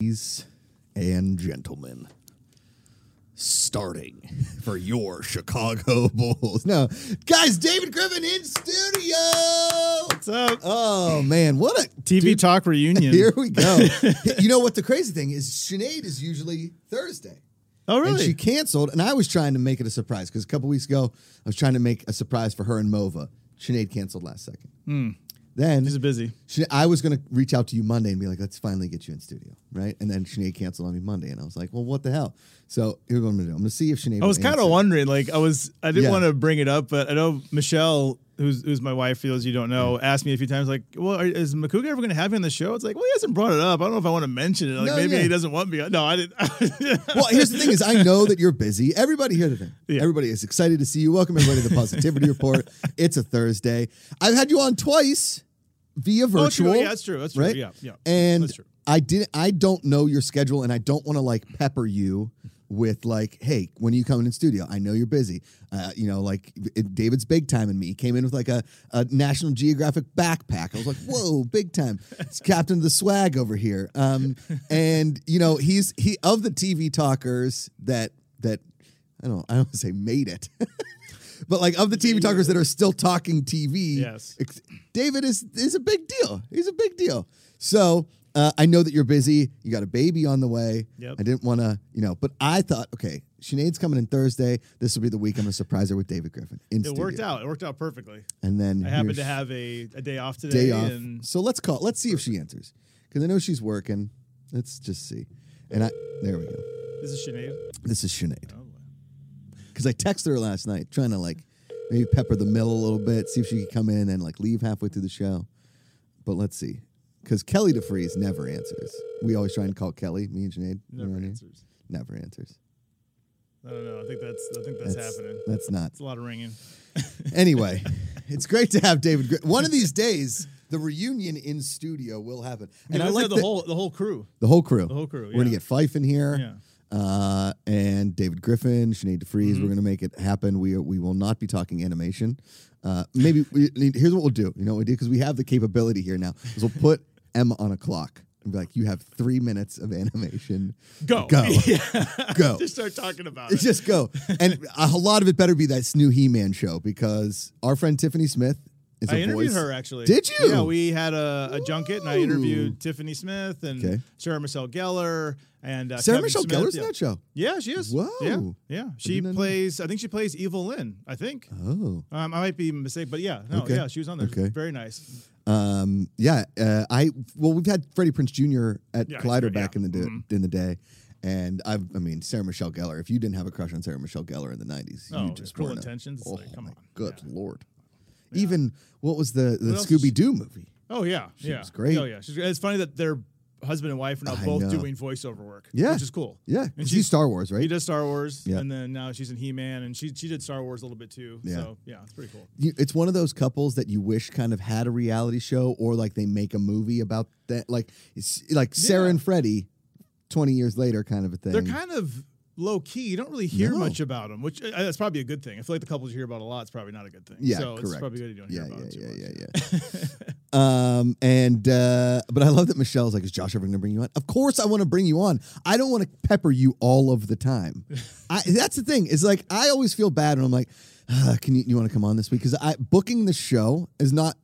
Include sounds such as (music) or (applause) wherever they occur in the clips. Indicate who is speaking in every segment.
Speaker 1: Ladies and gentlemen, starting for your Chicago (laughs) Bulls. No, guys, David Griffin in studio.
Speaker 2: What's up?
Speaker 1: Oh, man, what a
Speaker 2: TV
Speaker 1: dude,
Speaker 2: Talk
Speaker 1: (laughs)
Speaker 2: reunion.
Speaker 1: Here we go.
Speaker 2: (laughs)
Speaker 1: you know what the crazy thing is? Sinead is usually Thursday.
Speaker 2: oh,
Speaker 1: And
Speaker 2: really?
Speaker 1: she canceled, and I was trying to make it a surprise because a couple weeks ago I was trying to make a surprise for her and Mova. Sinead canceled last second. Then
Speaker 2: Hmm. She's busy.
Speaker 1: Shane, I was gonna reach out to you Monday and be like, let's finally get you in studio, right? And then Sinead canceled on me Monday, and I was like, well, what the hell? So here's what I'm gonna do. I'm gonna see if Sinead.
Speaker 2: I was
Speaker 1: will
Speaker 2: kind of
Speaker 1: answer.
Speaker 2: wondering, like, I was, I didn't
Speaker 1: Yeah.
Speaker 2: want to bring it up, but I know Michelle, who's who's my wife, for those you don't know, asked me a few times, like, well, are, is Makuga ever going to have you on the show? It's like, well, he hasn't brought it up. I don't know if I want to mention it. Like,
Speaker 1: No,
Speaker 2: maybe
Speaker 1: yeah.
Speaker 2: he doesn't want me. No, I didn't. (laughs)
Speaker 1: Well, here's the thing: is I know that you're busy. Everybody here today.
Speaker 2: Yeah.
Speaker 1: Everybody is excited to see you. Welcome everybody to the Positivity Report. It's a Thursday. I've had you on twice via
Speaker 2: Oh, true.
Speaker 1: virtual.
Speaker 2: Yeah, that's true. That's true.
Speaker 1: right?
Speaker 2: Yeah, yeah.
Speaker 1: And
Speaker 2: That's true.
Speaker 1: I didn't. I don't know your schedule, and I don't want to like pepper you with like, hey, when are you coming in studio? I know you're busy. Uh, you know, like it, David's big time and me He came in with like a, a National Geographic backpack. I was like, whoa, big time! It's Captain of the Swag over here. Um, and you know, he's he of the TV talkers that that I don't I don't say made it. (laughs) But like of the TV talkers that are still talking TV,
Speaker 2: Yes.
Speaker 1: ex- David is is a big deal. He's a big deal. So uh, I know that you're busy. You got a baby on the way.
Speaker 2: Yep.
Speaker 1: I didn't want to, you know, but I thought, okay, Sinead's coming in Thursday. This will be the week I'm gonna surprise her with David Griffin. In
Speaker 2: It worked
Speaker 1: studio.
Speaker 2: out. It worked out perfectly.
Speaker 1: And then
Speaker 2: I happened
Speaker 1: here's
Speaker 2: to have a, a day off today.
Speaker 1: day off.
Speaker 2: And
Speaker 1: So let's call. Let's see if she answers because I know she's working. Let's just see. And I there we go.
Speaker 2: this is Sinead.
Speaker 1: This is Sinead
Speaker 2: Oh, boy.
Speaker 1: because I texted her last night trying to like maybe pepper the mill a little bit, see if she could come in and like leave halfway through the show. But let's see, because Kelly DeFreeze never answers. We always try and call Kelly. Me and Sinead
Speaker 2: Never
Speaker 1: around here.
Speaker 2: answers.
Speaker 1: Never answers.
Speaker 2: I don't know. I think that's I think that's, happening.
Speaker 1: That's not. (laughs)
Speaker 2: It's a lot of ringing.
Speaker 1: Anyway, it's great to have David. Gr- One of these days, the reunion in studio will happen,
Speaker 2: And I like the, whole the whole crew.
Speaker 1: the whole crew.
Speaker 2: The whole crew.
Speaker 1: We're gonna
Speaker 2: yeah.
Speaker 1: get Fife in here.
Speaker 2: Yeah. Mm-hmm.
Speaker 1: Uh, and David Griffin, Sinead DeFries. We're going to make it happen. We are, we will not be talking animation. Uh, maybe we, here's what we'll do. You know what we do because we have the capability here now. Is we'll put (laughs) Emma on a clock and be like, "You have three minutes of animation. (laughs)
Speaker 2: Go.
Speaker 1: go,
Speaker 2: (laughs) Yeah.
Speaker 1: go."
Speaker 2: (laughs) Just start talking about
Speaker 1: (laughs)
Speaker 2: it.
Speaker 1: Just go. And a lot of it better be that new He-Man show because our friend Tiffany Smith is a
Speaker 2: I interviewed
Speaker 1: voice.
Speaker 2: her actually.
Speaker 1: Did you?
Speaker 2: Yeah, we had a, a junket and I
Speaker 1: Ooh.
Speaker 2: interviewed Tiffany Smith and
Speaker 1: Okay.
Speaker 2: Sarah Michelle Gellar and uh,
Speaker 1: Sarah
Speaker 2: Kevin
Speaker 1: Michelle
Speaker 2: Smith.
Speaker 1: Gellar's
Speaker 2: yeah.
Speaker 1: in that show.
Speaker 2: Yeah, she is. Yeah,
Speaker 1: Whoa.
Speaker 2: yeah. She
Speaker 1: didn't know that.
Speaker 2: plays. I think she plays Evil Lynn. I think.
Speaker 1: Oh.
Speaker 2: Um, I might be mistaken, but yeah, no,
Speaker 1: Okay.
Speaker 2: yeah, she was on there.
Speaker 1: Okay.
Speaker 2: Very nice.
Speaker 1: Um, yeah, uh, I well, we've had Freddie Prince Jr. at
Speaker 2: Yeah,
Speaker 1: Collider
Speaker 2: yeah.
Speaker 1: back in the day,
Speaker 2: Mhm.
Speaker 1: in the day, and I've, I mean, Sarah Michelle Gellar. If you didn't have a crush on Sarah Michelle Gellar in the '90s,
Speaker 2: Oh,
Speaker 1: you just
Speaker 2: Cruel
Speaker 1: weren't a-
Speaker 2: Intentions, it's
Speaker 1: Oh,
Speaker 2: like, come
Speaker 1: my
Speaker 2: on.
Speaker 1: good
Speaker 2: Yeah.
Speaker 1: lord! Even what was the the
Speaker 2: What else is
Speaker 1: Scooby Doo movie?
Speaker 2: Oh yeah, yeah,
Speaker 1: was great.
Speaker 2: Oh yeah, she's, it's funny that they're husband and wife are now
Speaker 1: I
Speaker 2: both
Speaker 1: know.
Speaker 2: doing voiceover work.
Speaker 1: Yeah.
Speaker 2: which is cool.
Speaker 1: Yeah,
Speaker 2: and
Speaker 1: because he's
Speaker 2: she's
Speaker 1: Star Wars, right?
Speaker 2: He does Star Wars,
Speaker 1: Yeah.
Speaker 2: and then now she's in He Man, and she she did Star Wars a little bit too.
Speaker 1: Yeah.
Speaker 2: So yeah, it's pretty cool.
Speaker 1: You- it's one of those couples that you wish kind of had a reality show, or like they make a movie about that, like it's, like Sarah
Speaker 2: Yeah.
Speaker 1: and Freddie, twenty years later, kind of a thing.
Speaker 2: They're kind of low key. You don't really hear
Speaker 1: No.
Speaker 2: much about them, which uh, that's probably a good thing. I feel like the couples you hear about a lot is probably not a good thing.
Speaker 1: Yeah,
Speaker 2: so it's
Speaker 1: correct.
Speaker 2: probably good you don't hear
Speaker 1: yeah,
Speaker 2: about
Speaker 1: yeah,
Speaker 2: it too
Speaker 1: yeah,
Speaker 2: much.
Speaker 1: yeah, yeah.
Speaker 2: (laughs)
Speaker 1: Um, and uh, but I love that Michelle's like, is Josh ever gonna bring you on? Of course, I want to bring you on. I don't want to pepper you all of the
Speaker 2: (laughs)
Speaker 1: time. I that's the thing is like, I always feel bad when I'm like, "Ah, can you, you want to come on this week? Because I booking the show is not.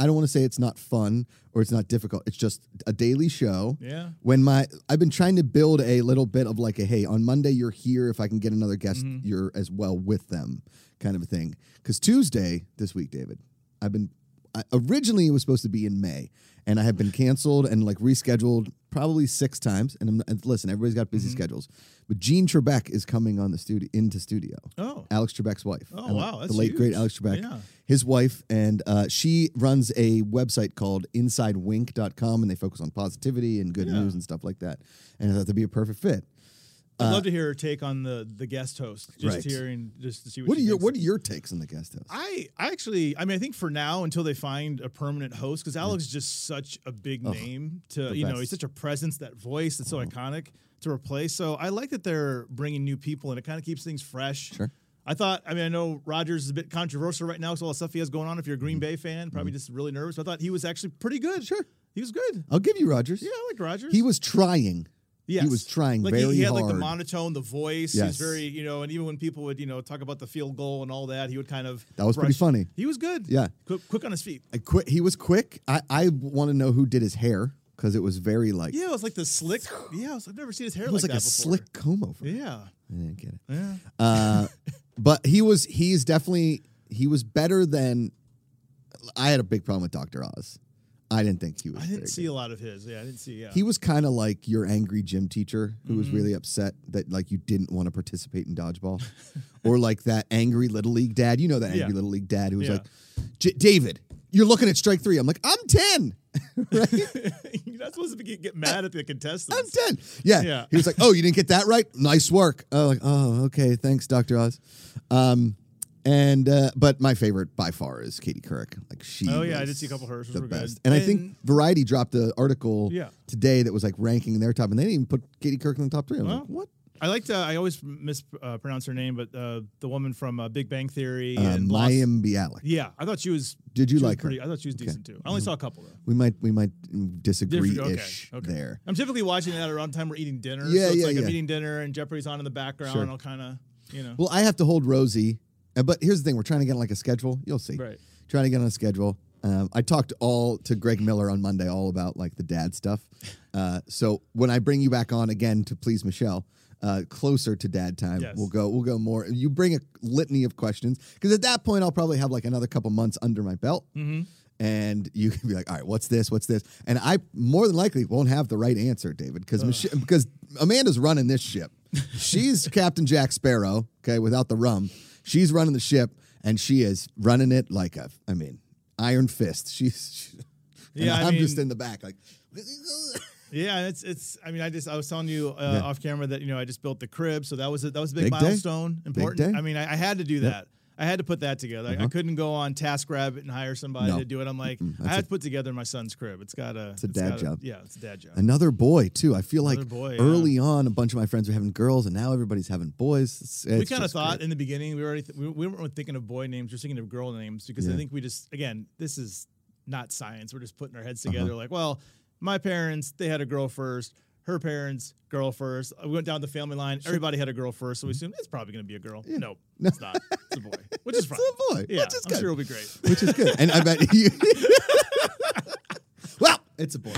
Speaker 1: I don't want to say it's not fun or it's not difficult. It's just a daily show.
Speaker 2: Yeah.
Speaker 1: When my I've been trying to build a little bit of like a hey on Monday you're here if I can get another guest you're as well with them kind of a thing because Tuesday this week David I've been I, originally it was supposed to be in May and I have been canceled and like rescheduled probably six times and, I'm, and listen everybody's got busy schedules but Gene Trebek is coming on the studio into studio
Speaker 2: Oh,
Speaker 1: Alex Trebek's wife
Speaker 2: Oh,
Speaker 1: Ale-
Speaker 2: wow, that's
Speaker 1: the late great
Speaker 2: huge.
Speaker 1: Alex Trebek
Speaker 2: Yeah.
Speaker 1: his wife and uh, she runs a website called InsideWink.com and they focus on positivity and good
Speaker 2: Yeah.
Speaker 1: news and stuff like that and I thought that'd be a perfect fit
Speaker 2: I'd love to hear her take on the the guest host. Just
Speaker 1: Uh, Right.
Speaker 2: hearing, just to see what,
Speaker 1: what are
Speaker 2: she
Speaker 1: your
Speaker 2: thinks.
Speaker 1: what are your takes on the guest house
Speaker 2: I I actually I mean I think for now until they find a permanent host because Alex is just such a big name to you know
Speaker 1: best.
Speaker 2: he's
Speaker 1: Mm-hmm.
Speaker 2: such a presence that voice that's so iconic to replace so I like that they're bringing new people and it kind of keeps things fresh.
Speaker 1: Sure.
Speaker 2: I thought I mean I know Rogers is a bit controversial right now because all the stuff he has going on. If you're a Green Bay fan, probably just really nervous. But I thought he was actually pretty good.
Speaker 1: Mm-hmm. Sure.
Speaker 2: he was good.
Speaker 1: I'll give you Rogers
Speaker 2: Yeah, I liked Rogers.
Speaker 1: he was trying
Speaker 2: Yes.
Speaker 1: He was trying
Speaker 2: like
Speaker 1: very
Speaker 2: he, he had
Speaker 1: hard.
Speaker 2: like the monotone, the voice.
Speaker 1: Yes.
Speaker 2: He's very, you know, and even when people would, you know, talk about the field goal and all that, he would kind of
Speaker 1: That was pretty
Speaker 2: brush-
Speaker 1: funny.
Speaker 2: He was good.
Speaker 1: Yeah.
Speaker 2: Quick, quick on his feet.
Speaker 1: I quit. He was quick. I, I want to know who did his hair because it was very like
Speaker 2: Yeah, it was like the slick. Yeah, I was, I've never seen his hair
Speaker 1: it was like,
Speaker 2: that
Speaker 1: a
Speaker 2: before.
Speaker 1: slick comb over.
Speaker 2: Yeah.
Speaker 1: I didn't get it.
Speaker 2: Yeah. (laughs)
Speaker 1: Uh, but he was he's definitely he was better than I had a big problem with Doctor Oz. I didn't think he was.
Speaker 2: I didn't
Speaker 1: very
Speaker 2: see
Speaker 1: good.
Speaker 2: a lot of his. Yeah, I didn't see. Yeah.
Speaker 1: He was kind of like your angry gym teacher who
Speaker 2: Mm-hmm.
Speaker 1: was really upset that like you didn't want to participate in
Speaker 2: (laughs)
Speaker 1: dodgeball, or like that angry little league dad. You know that angry
Speaker 2: Yeah.
Speaker 1: little league dad who was
Speaker 2: Yeah.
Speaker 1: like, J- "David, you're looking at strike three. I'm like, "I'm ten.
Speaker 2: (laughs) You're not supposed to be- get mad at the (laughs)
Speaker 1: I'm
Speaker 2: contestants.
Speaker 1: ten. Yeah.
Speaker 2: Yeah.
Speaker 1: He was like, "Oh, you didn't get that right. Nice work." Oh, like, oh, okay, thanks, Doctor Oz. Um, and uh, but my favorite by far is Katie Couric. Like she.
Speaker 2: Oh, yeah, I
Speaker 1: was
Speaker 2: did see a couple of hers, which
Speaker 1: The
Speaker 2: were good.
Speaker 1: best. And, I think
Speaker 2: And-
Speaker 1: Variety dropped the article
Speaker 2: Yeah.
Speaker 1: today that was like ranking their top, and they didn't even put Katie Couric in the top three. I was like,
Speaker 2: Well,
Speaker 1: what?
Speaker 2: I liked. Uh, I always mispronounce uh, pronounce her name, but uh, the woman from uh, Big Bang Theory
Speaker 1: Uh,
Speaker 2: and Lost-
Speaker 1: Mayim Bialik.
Speaker 2: Yeah, I thought she was.
Speaker 1: Did you
Speaker 2: she was
Speaker 1: like her? Mm-hmm.
Speaker 2: pretty- I thought she was decent too. I only saw a couple though.
Speaker 1: We might we might disagree
Speaker 2: Different-
Speaker 1: ish there.
Speaker 2: I'm typically watching that around the time we're eating dinner.
Speaker 1: Yeah,
Speaker 2: so it's
Speaker 1: yeah,
Speaker 2: like
Speaker 1: yeah.
Speaker 2: I'm eating dinner and Jeopardy's on in the background.
Speaker 1: Sure.
Speaker 2: and I'll kind of, you know.
Speaker 1: Well, I have to hold Rosie, uh, but here's the thing: we're trying to get on like a schedule. You'll see.
Speaker 2: Right.
Speaker 1: Trying to get on a schedule. Um, I talked all to Greg Miller on Monday, all about like the dad stuff. Uh, so when I bring you back on again to please Michelle, uh, closer to dad time,
Speaker 2: Yes.
Speaker 1: we'll go. We'll go more. You bring a litany of questions because at that point I'll probably have like another couple months under my belt.
Speaker 2: Mm-hmm.
Speaker 1: And you can be like, all right, what's this? What's this? And I more than likely won't have the right answer, David, because because Amanda's running this
Speaker 2: (laughs)
Speaker 1: ship. She's Captain Jack Sparrow, okay, without the rum. She's running the ship, and she is running it like a, I mean, iron fist. She's, she,
Speaker 2: Yeah,
Speaker 1: and
Speaker 2: I
Speaker 1: I'm just
Speaker 2: mean-
Speaker 1: in the back, like,
Speaker 2: Yeah, it's it's. I mean, I just I was telling you uh,
Speaker 1: Yeah.
Speaker 2: off camera that you know I just built the crib, so that was a, that was a big,
Speaker 1: Big day.
Speaker 2: milestone, important.
Speaker 1: day. Uh-huh.
Speaker 2: I mean, I, I had to do that. I had to put that together. I- I couldn't go on TaskRabbit and hire somebody
Speaker 1: No.
Speaker 2: to do it. I'm like, I
Speaker 1: that's
Speaker 2: have to put together my son's crib. It's got a. It's
Speaker 1: a dad
Speaker 2: gotta-
Speaker 1: job.
Speaker 2: Yeah, it's a dad job.
Speaker 1: another boy too. I feel like
Speaker 2: Another boy, yeah.
Speaker 1: early on, a bunch of my friends were having girls, and now everybody's having boys. It's-
Speaker 2: we
Speaker 1: it's
Speaker 2: kind of
Speaker 1: just
Speaker 2: thought
Speaker 1: great.
Speaker 2: in the beginning we already th- we, we weren't thinking of boy names. We're thinking of girl names because
Speaker 1: Yeah.
Speaker 2: I think we just again this is not science. We're just putting our
Speaker 1: Uh-huh.
Speaker 2: heads together. Like, well, my parents they had a girl first. Her parents girl first. uh, We went down the family line. Everybody had a girl first,
Speaker 1: Mm-hmm.
Speaker 2: so we assumed it's probably going to be a girl. No, it's not. It's a boy, which
Speaker 1: (laughs)
Speaker 2: is fine.
Speaker 1: a boy,
Speaker 2: Yeah,
Speaker 1: which is
Speaker 2: I'm
Speaker 1: good.
Speaker 2: sure it'll be great.
Speaker 1: which is good. And I bet you. (laughs) well, it's a boy.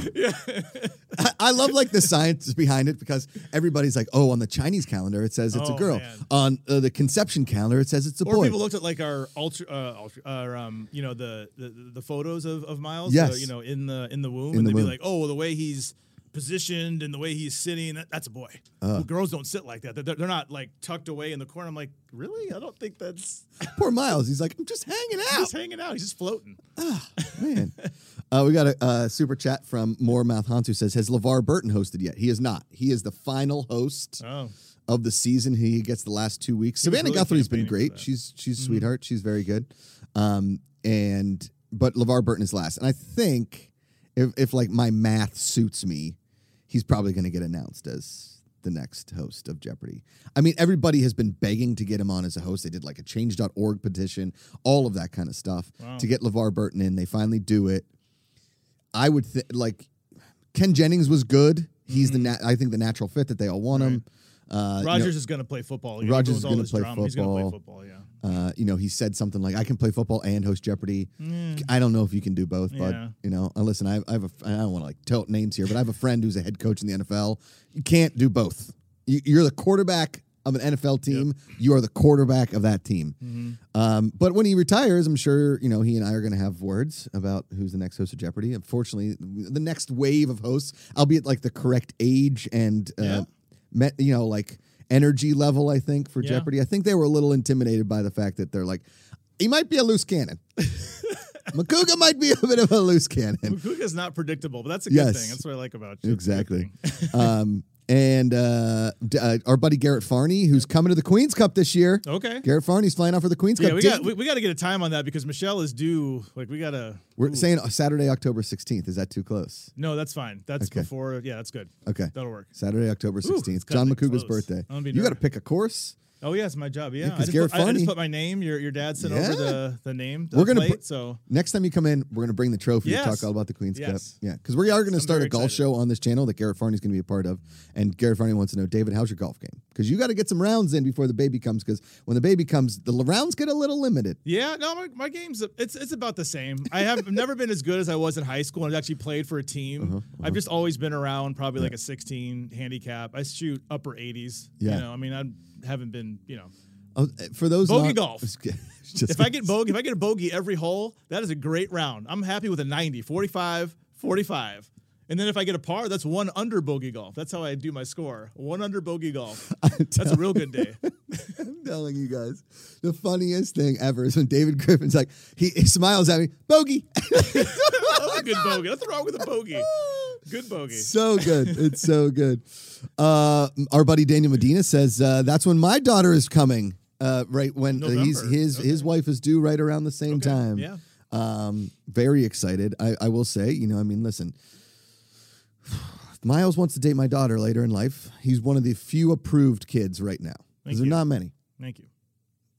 Speaker 1: I, I love like the science behind it because everybody's like, oh, on the Chinese calendar it says it's a
Speaker 2: Oh,
Speaker 1: girl.
Speaker 2: man.
Speaker 1: On uh, the conception calendar it says it's a
Speaker 2: Or
Speaker 1: boy.
Speaker 2: people looked at like our ultra, uh, ultra our, um, you know, the, the the photos of of Miles.
Speaker 1: Yes.
Speaker 2: uh, you know, in the in the womb,
Speaker 1: In
Speaker 2: and
Speaker 1: the
Speaker 2: they'd
Speaker 1: womb.
Speaker 2: be like, oh, well, the way he's positioned and the way he's sitting, that, that's a boy.
Speaker 1: Uh.
Speaker 2: Well, girls don't sit like that. They're, they're not like tucked away in the corner. I'm like, really? I don't think that's
Speaker 1: Poor Miles, he's like, I'm just hanging out.
Speaker 2: he's hanging out. He's just (laughs) floating.
Speaker 1: Man, uh, we got a uh, super chat from Moremouth Hans who says, "Has LeVar Burton hosted yet? He is not. He is the final host
Speaker 2: Oh,
Speaker 1: of the season. He gets the last two weeks. Savannah
Speaker 2: really
Speaker 1: Guthrie's been
Speaker 2: campaigning for
Speaker 1: great.
Speaker 2: that. Mm-hmm.
Speaker 1: She's she's sweetheart. She's very good. Um, and but LeVar Burton is last, and I think if if like my math suits me, he's probably going to get announced as the next host of Jeopardy. I mean, everybody has been begging to get him on as a host. They did like a change.org petition, all of that kind of stuff
Speaker 2: Wow.
Speaker 1: to get LeVar Burton in. They finally do it. I would think like Ken Jennings was good. He's the
Speaker 2: Mm-hmm.
Speaker 1: nat- I think the natural fit that they all want him. Uh, you know-
Speaker 2: Rogers is going to play football. You know,
Speaker 1: Rodgers
Speaker 2: with
Speaker 1: is
Speaker 2: all
Speaker 1: gonna
Speaker 2: this
Speaker 1: play
Speaker 2: drama, He's going to play
Speaker 1: football.
Speaker 2: football. Yeah.
Speaker 1: uh, you know, he said something like, "I can play football and host Jeopardy."
Speaker 2: Mm-hmm.
Speaker 1: I don't know if you can do both,
Speaker 2: Mm. Yeah.
Speaker 1: but you know, uh, listen, I, I have a, f- I don't want to like tell names here, but I have a friend who's a head coach in the NFL. You can't do both. You, you're the quarterback of an NFL team. You are the quarterback of that team. Um, but when he retires, I'm sure you know he and I are going to have words about who's the next host of Jeopardy. Unfortunately, the next wave of hosts, I'll be at like the correct age and uh,
Speaker 2: Yeah.
Speaker 1: met, you know, like energy level, I think, for
Speaker 2: Yeah.
Speaker 1: Jeopardy. I think they were a little intimidated by the fact that they're like, he might be a loose
Speaker 2: (laughs)
Speaker 1: cannon. Makuga might be a bit of a loose cannon.
Speaker 2: Kuka's not predictable, but that's a good
Speaker 1: Yes.
Speaker 2: thing. That's what I like about you. It's a good
Speaker 1: Exactly.
Speaker 2: thing.
Speaker 1: um, and uh, d- uh, our buddy Garrett Farney, who's coming to the Queen's Cup this year.
Speaker 2: Okay.
Speaker 1: Garrett Farney's flying out for the Queen's
Speaker 2: Oh. Yeah,
Speaker 1: Cup.
Speaker 2: we
Speaker 1: Did-
Speaker 2: got we, we got to get a time on that because Michelle is due. Like we got to.
Speaker 1: We're saying Saturday, October 16th. Is that too close?
Speaker 2: No, that's fine. That's
Speaker 1: Okay.
Speaker 2: before. Yeah, that's good.
Speaker 1: Okay.
Speaker 2: That'll work.
Speaker 1: Saturday, October 16th,
Speaker 2: it's
Speaker 1: John
Speaker 2: cutting it
Speaker 1: McCougar's
Speaker 2: close.
Speaker 1: birthday.
Speaker 2: I'm gonna be
Speaker 1: You got to
Speaker 2: nervous.
Speaker 1: pick a course.
Speaker 2: Oh yeah, it's my job. Yeah, I,
Speaker 1: 'cause
Speaker 2: just
Speaker 1: Garrett
Speaker 2: put, I- I
Speaker 1: Funny-
Speaker 2: just put my name. Your your dad sent over
Speaker 1: Yeah.
Speaker 2: the the name. The
Speaker 1: We're gonna
Speaker 2: plate,
Speaker 1: put-
Speaker 2: so
Speaker 1: Next time you come in, we're going to bring the trophy to
Speaker 2: Yes.
Speaker 1: talk all about the Queen's
Speaker 2: Yes.
Speaker 1: Cup. Yeah, because we are going to
Speaker 2: I'm
Speaker 1: start a
Speaker 2: very
Speaker 1: golf
Speaker 2: excited.
Speaker 1: show on this channel that Garrett Farney's going to be a part of. And Garrett Farney wants to know, David, how's your golf game? Because you got to get some rounds in before the baby comes. Because when the baby comes, the l- rounds get a little limited.
Speaker 2: yeah, no, my, my game's it's it's about the same. I have (laughs) I've never been as good as I was in high school. and I've actually played for a team.
Speaker 1: Uh-huh,
Speaker 2: I've just always been around, probably like a 16 handicap. I shoot upper 80s.
Speaker 1: Yeah.
Speaker 2: you know, I mean, I haven't been, you know,
Speaker 1: Oh, For those
Speaker 2: Bogey
Speaker 1: not-
Speaker 2: golf.
Speaker 1: (laughs) Just-
Speaker 2: if I get bogey, if I get a bogey every hole, that is a great round. I'm happy with a 90, 45, 45. And then if I get a par, that's one under bogey golf. That's how I do my score. One under bogey golf.
Speaker 1: (laughs)
Speaker 2: That's a real good day.
Speaker 1: I'm telling you guys, the funniest thing ever is when David Griffin's like, he, he smiles at me, bogey.
Speaker 2: That's a good bogey. Nothing wrong with a bogey. Good bogey.
Speaker 1: so good. It's
Speaker 2: (laughs)
Speaker 1: so good. Uh, our buddy Daniel Medina says uh, that's when my daughter is coming. Uh, right when uh, he's
Speaker 2: November.
Speaker 1: his his wife is due right around the same
Speaker 2: Okay,
Speaker 1: time.
Speaker 2: yeah.
Speaker 1: Um, very excited. I, I will say, you know, I mean, listen. (sighs) Miles wants to date my daughter later in life. He's one of the few approved kids right now.
Speaker 2: Thank
Speaker 1: Because there are
Speaker 2: you.
Speaker 1: not many.
Speaker 2: Thank you.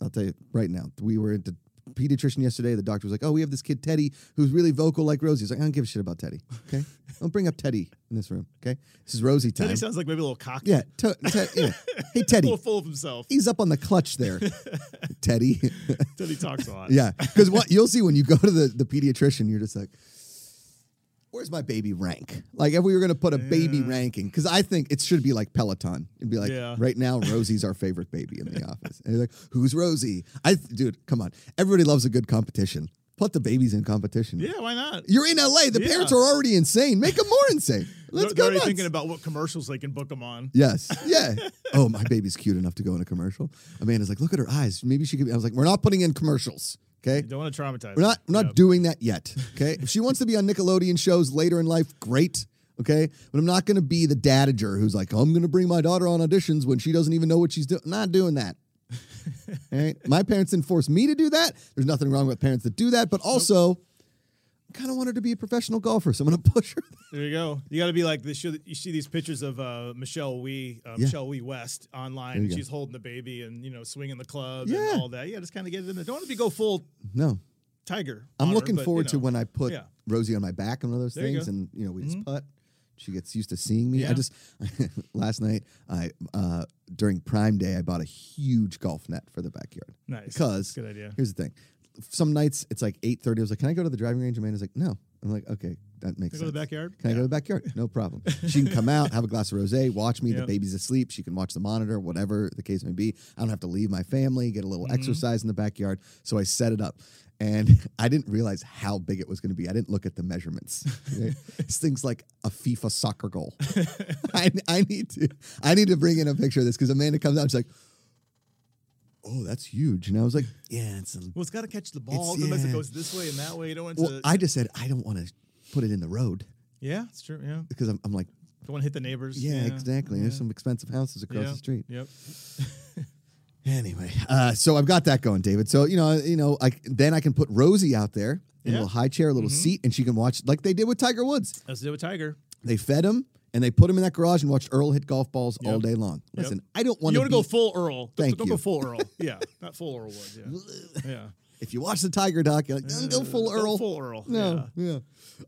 Speaker 1: I'll tell you right now. We were at the pediatrician yesterday. The doctor was like, "Oh, we have this kid Teddy who's really vocal like Rosie." He's like, "I don't give a shit about Teddy. Okay, don't bring up Teddy in this room. Okay, this is Rosie time.
Speaker 2: Teddy sounds like maybe a little cocky.
Speaker 1: yeah, te- te- yeah. Hey
Speaker 2: A
Speaker 1: Teddy,
Speaker 2: little full
Speaker 1: (laughs)
Speaker 2: of himself.
Speaker 1: he's up on the clutch there, Teddy.
Speaker 2: Teddy talks a
Speaker 1: (laughs)
Speaker 2: lot.
Speaker 1: yeah, because what you'll see when you go to the the pediatrician, you're just like. Where's my baby rank? Like, if we were going to put a baby
Speaker 2: Yeah.
Speaker 1: ranking, because I think it should be like Peloton. It'd be like,
Speaker 2: Yeah.
Speaker 1: right now, Rosie's our favorite baby
Speaker 2: (laughs)
Speaker 1: in the office. And you're like, who's Rosie? I, dude, come on. Everybody loves a good competition. Put the babies in competition.
Speaker 2: Yeah, why not?
Speaker 1: You're in LA. The
Speaker 2: Yeah.
Speaker 1: parents are already insane. Make them more
Speaker 2: (laughs)
Speaker 1: insane. Let's go.
Speaker 2: they're, they're already
Speaker 1: nuts.
Speaker 2: thinking about what commercials they can book them on.
Speaker 1: Yes.
Speaker 2: (laughs)
Speaker 1: Yeah. oh, my baby's cute enough to go in a commercial. Amanda's like, look at her eyes. Maybe she could. Be. I was like, we're not putting in commercials. Okay.
Speaker 2: You don't want to traumatize
Speaker 1: We're not.
Speaker 2: them.
Speaker 1: We're not
Speaker 2: Yeah.
Speaker 1: doing that yet. Okay. if she wants to be on Nickelodeon shows later in life, great. Okay. But I'm not going to be the dadager who's like, I'm going to bring my daughter on auditions when she doesn't even know what she's doing. Not doing that. All right. My parents didn't force me to do that. There's nothing wrong with parents that do that, but also. I Kind of want her to be a professional golfer, so I'm gonna push her. (laughs)
Speaker 2: There you go. You got to be like this. You see these pictures of uh, Michelle Wee, uh,
Speaker 1: Yeah.
Speaker 2: Michelle Wee West online.
Speaker 1: There you
Speaker 2: And
Speaker 1: go.
Speaker 2: she's holding the baby and you know swinging the club
Speaker 1: Yeah.
Speaker 2: and all that. Yeah, just kind of get it in there. Don't want to be go full
Speaker 1: No,
Speaker 2: tiger.
Speaker 1: I'm
Speaker 2: on her,
Speaker 1: looking
Speaker 2: but,
Speaker 1: forward
Speaker 2: you
Speaker 1: to when I put
Speaker 2: yeah.
Speaker 1: Rosie on my back and one of those
Speaker 2: There you
Speaker 1: things,
Speaker 2: go. Mm-hmm.
Speaker 1: and you know we just putt. She gets used to seeing me. I
Speaker 2: Yeah.
Speaker 1: just (laughs) last night I uh, during Prime Day I bought a huge golf net for the backyard.
Speaker 2: Nice.
Speaker 1: because
Speaker 2: Good idea.
Speaker 1: Here's the thing: some nights it's like 8:30. I was like, "Can I go to the driving range?" Amanda's like, "No." I'm like, "Okay, that makes
Speaker 2: Can I go
Speaker 1: sense."
Speaker 2: to the backyard?
Speaker 1: Can I go to the backyard? No problem. She can come out, have a glass of rosé, watch me. The
Speaker 2: Yep.
Speaker 1: baby's asleep. She can watch the monitor, whatever the case may be. I don't have to leave my family. Get a little exercise in the backyard. So I set it up, and (laughs) I didn't realize how big it was going to be. I didn't look at the measurements. Okay? this thing's like a FIFA soccer goal. (laughs) I, I need to. I need to bring in a picture of this because Amanda comes out. She's like. Oh, that's huge. And I was like, yeah, it's a
Speaker 2: Well, it's got to catch the ball.
Speaker 1: It's-
Speaker 2: Otherwise,
Speaker 1: yeah.
Speaker 2: it goes this way and that way. You don't want
Speaker 1: well,
Speaker 2: to.
Speaker 1: I just said I don't want to put it in the road
Speaker 2: yeah, it's true. Yeah,
Speaker 1: because I'm, I'm like,
Speaker 2: don't want to hit the neighbors.
Speaker 1: yeah, exactly. There's
Speaker 2: yeah,
Speaker 1: some expensive houses across
Speaker 2: yeah,
Speaker 1: the street.
Speaker 2: Yep.
Speaker 1: Anyway, uh, so I've got that going, David. So you know, you know, I then I can put Rosie out there in a
Speaker 2: Yeah. Mm-hmm.
Speaker 1: little high chair, a little seat, and she can watch like they did with Tiger Woods.
Speaker 2: Let's do a tiger.
Speaker 1: They fed him and they put him in that garage and watched Earl hit golf balls all
Speaker 2: Yep.
Speaker 1: day long.
Speaker 2: Yep.
Speaker 1: Listen, I don't
Speaker 2: You
Speaker 1: want
Speaker 2: want
Speaker 1: to
Speaker 2: to go full Earl. Don't,
Speaker 1: Thank
Speaker 2: don't
Speaker 1: you.
Speaker 2: go full Earl. Yeah, not full Earl Woods.
Speaker 1: (laughs)
Speaker 2: Yeah. yeah.
Speaker 1: If you watch the Tiger doc, you're like, don't go full
Speaker 2: Don't
Speaker 1: Earl.
Speaker 2: Uh, Full Earl. Yeah.
Speaker 1: No, yeah.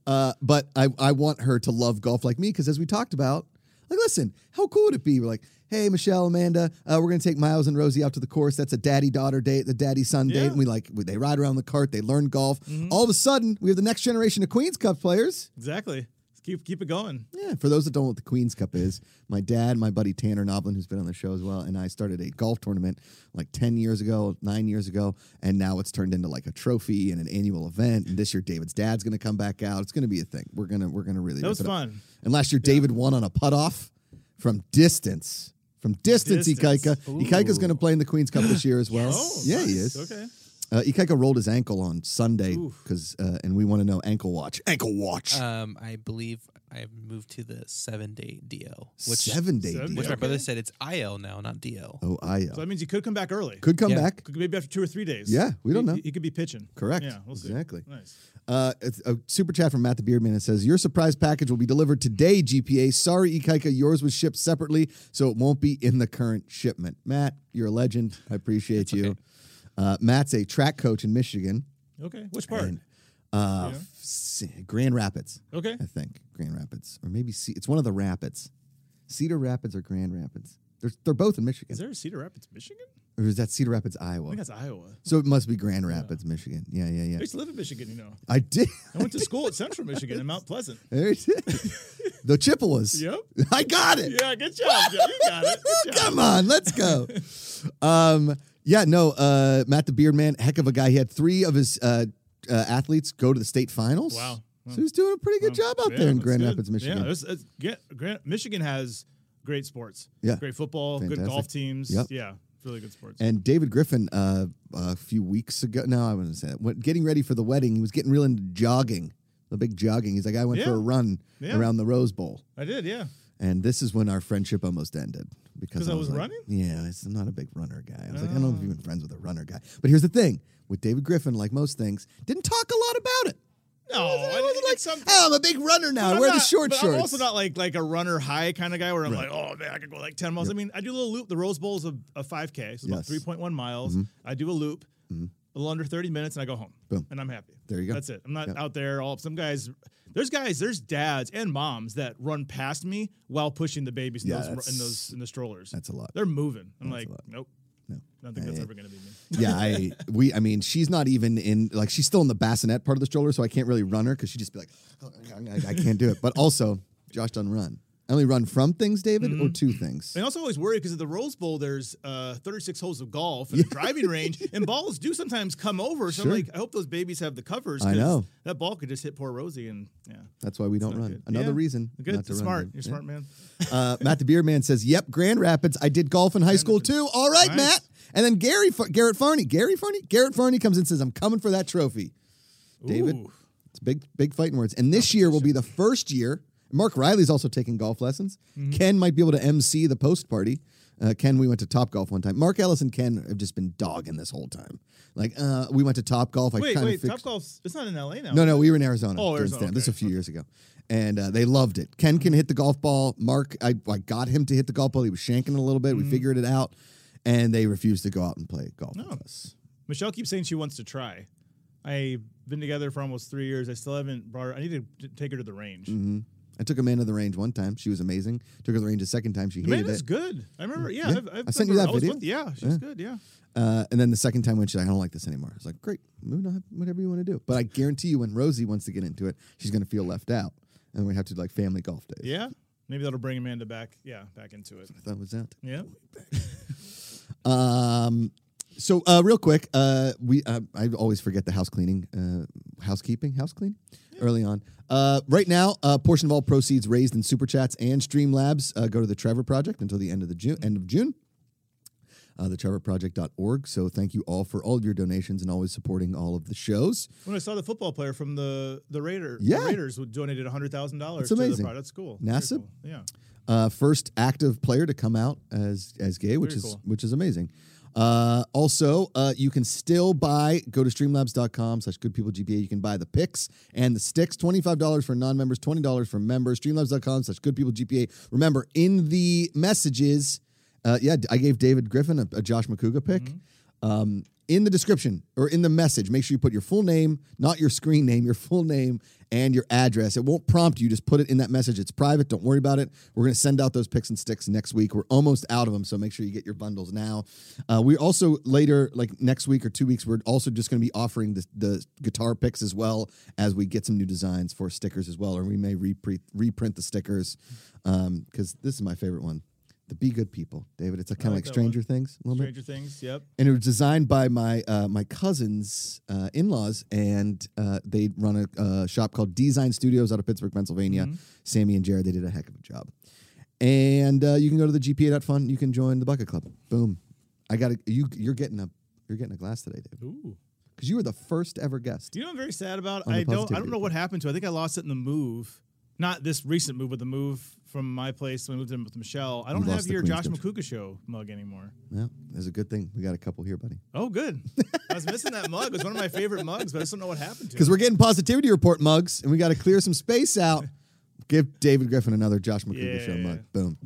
Speaker 1: Uh, but I, I want her to love golf like me because as we talked about, like, listen, how cool would it be? We're like, hey, Michelle, Amanda, uh, we're gonna take Miles and Rosie out to the course. That's a daddy daughter date, the daddy son date,
Speaker 2: Yeah.
Speaker 1: and we like we- they ride around the cart, they learn golf. All of a sudden, we have the next generation of Queens Cup players.
Speaker 2: Exactly. Let's keep keep it going.
Speaker 1: Yeah, for those that don't know what the Queen's Cup is, my dad, my buddy Tanner Noblin, who's been on the show as well, and I started a golf tournament like 10 years ago, nine years ago, and now it's turned into like a trophy and an annual event. And this year David's dad's gonna come back out. It's gonna be a thing. We're gonna we're gonna really
Speaker 2: That was
Speaker 1: rip it up.
Speaker 2: fun.
Speaker 1: And last year David won on a putt off from distance. From distance,
Speaker 2: Distance.
Speaker 1: Ikaika. Ikaika's gonna play in the Queen's Cup this year as well.
Speaker 2: Oh,
Speaker 1: yeah, he
Speaker 2: nice.
Speaker 1: is.
Speaker 2: Okay.
Speaker 1: Uh, Ikaika rolled his ankle on Sunday
Speaker 2: Oof.
Speaker 1: because uh, and we want to know ankle watch. Ankle watch.
Speaker 3: Um, I believe I have moved to the seven day DL, which
Speaker 1: seven day
Speaker 2: seven-
Speaker 1: deal.
Speaker 3: which my
Speaker 2: Okay.
Speaker 3: brother said it's IL now, not DL.
Speaker 1: Oh, I
Speaker 2: So that means you could come back early.
Speaker 1: could come
Speaker 3: Yeah.
Speaker 1: back.
Speaker 2: Could- Maybe after two or three days.
Speaker 1: Yeah, we don't
Speaker 2: He-
Speaker 1: know.
Speaker 2: He could be pitching.
Speaker 1: Correct.
Speaker 2: Yeah, we'll see.
Speaker 1: Exactly.
Speaker 2: Nice.
Speaker 1: Uh, it's a super chat from Matt the Beardman. It says, Your surprise package will be delivered today, GPA. Sorry, Ikaika, yours was shipped separately, so it won't be in the current shipment. Matt, you're a legend. I appreciate you. Uh, Matt's a track coach in Michigan,
Speaker 2: Okay. Which part?
Speaker 1: And- uh,
Speaker 2: Yeah.
Speaker 1: f- s- Grand Rapids,
Speaker 2: okay.
Speaker 1: I think. Grand Rapids. Or maybe C- it's one of the Rapids. Cedar Rapids or Grand Rapids. They're, they're both in Michigan.
Speaker 2: Is there a Cedar Rapids, Michigan?
Speaker 1: or is that Cedar Rapids,
Speaker 2: I
Speaker 1: Iowa?
Speaker 2: think that's Iowa.
Speaker 1: So it must be Grand Rapids, Michigan. Yeah, yeah,
Speaker 2: I
Speaker 1: yeah.
Speaker 2: used to live in Michigan, you know.
Speaker 1: I did.
Speaker 2: I
Speaker 1: (laughs)
Speaker 2: went to school at Central Michigan in Mount Pleasant.
Speaker 1: There it is.
Speaker 2: (laughs)
Speaker 1: the Chippewas.
Speaker 2: Yep.
Speaker 1: (laughs) I got it.
Speaker 2: Yeah, good job. Joe. You got it.
Speaker 1: (laughs)
Speaker 2: Good job.
Speaker 1: Come on, let's
Speaker 2: (laughs)
Speaker 1: go. um, yeah, no, uh, Matt the Beard Man, heck of a guy. He had three of his uh, uh, athletes go to the state finals.
Speaker 2: Wow. Wow.
Speaker 1: So he's doing a pretty good
Speaker 2: Wow.
Speaker 1: job out
Speaker 2: Yeah,
Speaker 1: there in
Speaker 2: that's
Speaker 1: Grand
Speaker 2: good.
Speaker 1: Rapids, Michigan.
Speaker 2: Yeah, it's, it's, get, Grand, Michigan has great sports.
Speaker 1: Yeah.
Speaker 2: Great football,
Speaker 1: Fantastic.
Speaker 2: good golf teams.
Speaker 1: Yep.
Speaker 2: Yeah, really good sports.
Speaker 1: And David Griffin, uh, a few weeks ago, no, I wouldn't say that. When, getting ready for the wedding, he was getting real into jogging, the big jogging. He's like, I went for
Speaker 2: Yeah.
Speaker 1: a run
Speaker 2: Yeah.
Speaker 1: around the Rose Bowl.
Speaker 2: I did, yeah.
Speaker 1: And this is when our friendship almost ended because
Speaker 2: 'Cause I was
Speaker 1: like,
Speaker 2: running? Ah.
Speaker 1: Yeah, it's- I'm not a big runner guy. I was like, I don't know if you've been friends with a runner guy. But here's the thing with David Griffin, like most things, didn't talk a lot about it.
Speaker 2: No,
Speaker 1: It wasn't, it
Speaker 2: I-
Speaker 1: wasn't
Speaker 2: it's
Speaker 1: like,
Speaker 2: something-
Speaker 1: oh, I'm a big runner now. I
Speaker 2: I'm
Speaker 1: wear the
Speaker 2: not-
Speaker 1: short
Speaker 2: but
Speaker 1: shorts.
Speaker 2: I'm also not like like a runner high kind of guy where I'm
Speaker 1: Right.
Speaker 2: like, oh man, I could go like 10 miles. I mean, I do a little loop. The Rose Bowl's a, a 5K, so
Speaker 1: Yes. Mm-hmm.
Speaker 2: it's about 3.1 miles. I do a loop, a little under 30 minutes, and I go home.
Speaker 1: Boom.
Speaker 2: And I'm happy.
Speaker 1: There you go.
Speaker 2: That's it. I'm not out there all some guys. There's guys, there's dads and moms that run past me while pushing the babies in,
Speaker 1: Yeah,
Speaker 2: those,
Speaker 1: that's-
Speaker 2: in those in the strollers.
Speaker 1: That's a lot.
Speaker 2: (laughs) They're moving. I'm
Speaker 1: That's
Speaker 2: like,
Speaker 1: a lot.
Speaker 2: nope.
Speaker 1: No.
Speaker 2: I don't think that's
Speaker 1: I-
Speaker 2: ever gonna be me.
Speaker 1: yeah, I we I mean she's not even in like she's still in the bassinet part of the stroller, so I can't really run her because she'd just be like, "Oh, I, I can't do it. But also, Josh doesn't run. I only run from things, David,
Speaker 2: Mm-hmm.
Speaker 1: or two things.
Speaker 2: And also always worry because at the Rose Bowl there's uh, 36 holes of golf and a
Speaker 1: (laughs)
Speaker 2: driving range, and balls do sometimes come over. So
Speaker 1: Sure.
Speaker 2: I'm like, I hope those babies have the covers.
Speaker 1: I
Speaker 2: 'cause
Speaker 1: know.
Speaker 2: that ball could just hit poor Rosie, and yeah,
Speaker 1: That's why we don't
Speaker 2: not
Speaker 1: run.
Speaker 2: good.
Speaker 1: Another
Speaker 2: Yeah.
Speaker 1: reason.
Speaker 2: good,
Speaker 1: not to run,
Speaker 2: smart,
Speaker 1: David.
Speaker 2: you're a
Speaker 1: Yeah.
Speaker 2: smart man.
Speaker 1: Uh, Matt the Beer Man says, "Yep, Grand Rapids. I did golf in high school too. All right,
Speaker 2: Nice.
Speaker 1: Matt." And then Gary Fa- Garrett Farney, Gary Farney, Garrett Farney comes in and says, "I'm coming for that trophy." David,
Speaker 2: Ooh.
Speaker 1: it's big, big fighting words. And this year will be the first year. Mark Riley's also taking golf lessons.
Speaker 2: Mm-hmm.
Speaker 1: Ken might be able to MC the post party. Uh, Ken, we went to Top Golf one time. Mark Ellis and Ken have just been dogging this whole time. Like, uh, we went to Top Golf. I
Speaker 2: wait,
Speaker 1: kind
Speaker 2: wait,
Speaker 1: of fixed.
Speaker 2: Top Golf's it's not in L.A. now.
Speaker 1: No, no, we were in Arizona.
Speaker 2: Oh,
Speaker 1: during
Speaker 2: Arizona,
Speaker 1: Stan. This was a
Speaker 2: okay,
Speaker 1: few years ago, and uh, they loved it. Ken can hit the golf ball. Mark, I, I got him to hit the golf ball. He was shanking it a little bit. We figured it out, and they refused to go out and play golf
Speaker 2: Mm-hmm. No.
Speaker 1: with us.
Speaker 2: Michelle keeps saying she wants to try. I've been together for almost three years. I still haven't brought her. I need to t- take her to the range.
Speaker 1: Mm-hmm. I took Amanda to the range one time. She was amazing. Took her to the range a second time. She hated
Speaker 2: Amanda's
Speaker 1: it.
Speaker 2: good. I remember. Yeah,
Speaker 1: Mm-hmm. Yeah.
Speaker 2: I've, I've
Speaker 1: I sent
Speaker 2: been-
Speaker 1: you that
Speaker 2: was
Speaker 1: video.
Speaker 2: with- yeah, she's
Speaker 1: Yeah.
Speaker 2: good. Yeah.
Speaker 1: Uh, and then the second time when she's like, I don't like this anymore. I was like, great, move on, whatever you want to do. But I guarantee you, when Rosie wants to get into it, she's going to feel left out, and we have to do, like family golf days.
Speaker 2: Yeah. Maybe that'll bring Amanda back. Yeah, back into it.
Speaker 1: that was it.
Speaker 2: Yeah.
Speaker 1: Um, so uh, real quick, uh, we uh, I always forget the house cleaning, uh, housekeeping, house clean early on. Uh, right now, a portion of all proceeds raised in super chats and Streamlabs uh, go to the Trevor Project until the end of the June end of June. Uh, thetrevorproject.org. So thank you all for all of your donations and always supporting all of the shows.
Speaker 2: When I saw the football player from the the Raiders,
Speaker 1: Yeah.
Speaker 2: the Raiders who donated hundred thousand dollars
Speaker 1: That's
Speaker 2: to the
Speaker 1: amazing.
Speaker 2: product. That's cool.
Speaker 1: NASA?
Speaker 2: Very cool. yeah.
Speaker 1: uh, first active player to come out as as gay, which
Speaker 2: Very
Speaker 1: is
Speaker 2: cool.
Speaker 1: which is amazing. Uh, also, uh, you can still buy, go to streamlabs.com slash goodpeoplegpa. You can buy the picks and the sticks, $25 for non-members, $20 for members, streamlabs.com slash goodpeoplegpa. Remember, in the messages, uh, yeah, I gave David Griffin a, a Josh McCouga pick.
Speaker 2: Mm-hmm.
Speaker 1: Um, in the description or in the message, make sure you put your full name, not your screen name, your full name and your address. It won't prompt you. Just put it in that message. It's private. Don't worry about it. We're going to send out those picks and sticks next week. We're almost out of them. So make sure you get your bundles now. Uh, we also later, like next week or two weeks, we're also just going to be offering the, the guitar picks as well as we get some new designs for stickers as well. Or we may reprint, reprint the stickers because this is my favorite one. The Be Good People, David. It's kind of
Speaker 2: like
Speaker 1: like
Speaker 2: that one.
Speaker 1: Stranger Things a little bit
Speaker 2: Stranger Things. Yep.
Speaker 1: and it was designed by my uh, my cousin's uh, in laws, and uh, they run a, uh shop called Design Studios out of Pittsburgh, Pennsylvania. Sammy and Jared, they did a heck of a job. And uh, you can go to the GPA.fun. You can join the Bucket Club. Boom! I got a, you. You're getting a you're getting a glass today, Dave,
Speaker 2: Ooh.
Speaker 1: because you were the first ever guest.
Speaker 2: Do you know what I'm very sad about?
Speaker 1: On the
Speaker 2: I don't. I
Speaker 1: positivity
Speaker 2: don't know what happened to. it. I think I lost it in the move. not this recent move, but the move from my place when I moved in with Michelle. I don't
Speaker 1: You
Speaker 2: have
Speaker 1: lost the
Speaker 2: your
Speaker 1: Queen's
Speaker 2: Josh
Speaker 1: Country.
Speaker 2: McCuka show mug anymore.
Speaker 1: Yeah, that's a good thing. We got a couple here, buddy.
Speaker 2: Oh, good. I was missing that mug. It was one of my favorite mugs, but I just don't know what happened to
Speaker 1: Because
Speaker 2: it.
Speaker 1: we're getting positivity report mugs, and we got to clear some space out. (laughs) Give David Griffin another Josh McCougar show
Speaker 2: Yeah.
Speaker 1: mug. Boom.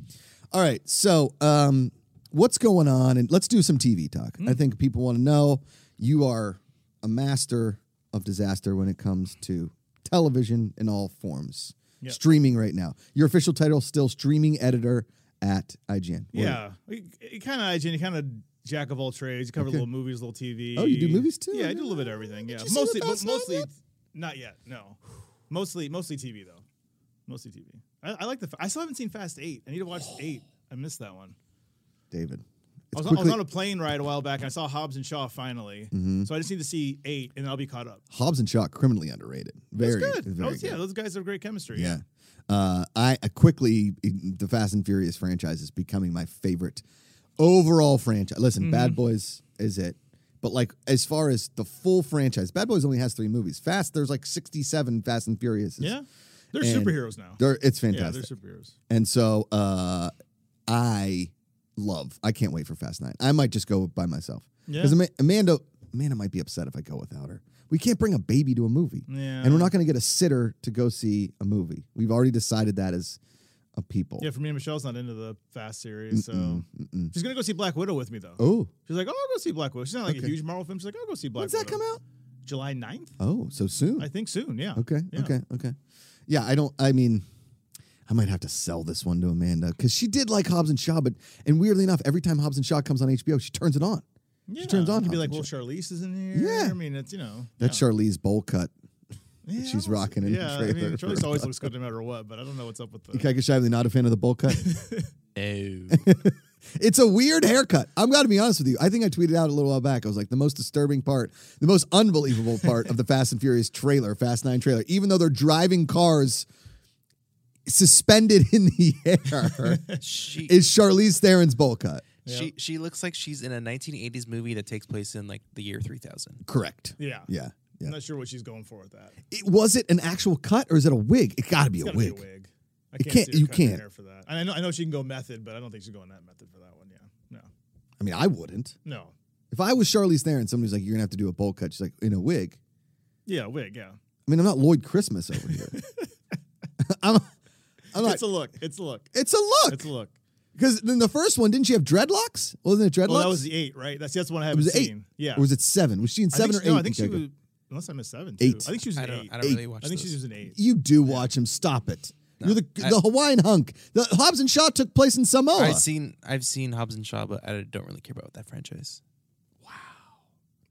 Speaker 1: All right. So, um, what's going on? And let's do some TV talk.
Speaker 2: Hmm.
Speaker 1: I think people want to know. You are a master of disaster when it comes to television in all forms.
Speaker 2: Yeah.
Speaker 1: Streaming right now. Your official title is still streaming editor at IGN. What-
Speaker 2: Yeah, you kind of you kind of jack of all trades. You cover little movies, little TV.
Speaker 1: Oh, you do movies too?
Speaker 2: Yeah,
Speaker 1: I
Speaker 2: I do a
Speaker 1: didn't
Speaker 2: little bit of everything. Yeah,
Speaker 1: you see
Speaker 2: mostly,
Speaker 1: the
Speaker 2: but
Speaker 1: Fast Nine
Speaker 2: mostly,
Speaker 1: yet?
Speaker 2: not yet. No, mostly, mostly TV though. Mostly TV. I, I like the. fa- I still haven't seen Fast Eight. I need
Speaker 1: (gasps)
Speaker 2: to watch Eight. I missed that one.
Speaker 1: David.
Speaker 2: I
Speaker 1: It's
Speaker 2: was, on, I was on a plane ride a while back. and I saw Hobbs and Shaw finally,
Speaker 1: Mm-hmm.
Speaker 2: so I just need to see Eight, and I'll be caught up.
Speaker 1: Hobbs and Shaw, criminally underrated.
Speaker 2: That's
Speaker 1: Very
Speaker 2: good.
Speaker 1: Very
Speaker 2: That was-
Speaker 1: good.
Speaker 2: Yeah, those guys have great chemistry.
Speaker 1: Yeah. Uh, I I quickly, the Fast and Furious franchise is becoming my favorite overall franchise. Listen,
Speaker 2: Mm-hmm.
Speaker 1: Bad Boys is it. But like as far as the full franchise, Bad Boys only has three movies. Fast, there's like 67 Fast and Furious.
Speaker 2: yeah, they're
Speaker 1: And
Speaker 2: superheroes now.
Speaker 1: They're, it's
Speaker 2: yeah,
Speaker 1: fantastic.
Speaker 2: they're superheroes.
Speaker 1: And so uh, I love. I can't wait for Fast Nine. I might just go by myself
Speaker 2: Yeah.
Speaker 1: because Amanda, Amanda might be upset if I go without her. We can't bring a baby to a movie,
Speaker 2: Yeah.
Speaker 1: and we're not going to get a sitter to go see a movie. We've already decided that as a people.
Speaker 2: Yeah, for me, Michelle's not into the Fast series, so she's gonna go see Black Widow with me though.
Speaker 1: Oh,
Speaker 2: She's like, oh, I'll go see Black Widow. She's not like
Speaker 1: Okay.
Speaker 2: a huge Marvel fan. She's like, I'll go see Black
Speaker 1: when's
Speaker 2: Widow.
Speaker 1: that come out?
Speaker 2: July 9th?
Speaker 1: Oh, so soon.
Speaker 2: I think soon, yeah.
Speaker 1: okay,
Speaker 2: Yeah.
Speaker 1: okay, okay. Yeah, I don't. I mean. I might have to sell this one to Amanda because she did like Hobbs and Shaw, but and weirdly enough, every time Hobbs and Shaw comes on HBO, she turns it on.
Speaker 2: Yeah.
Speaker 1: turns on
Speaker 2: You'd be
Speaker 1: Hobbs
Speaker 2: like,
Speaker 1: and
Speaker 2: well, Charlize is in here.
Speaker 1: Yeah.
Speaker 2: I mean, it's, you know.
Speaker 1: That's
Speaker 2: yeah.
Speaker 1: Charlize bowl cut.
Speaker 2: Yeah,
Speaker 1: she's
Speaker 2: I don't-
Speaker 1: rocking in the
Speaker 2: yeah, I
Speaker 1: trailer.
Speaker 2: mean, Charlize always looks
Speaker 1: (laughs)
Speaker 2: good no matter what, but I don't know what's up with the.
Speaker 1: Kika Shively not a fan of the bowl cut.
Speaker 3: No. (laughs)
Speaker 1: it's a weird haircut. I'm got to be honest with you. I think I tweeted out a little while back. I was like, the most disturbing part, the most unbelievable part of the Fast and Furious trailer, Fast Nine trailer, even though they're driving cars suspended in the air,
Speaker 2: (laughs)
Speaker 3: she
Speaker 1: is Charlize Theron's bowl cut.
Speaker 3: she she looks like she's in a 1980s movie that takes place in like the year 3000.
Speaker 1: Correct.
Speaker 2: Yeah.
Speaker 1: Yeah.
Speaker 2: I'm
Speaker 1: Yeah.
Speaker 2: not sure what she's going for with that.
Speaker 1: It, was it an actual cut or is it a wig? It got to be
Speaker 2: It's
Speaker 1: a
Speaker 2: gotta
Speaker 1: wig.
Speaker 2: be a wig. I
Speaker 1: You
Speaker 2: can't,
Speaker 1: can't-
Speaker 2: see her
Speaker 1: you
Speaker 2: cutting her
Speaker 1: can't.
Speaker 2: hair for that. And I know, I know she can go method, but I don't think she's going that method for that one. Yeah. No.
Speaker 1: I mean, I wouldn't.
Speaker 2: No.
Speaker 1: If I was Charlize Theron, somebody's like, you're going to have to do a bowl cut. She's like, in a wig.
Speaker 2: Yeah, wig. Yeah.
Speaker 1: I mean, I'm not Lloyd Christmas over here.
Speaker 2: (laughs)
Speaker 1: (laughs) I'm, I'm not.
Speaker 2: It's a look. It's a look.
Speaker 1: It's a look.
Speaker 2: It's a look.
Speaker 1: Because then the first one, didn't she have dreadlocks? Wasn't it dreadlocks?
Speaker 2: Well, Oh, that was the eight, right? That's that's the one I haven't
Speaker 1: was eight.
Speaker 2: seen. Yeah.
Speaker 1: Or was it seven? Was she in
Speaker 2: I
Speaker 1: seven
Speaker 2: think
Speaker 1: or
Speaker 2: she-
Speaker 1: eight?
Speaker 2: No, I think she
Speaker 1: Jacob?
Speaker 2: was. Unless I missed seven.
Speaker 1: Eight.
Speaker 2: Too. I think she was
Speaker 3: I
Speaker 2: an
Speaker 3: don't
Speaker 2: eight.
Speaker 3: I don't really watch
Speaker 2: I think
Speaker 3: those.
Speaker 2: she was an eight.
Speaker 1: You do watch him. Stop it. You're the,
Speaker 3: I-
Speaker 1: the Hawaiian hunk. The Hobbs and Shaw took place in Samoa.
Speaker 3: I've seen I've seen Hobbs and Shaw, but I don't really care about that franchise.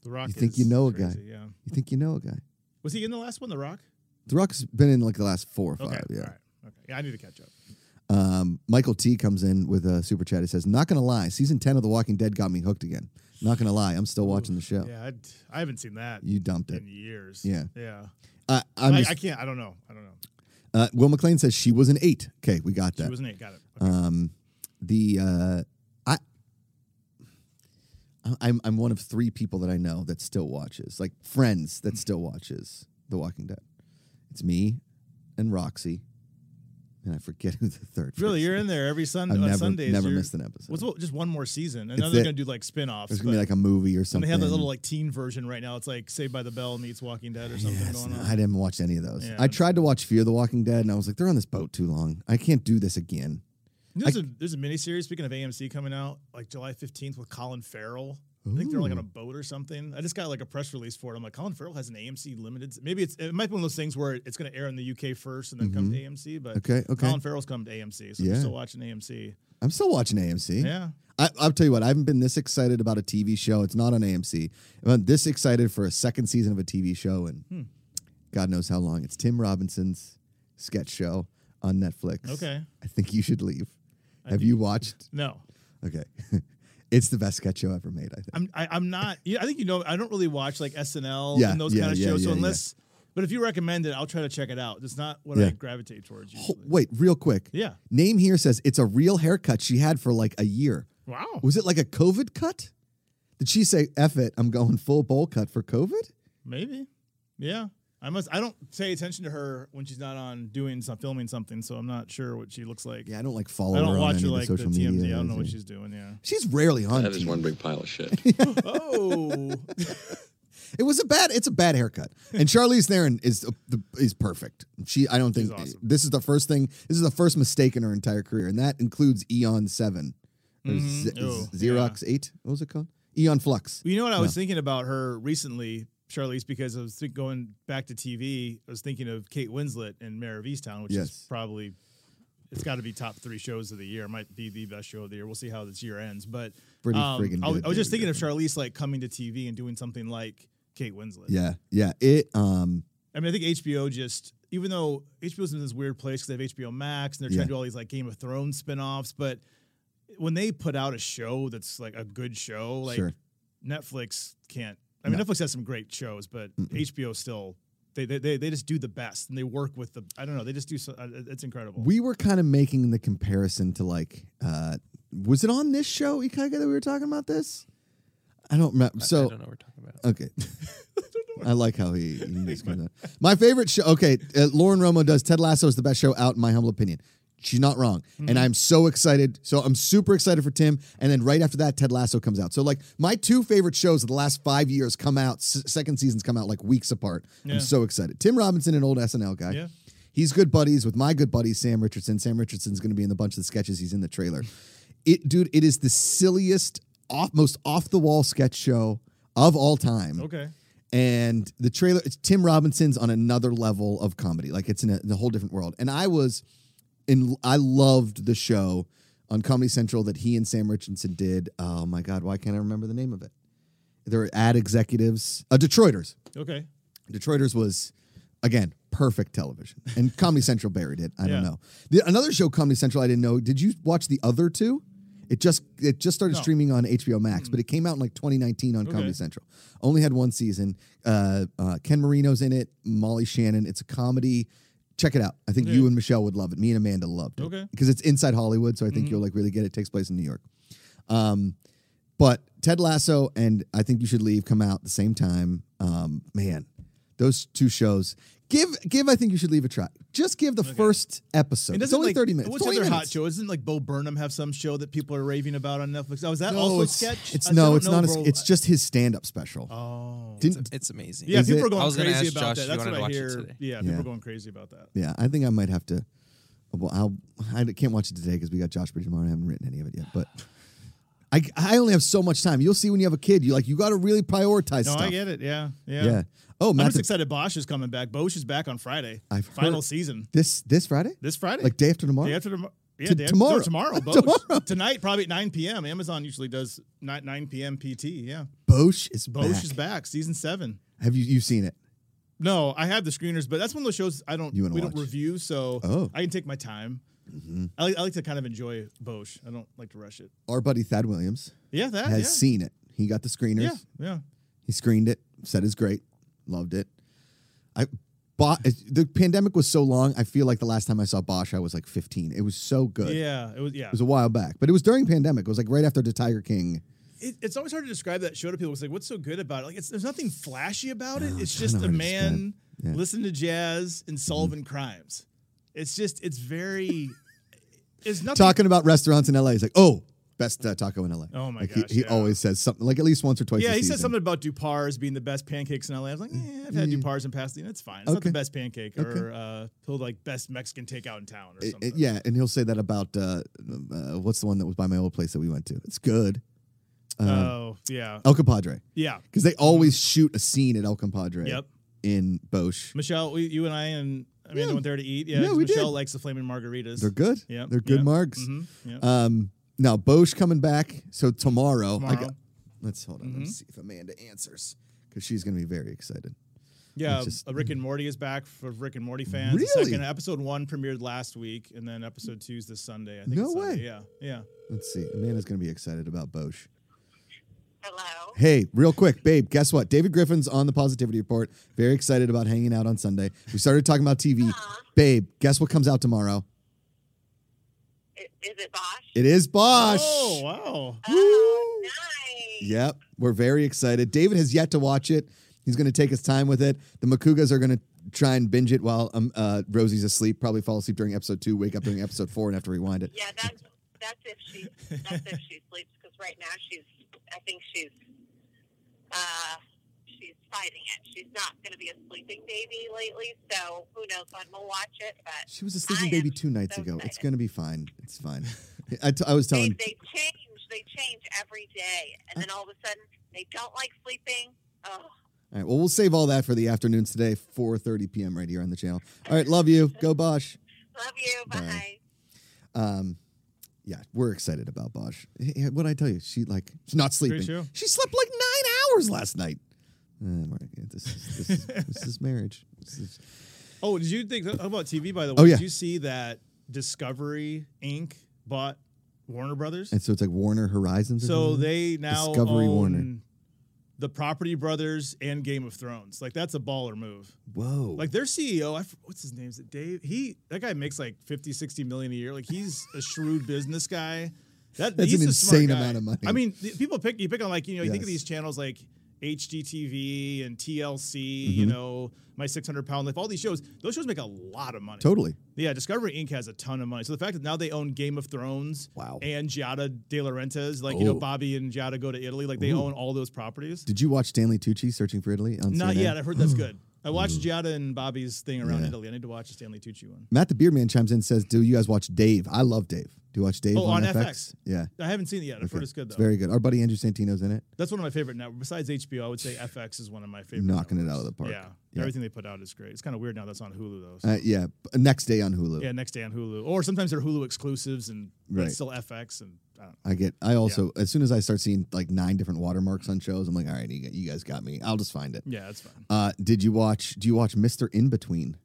Speaker 2: The Rock.
Speaker 1: You think
Speaker 2: is
Speaker 1: you know a
Speaker 2: crazy,
Speaker 1: guy.
Speaker 2: Yeah.
Speaker 1: You think you know a guy?
Speaker 2: Was he in the last one, The Rock?
Speaker 1: The Rock's been in like the last four or five.
Speaker 2: Okay.
Speaker 1: Yeah.
Speaker 2: All right. Okay. Yeah, I need to catch up.
Speaker 1: Um, Michael T comes in with a super chat. He says, "Not gonna lie, season ten of The Walking Dead got me hooked again. Not gonna lie, I'm still watching the show.
Speaker 2: Yeah, I'd, I haven't seen that
Speaker 1: You dumped it.
Speaker 2: in years.
Speaker 1: Yeah.
Speaker 2: Yeah.
Speaker 1: I, I'm
Speaker 2: I,
Speaker 1: just-
Speaker 2: I can't. I don't know. I don't know.
Speaker 1: Uh, Will McLean says she was an eight. Okay, we got
Speaker 2: She
Speaker 1: that.
Speaker 2: was an eight. Got it. Okay.
Speaker 1: Um, the uh, I. I'm I'm one of three people that I know that still watches, like friends
Speaker 2: Mm.
Speaker 1: that still watches The Walking Dead. It's me and Roxy, and I forget (laughs) who the third.
Speaker 2: really,
Speaker 1: person-
Speaker 2: you're in there every Sunday.
Speaker 1: I've
Speaker 2: on
Speaker 1: never
Speaker 2: Sundays,
Speaker 1: never
Speaker 2: you're-
Speaker 1: missed an episode.
Speaker 2: What's just one more season, and
Speaker 1: It's
Speaker 2: then they're
Speaker 1: it.
Speaker 2: gonna do like spin-offs.
Speaker 1: There's gonna be
Speaker 2: but-
Speaker 1: like a movie or
Speaker 2: and
Speaker 1: something.
Speaker 2: they have that little like teen version right now. It's like Saved by the Bell meets Walking Dead or
Speaker 1: (laughs)
Speaker 2: something
Speaker 1: Yes,
Speaker 2: going
Speaker 1: no,
Speaker 2: on.
Speaker 1: I didn't watch any of those.
Speaker 2: Yeah,
Speaker 1: I tried to watch Fear the Walking Dead, and I was like, they're on this boat too long. I can't do this again.
Speaker 2: There's a there's a miniseries speaking of AMC coming out like July 15th with Colin Farrell. I think they're like on a boat or something. I just got like a press release for it. I'm like, Colin Farrell has an AMC limited. Maybe it's it might be one of those things where it's going to air in the UK first and then come to AMC. But
Speaker 1: Mm-hmm. Okay, okay.
Speaker 2: Colin Farrell's come to AMC, so
Speaker 1: Yeah.
Speaker 2: we're still watching AMC.
Speaker 1: I'm still watching AMC.
Speaker 2: Yeah,
Speaker 1: I, I'll tell you what, I haven't been this excited about a TV show. It's not on AMC. I've been this excited for a second season of a TV show, and
Speaker 2: Hmm.
Speaker 1: God knows how long. It's Tim Robinson's sketch show on Netflix.
Speaker 2: Okay.
Speaker 1: I think you should leave. Have you watched?
Speaker 2: no,
Speaker 1: Okay. (laughs) it's the best sketch show ever made, I think.
Speaker 2: I'm I, I'm not. Yeah, I think you know. I don't really watch like SNL
Speaker 1: Yeah,
Speaker 2: and those
Speaker 1: yeah,
Speaker 2: kind of
Speaker 1: yeah,
Speaker 2: shows.
Speaker 1: yeah,
Speaker 2: so
Speaker 1: yeah.
Speaker 2: unless, but if you recommend it, I'll try to check it out. It's not what
Speaker 1: Yeah.
Speaker 2: I gravitate towards
Speaker 1: Ho-
Speaker 2: usually.
Speaker 1: wait, real quick.
Speaker 2: Yeah.
Speaker 1: Name here says it's a real haircut she had for like a year.
Speaker 2: Wow.
Speaker 1: Was it like a COVID cut? Did she say, F it, I'm going full bowl cut for COVID?
Speaker 2: Maybe. Yeah. I must. I don't pay attention to her when she's not on doing some filming something, so I'm not sure what she looks like.
Speaker 1: Yeah, I don't like follow.
Speaker 2: I
Speaker 1: her
Speaker 2: don't
Speaker 1: on
Speaker 2: watch
Speaker 1: any
Speaker 2: her
Speaker 1: of the
Speaker 2: like the
Speaker 1: social
Speaker 2: TMZ.
Speaker 1: media.
Speaker 2: I don't know what
Speaker 1: anything.
Speaker 2: she's
Speaker 1: (laughs)
Speaker 2: doing. Yeah.
Speaker 1: She's rarely on.
Speaker 4: That is
Speaker 1: TV.
Speaker 4: one big pile of shit.
Speaker 2: oh,
Speaker 1: It was a bad. It's a bad haircut. And Charlize Theron is uh, the is perfect. She. I don't think
Speaker 2: She's awesome.
Speaker 1: this is the first thing. This is the first mistake in her entire career, and that includes Eon Seven, or
Speaker 2: Mhm.
Speaker 1: Z-
Speaker 2: Oh,
Speaker 1: Xerox Eight. What was it called? Eon Flux.
Speaker 2: you know what I was thinking about her recently, Charlize, because I was think going back to TV. I was thinking of Kate Winslet and Mayor of Easttown, which
Speaker 1: Yes.
Speaker 2: is probably it's got to be top three shows of the year. Might be the best show of the year. We'll see how this year ends, but
Speaker 1: Pretty
Speaker 2: um,
Speaker 1: friggin'
Speaker 2: I was,
Speaker 1: good,
Speaker 2: I was just
Speaker 1: dude.
Speaker 2: thinking of Charlize like coming to TV and doing something like Kate Winslet.
Speaker 1: Yeah, yeah. It. Um.
Speaker 2: I mean, I think HBO just, even though HBO's in this weird place because they have HBO Max and they're
Speaker 1: Yeah.
Speaker 2: trying to do all these like Game of Thrones spinoffs, but when they put out a show that's like a good show, like
Speaker 1: Sure.
Speaker 2: Netflix can't. I mean,
Speaker 1: No.
Speaker 2: Netflix has some great shows, but HBO still. They, they, they, they just do the best and they work with the I don't know they just do so uh, it's incredible.
Speaker 1: We were kind of making the comparison to like. uh Was it on this show Ikaga that we were talking about this? I don't remember.
Speaker 3: I-
Speaker 1: So
Speaker 3: I don't know what we're talking about.
Speaker 1: Okay. (laughs) I like how he, he just comes out. My favorite show. Okay, uh, Lauren Romo does Ted Lasso is the best show out in my humble opinion. She's not wrong,
Speaker 2: Mm-hmm.
Speaker 1: and I'm so excited. So I'm super excited for Tim. And then right after that, Ted Lasso comes out. So like my two favorite shows of the last five years come out. S- second seasons come out like weeks apart.
Speaker 2: Yeah.
Speaker 1: I'm so excited. Tim Robinson, an old SNL guy.
Speaker 2: Yeah.
Speaker 1: He's good buddies with my good buddy Sam Richardson. Sam Richardson's going to be in a bunch of the sketches. He's in the trailer. It, dude, it is the silliest, off, most off the wall sketch show of all time.
Speaker 2: okay,
Speaker 1: And the trailer, it's Tim Robinson's on another level of comedy. Like it's in a, in a whole different world. And I was in, I loved the show on Comedy Central that he and Sam Richardson did. Oh my God, why can't I remember the name of it? There were ad executives, uh, Detroiters.
Speaker 2: okay,
Speaker 1: Detroiters was again perfect television,
Speaker 2: (laughs)
Speaker 1: and Comedy Central buried it. I
Speaker 2: Yeah.
Speaker 1: don't know. The, another show, Comedy Central, I didn't know. Did you watch the other two? It just it just started
Speaker 2: No. Mm.
Speaker 1: streaming on HBO Max, but it came out in like 2019 on
Speaker 2: Okay.
Speaker 1: Comedy Central. Only had one season. Uh, uh, Ken Marino's in it. Molly Shannon. It's a comedy. Check it out. I think you
Speaker 2: Yeah.
Speaker 1: and Michelle would love it. Me and Amanda loved it
Speaker 2: Okay. Mm-hmm.
Speaker 1: because it's inside Hollywood, so I think you'll like really get it. it. Takes place in New York. Um, but Ted Lasso and I think you should leave come out at the same time. Um, man, those two shows. Give give I think you should leave a try. Just give the first episode.
Speaker 2: And
Speaker 1: it's
Speaker 2: doesn't,
Speaker 1: only
Speaker 2: like,
Speaker 1: thirty minutes.
Speaker 2: What's
Speaker 1: 20
Speaker 2: the other hot
Speaker 1: minutes.
Speaker 2: show? Isn't like Bo Burnham have some show that people are raving about on Netflix? Oh, is that
Speaker 1: No,
Speaker 2: also
Speaker 1: it's,
Speaker 2: a sketch?
Speaker 1: It's
Speaker 2: I don't
Speaker 1: no, it's
Speaker 2: know,
Speaker 1: not. A,
Speaker 2: bro.
Speaker 1: it's just his stand up special.
Speaker 2: oh,
Speaker 1: Didn't
Speaker 3: It's amazing.
Speaker 2: Yeah,
Speaker 1: Is it-
Speaker 2: people are
Speaker 3: I
Speaker 2: going
Speaker 3: was gonna
Speaker 2: crazy
Speaker 3: ask
Speaker 2: about
Speaker 3: Josh
Speaker 2: that.
Speaker 3: if
Speaker 2: That's
Speaker 3: you wanted
Speaker 2: what
Speaker 3: to
Speaker 2: I
Speaker 3: watch it
Speaker 2: hear.
Speaker 3: today.
Speaker 2: Yeah, people
Speaker 1: Yeah.
Speaker 2: are going crazy about that.
Speaker 1: yeah, I think I might have to. Well, I'll, I can't watch it today because we got Josh Bridges tomorrow. and I haven't written any of it yet, but. I, I only have so much time. You'll see when you have a kid. You like you got to really prioritize
Speaker 2: No,
Speaker 1: stuff.
Speaker 2: I get it. Yeah, yeah.
Speaker 1: Yeah. Oh,
Speaker 2: I'm
Speaker 1: Matt,
Speaker 2: just excited. Bosch is coming back. Bosch is back on Friday.
Speaker 1: I've
Speaker 2: final
Speaker 1: heard-
Speaker 2: season
Speaker 1: this this Friday,
Speaker 2: this Friday.
Speaker 1: like day after tomorrow.
Speaker 2: day after tomorrow. Yeah,
Speaker 1: To-
Speaker 2: day after-
Speaker 1: tomorrow. (laughs)
Speaker 2: no, tomorrow, Bosch.
Speaker 1: Tomorrow.
Speaker 2: Tonight, probably at 9 p.m. Amazon usually does 9, 9 p.m. PT. Yeah,
Speaker 1: Bosch is
Speaker 2: Bosch
Speaker 1: back.
Speaker 2: is back. Season seven.
Speaker 1: Have you you've seen it?
Speaker 2: No, I have the screeners, but that's one of those shows I don't.
Speaker 1: You
Speaker 2: We
Speaker 1: wanna
Speaker 2: don't
Speaker 1: watch.
Speaker 2: review, so
Speaker 1: Oh. Mm-hmm.
Speaker 2: I can take my time. I, like, I like to kind of enjoy Bosch. I don't like to rush it.
Speaker 1: Our buddy Thad Williams
Speaker 2: Yeah, that
Speaker 1: has
Speaker 2: yeah.
Speaker 1: seen it. He got the screeners.
Speaker 2: yeah, yeah.
Speaker 1: He screened it. Said it's great. Loved it. I bought. The pandemic was so long. I feel like the last time I saw Bosch, I was like 15. It was so good. It
Speaker 2: Yeah, it was. Yeah,
Speaker 1: was a while back, but it was during pandemic. It was like right after the Tiger King.
Speaker 2: it, it's always hard to describe that show to people. It's like, what's so good about it? Like, it's, there's nothing flashy about it. it's
Speaker 1: I don't
Speaker 2: just
Speaker 1: know
Speaker 2: a
Speaker 1: how to describe-
Speaker 2: man
Speaker 1: yeah. Mm-hmm.
Speaker 2: listening to jazz and solving crimes. It's just, it's very. it's nothing.
Speaker 1: Talking about restaurants in LA, he's like, "Oh, best uh, taco in LA."
Speaker 2: Oh my
Speaker 1: like
Speaker 2: gosh,
Speaker 1: He, he
Speaker 2: yeah.
Speaker 1: always says something like at least once or twice.
Speaker 2: yeah,
Speaker 1: a
Speaker 2: he
Speaker 1: season.
Speaker 2: said something about Dupar's being the best pancakes in LA. I was like, yeah, I've had Dupar's in Pasadena. It's fine. It's not the
Speaker 1: Mm-hmm. Okay.
Speaker 2: best pancake or uh, he'll like best Mexican takeout in town or
Speaker 1: It-
Speaker 2: something.
Speaker 1: it- yeah, and he'll say that about uh, uh, what's the one that was by my old place that we went to. It's good. uh-huh.
Speaker 2: oh, yeah.
Speaker 1: El Compadre.
Speaker 2: Yeah.
Speaker 1: Because they always shoot a scene at El Compadre.
Speaker 2: Yep.
Speaker 1: In Bosch.
Speaker 2: Michelle, we, you and I and Amanda
Speaker 1: Yeah.
Speaker 2: went there to eat. Yeah,
Speaker 1: Yeah,
Speaker 2: 'cause
Speaker 1: we
Speaker 2: Michelle
Speaker 1: did.
Speaker 2: likes the flaming margaritas.
Speaker 1: They're good.
Speaker 2: Yep,
Speaker 1: They're good
Speaker 2: yep.
Speaker 1: marks.
Speaker 2: Mhm, yep.
Speaker 1: Um, now Bosch coming back. So tomorrow, I
Speaker 2: Tomorrow. Mm-hmm.
Speaker 1: got, let's hold on. Let's see if Amanda answers because she's going to be very excited.
Speaker 2: Yeah,
Speaker 1: just-
Speaker 2: uh, Rick and Morty is back for Rick and Morty fans. The
Speaker 1: Really?
Speaker 2: Second episode one premiered last week, and then episode two is this Sunday. I think.
Speaker 1: No
Speaker 2: it's Sunday.
Speaker 1: way.
Speaker 2: Yeah, yeah.
Speaker 1: Let's see. Amanda's going to be excited about Bosch.
Speaker 5: Hello.
Speaker 1: Hey, real quick, babe, guess what? David Griffin's on the Positivity Report. Very excited about hanging out on Sunday. We started talking about TV. Babe, guess what comes out tomorrow?
Speaker 5: I- Is it Bosch?
Speaker 1: It is Bosch.
Speaker 2: Oh wow!
Speaker 5: Oh, nice.
Speaker 1: Yep, we're very excited. David has yet to watch it. He's going to take his time with it. The Makugas are going to try and binge it while um, uh, Rosie's asleep. Probably fall asleep during episode two, wake up during episode four, and have to rewind it.
Speaker 5: Yeah, that's that's if she that's if she sleeps because right now she's I think she's uh she's fighting it. She's not going to be a sleeping baby lately, so who knows when we'll watch it. But
Speaker 1: She was a sleeping
Speaker 5: I
Speaker 1: baby
Speaker 5: am
Speaker 1: two nights
Speaker 5: so
Speaker 1: ago. It's
Speaker 5: excited.
Speaker 1: gonna be fine. It's fine. (laughs) I, t- I was
Speaker 5: they,
Speaker 1: telling.
Speaker 5: they change they change every day, and then all of a sudden they don't like sleeping. Oh,
Speaker 1: All right. Well, we'll save all that for the afternoons today, 4:30 p.m. right here on the channel. All right. Love you. Go Bosch.
Speaker 5: love you.
Speaker 1: Bye.
Speaker 5: Bye.
Speaker 1: Um, yeah, we're excited about Bosch. What I tell you, she like she's not sleeping.
Speaker 2: true.
Speaker 1: She slept like nine hours last night. Uh, we're- yeah, this is this
Speaker 2: (laughs)
Speaker 1: is, this is marriage. This is,
Speaker 2: Oh, did you think how about TV? By the way,
Speaker 1: Oh, yeah.
Speaker 2: did you see that Discovery Inc. bought Warner Brothers?
Speaker 1: and so it's like Warner Horizons. or
Speaker 2: So
Speaker 1: something?
Speaker 2: they now
Speaker 1: Discovery
Speaker 2: own
Speaker 1: Warner.
Speaker 2: the Property Brothers and Game of Thrones. Like that's a baller move.
Speaker 1: whoa,
Speaker 2: Like their CEO, I f what's his name? Is it Dave? He that guy makes like 50, 60 million a year. Like he's a shrewd business guy. That,
Speaker 1: That's
Speaker 2: he's
Speaker 1: an
Speaker 2: a smart
Speaker 1: insane
Speaker 2: guy.
Speaker 1: amount of money.
Speaker 2: I mean, th- people pick you pick on like you know you think of
Speaker 1: Mm. Yes.
Speaker 2: these channels like HGTV and TLC. You
Speaker 1: Mm-hmm.
Speaker 2: know, My Six Hundred Pound Life. All these shows. Those shows make a lot of money.
Speaker 1: totally.
Speaker 2: Yeah, Discovery Inc. has a ton of money. So the fact that now they own Game of Thrones
Speaker 1: Wow.
Speaker 2: and Giada De Laurentiis, like, you know,
Speaker 1: Oh.
Speaker 2: Bobby and Giada go to Italy, like they own all those properties.
Speaker 1: Did you watch Stanley Tucci searching for Italy? On
Speaker 2: Not
Speaker 1: CNN?
Speaker 2: yet. I've heard that's good. I watched Giada and Bobby's thing around
Speaker 1: Mm. Yeah.
Speaker 2: Italy. I need to watch the Stanley Tucci one.
Speaker 1: (gasps) Matt the Beard Man chimes in and says, Do you guys watch Dave? I love Dave. Do you watch Dave
Speaker 2: Oh,
Speaker 1: on,
Speaker 2: on FX?
Speaker 1: Yeah.
Speaker 2: I haven't seen it yet. I've heard
Speaker 1: Okay.
Speaker 2: it's good, though.
Speaker 1: It's very good. Our buddy Andrew Santino's in it.
Speaker 2: that's one of my favorite now. Besides HBO, I would say FX is one of my favorite.
Speaker 1: Knocking it
Speaker 2: networks.
Speaker 1: out of the park.
Speaker 2: Yeah.
Speaker 1: Yeah.
Speaker 2: Everything they put out is great. It's kind of weird now that's on Hulu, though. so-
Speaker 1: Uh, yeah. b- Next day on Hulu.
Speaker 2: yeah, next day on Hulu. Or sometimes they're Hulu exclusives and but
Speaker 1: Right.
Speaker 2: it's still FX. And I don't know.
Speaker 1: I get, I also, as soon as I start seeing like nine different watermarks on shows, I'm like, all right, you, g- you guys got me. I'll just find it.
Speaker 2: Yeah, that's fine.
Speaker 1: Uh, did you watch, do you watch Mr. In Between?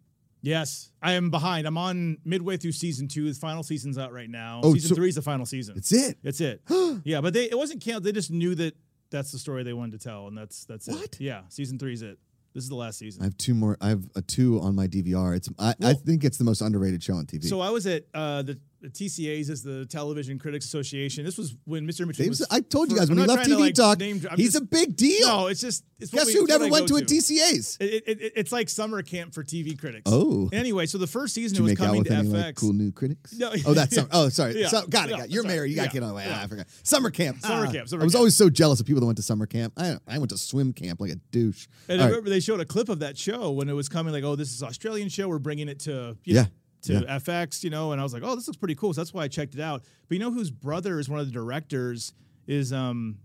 Speaker 2: Yes, I am behind. I'm on midway through season two. The final season's out right now.
Speaker 1: Oh,
Speaker 2: season
Speaker 1: so-
Speaker 2: three is the final season.
Speaker 1: That's it. (gasps)
Speaker 2: That's it. yeah, but they it wasn't canceled. They just knew that that's the story they wanted to tell, and that's that's
Speaker 1: What?
Speaker 2: it. Yeah, season three is it. This is the last season.
Speaker 1: I have two more. I have a two on my DVR. It's, I, I
Speaker 2: Well-
Speaker 1: think it's the most underrated show on TV.
Speaker 2: so I was at uh, the, the TCAs, is the Television Critics Association. This was when Mr. Mitchell.
Speaker 1: Dave's,
Speaker 2: Was
Speaker 1: I told you
Speaker 2: for-
Speaker 1: guys when
Speaker 2: I'm
Speaker 1: he
Speaker 2: not
Speaker 1: left TV
Speaker 2: trying to, like,
Speaker 1: Talk,
Speaker 2: name drop-
Speaker 1: he's
Speaker 2: just-
Speaker 1: a big deal.
Speaker 2: No, it's just it's what
Speaker 1: Guess
Speaker 2: we-
Speaker 1: who
Speaker 2: it's what
Speaker 1: never
Speaker 2: I
Speaker 1: went to
Speaker 2: go
Speaker 1: a TCA's?
Speaker 2: It, it, it- it's like summer camp for TV critics.
Speaker 1: Oh.
Speaker 2: Anyway, so the first season
Speaker 1: Did you
Speaker 2: was
Speaker 1: make out
Speaker 2: coming
Speaker 1: with
Speaker 2: to
Speaker 1: any
Speaker 2: FX.
Speaker 1: like cool new critics?
Speaker 2: No.
Speaker 1: Oh, that's summer. Oh,
Speaker 2: (laughs)
Speaker 1: sorry.
Speaker 2: Yeah.
Speaker 1: So, got it.
Speaker 2: No,
Speaker 1: got it. You're
Speaker 2: that's right.
Speaker 1: married. You got
Speaker 2: Yeah.
Speaker 1: to get on the way. Ah,
Speaker 2: Yeah.
Speaker 1: I forgot. Summer camp.
Speaker 2: Summer
Speaker 1: Ah.
Speaker 2: camp, summer
Speaker 1: I was
Speaker 2: camp.
Speaker 1: always so jealous of people that went to summer camp. I, I went to swim camp like a douche.
Speaker 2: And
Speaker 1: All
Speaker 2: I
Speaker 1: right.
Speaker 2: remember they showed a clip of that show when it was coming, like, oh, this is Australian show. We're bringing it to you
Speaker 1: Yeah,
Speaker 2: know, to
Speaker 1: yeah.
Speaker 2: FX, you know. And I was like, oh, this looks pretty cool. So that's why I checked it out. But you know whose brother is one of the directors is um.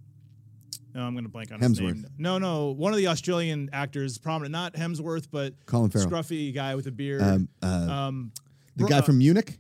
Speaker 2: No, I'm going to blank on his
Speaker 1: Hemsworth.
Speaker 2: name. No, no, one of the Australian actors, prominent, not Hemsworth, but
Speaker 1: Colin Farrell.
Speaker 2: scruffy guy with a beard.
Speaker 1: Um, uh,
Speaker 2: Um,
Speaker 1: the
Speaker 2: bro-
Speaker 1: guy
Speaker 2: uh,
Speaker 1: from Munich,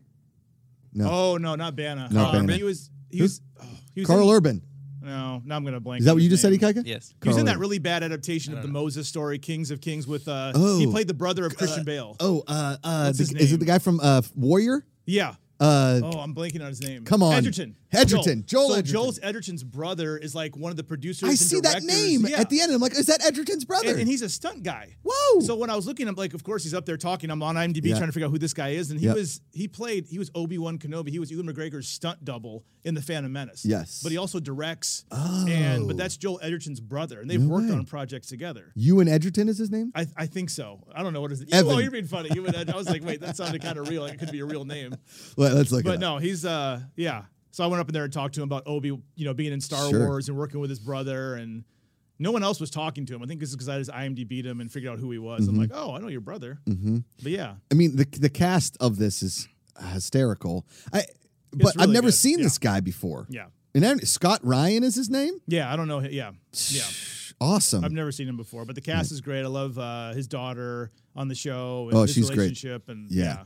Speaker 1: no.
Speaker 2: Oh no, not Banna.
Speaker 1: No,
Speaker 2: Uh,
Speaker 1: Banna.
Speaker 2: He was. He
Speaker 1: Who?
Speaker 2: was. Oh, he was
Speaker 1: Carl
Speaker 2: in,
Speaker 1: Urban.
Speaker 2: No, now I'm going to blank.
Speaker 1: Is that
Speaker 2: on
Speaker 1: what
Speaker 2: his
Speaker 1: you just
Speaker 2: name.
Speaker 1: said, Ikaka?
Speaker 3: Yes.
Speaker 2: He was
Speaker 1: Carl
Speaker 2: in that
Speaker 1: Urban.
Speaker 2: really bad adaptation of the Moses story, Kings of Kings, with uh, he
Speaker 1: Oh.
Speaker 2: played the brother of Christian Bale.
Speaker 1: Oh, uh, uh,
Speaker 2: What's
Speaker 1: the,
Speaker 2: his
Speaker 1: is it the
Speaker 2: name?
Speaker 1: guy from uh, Warrior?
Speaker 2: Yeah.
Speaker 1: Uh,
Speaker 2: Oh, I'm blanking on his name.
Speaker 1: Come on.
Speaker 2: Edgerton.
Speaker 1: Edgerton. Joel
Speaker 2: so
Speaker 1: Edgerton.
Speaker 2: Joel's Edgerton's brother is like one of the producers.
Speaker 1: I
Speaker 2: and
Speaker 1: see that
Speaker 2: directors.
Speaker 1: name
Speaker 2: Yeah.
Speaker 1: at the end. And I'm like, is that Edgerton's brother?
Speaker 2: And, and he's a stunt guy.
Speaker 1: Whoa.
Speaker 2: So when I was looking, I'm like, of course he's up there talking. I'm on IMDb
Speaker 1: Yeah.
Speaker 2: trying to figure out who this guy is, and he
Speaker 1: Yep.
Speaker 2: was he played he was Obi Wan Kenobi. He was Ewan McGregor's stunt double in the Phantom Menace.
Speaker 1: Yes.
Speaker 2: but he also directs.
Speaker 1: Oh.
Speaker 2: and but that's Joel Edgerton's brother, and they've
Speaker 1: No
Speaker 2: worked
Speaker 1: way.
Speaker 2: on projects together.
Speaker 1: Ewan Edgerton is his name.
Speaker 2: I, I think so. I don't know what is it.
Speaker 1: Evan.
Speaker 2: Oh, you're being funny. You would, I was like, wait, that sounded kind of real. Like, it could be a real name.
Speaker 1: Well, let's look. it
Speaker 2: But
Speaker 1: up.
Speaker 2: no, he's uh yeah. So I went up in there and talked to him about Obi, you know, being in Star
Speaker 1: Sure.
Speaker 2: Wars and working with his brother, and no one else was talking to him. I think this is because I just IMDb'd him and figured out who he was. I'm like, oh, I know your brother. Mm-hmm. But yeah,
Speaker 1: I mean, the the cast of this is hysterical. I but I've
Speaker 2: really
Speaker 1: never
Speaker 2: good,
Speaker 1: seen
Speaker 2: yeah.
Speaker 1: this guy before.
Speaker 2: yeah,
Speaker 1: And then Scott Ryan is his name.
Speaker 2: yeah. I don't know. hi- Yeah, yeah.
Speaker 1: Awesome.
Speaker 2: I've never seen him before, but the cast is great. I love uh, his daughter on the show. And
Speaker 1: Oh,
Speaker 2: his
Speaker 1: she's great.
Speaker 2: relationship and
Speaker 1: Yeah.
Speaker 2: yeah.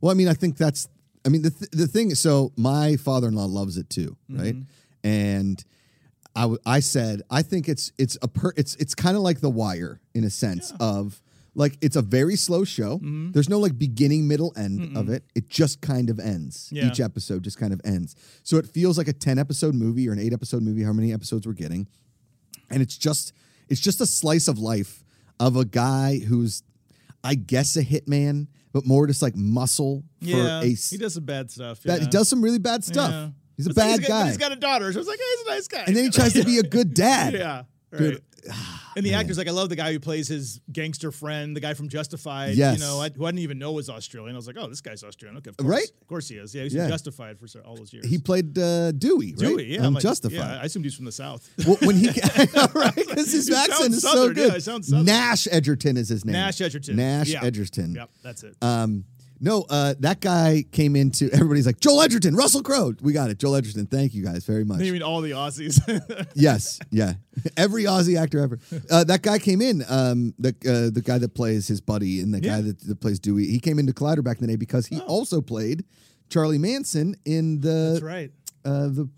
Speaker 1: well, I mean, I think that's. I mean, the th- the thing. So my father in law loves it too, right? And I w- I said I think it's it's a per- it's it's kind of like The Wire in a sense of like it's a very slow show. There's no like beginning, middle, end of it. It just kind of ends.
Speaker 2: Yeah.
Speaker 1: Each episode just kind of ends. So it feels like a ten episode movie or an eight episode movie. How many episodes we're getting? and it's just it's just a slice of life of a guy who's i guess a hitman but more just like muscle
Speaker 2: yeah.
Speaker 1: for a s-
Speaker 2: he does some bad stuff.
Speaker 1: that he
Speaker 2: yeah.
Speaker 1: does some really bad stuff
Speaker 2: Yeah.
Speaker 1: he's a
Speaker 2: But
Speaker 1: bad
Speaker 2: he's got- but
Speaker 1: guy
Speaker 2: He's got a daughter, so I was like, hey, he's a nice guy. (laughs)
Speaker 1: and then he tries to be a good dad
Speaker 2: yeah, right.
Speaker 1: dude Ah,
Speaker 2: And the
Speaker 1: Man.
Speaker 2: actor's like, I love the guy who plays his gangster friend, the guy from Justified.
Speaker 1: Yes.
Speaker 2: You know, I, who I didn't even know was Australian. I was like, oh, this guy's Australian. Okay, of course.
Speaker 1: Right?
Speaker 2: Of course he is. Yeah, he's
Speaker 1: Yeah.
Speaker 2: been Justified for so- all those years.
Speaker 1: He played uh, Dewey, right?
Speaker 2: Dewey, yeah.
Speaker 1: I'm
Speaker 2: I'm like,
Speaker 1: justified.
Speaker 2: Yeah, I assumed he's from
Speaker 1: (laughs)
Speaker 2: the South.
Speaker 1: Well, when he right because
Speaker 2: (laughs)
Speaker 1: his
Speaker 2: You sound
Speaker 1: accent is so
Speaker 2: Southern, yeah,
Speaker 1: good.
Speaker 2: I sound Southern.
Speaker 1: Nash Edgerton is his name.
Speaker 2: Nash Edgerton.
Speaker 1: Nash
Speaker 2: Yeah.
Speaker 1: Edgerton.
Speaker 2: yep, that's it.
Speaker 1: Um, no, uh, that guy came into everybody's like Joel Edgerton, Russell Crowe. We got it, Joel Edgerton. Thank you guys very much.
Speaker 2: They mean all the Aussies. (laughs)
Speaker 1: Yes, yeah. (laughs) Every Aussie actor ever. Uh, that guy came in. Um, the uh, the guy that plays his buddy and the guy
Speaker 2: Yeah.
Speaker 1: that, that plays Dewey. He came into Collider back in the day because he
Speaker 2: Oh.
Speaker 1: also played Charlie Manson in the
Speaker 2: that's right.
Speaker 1: uh, the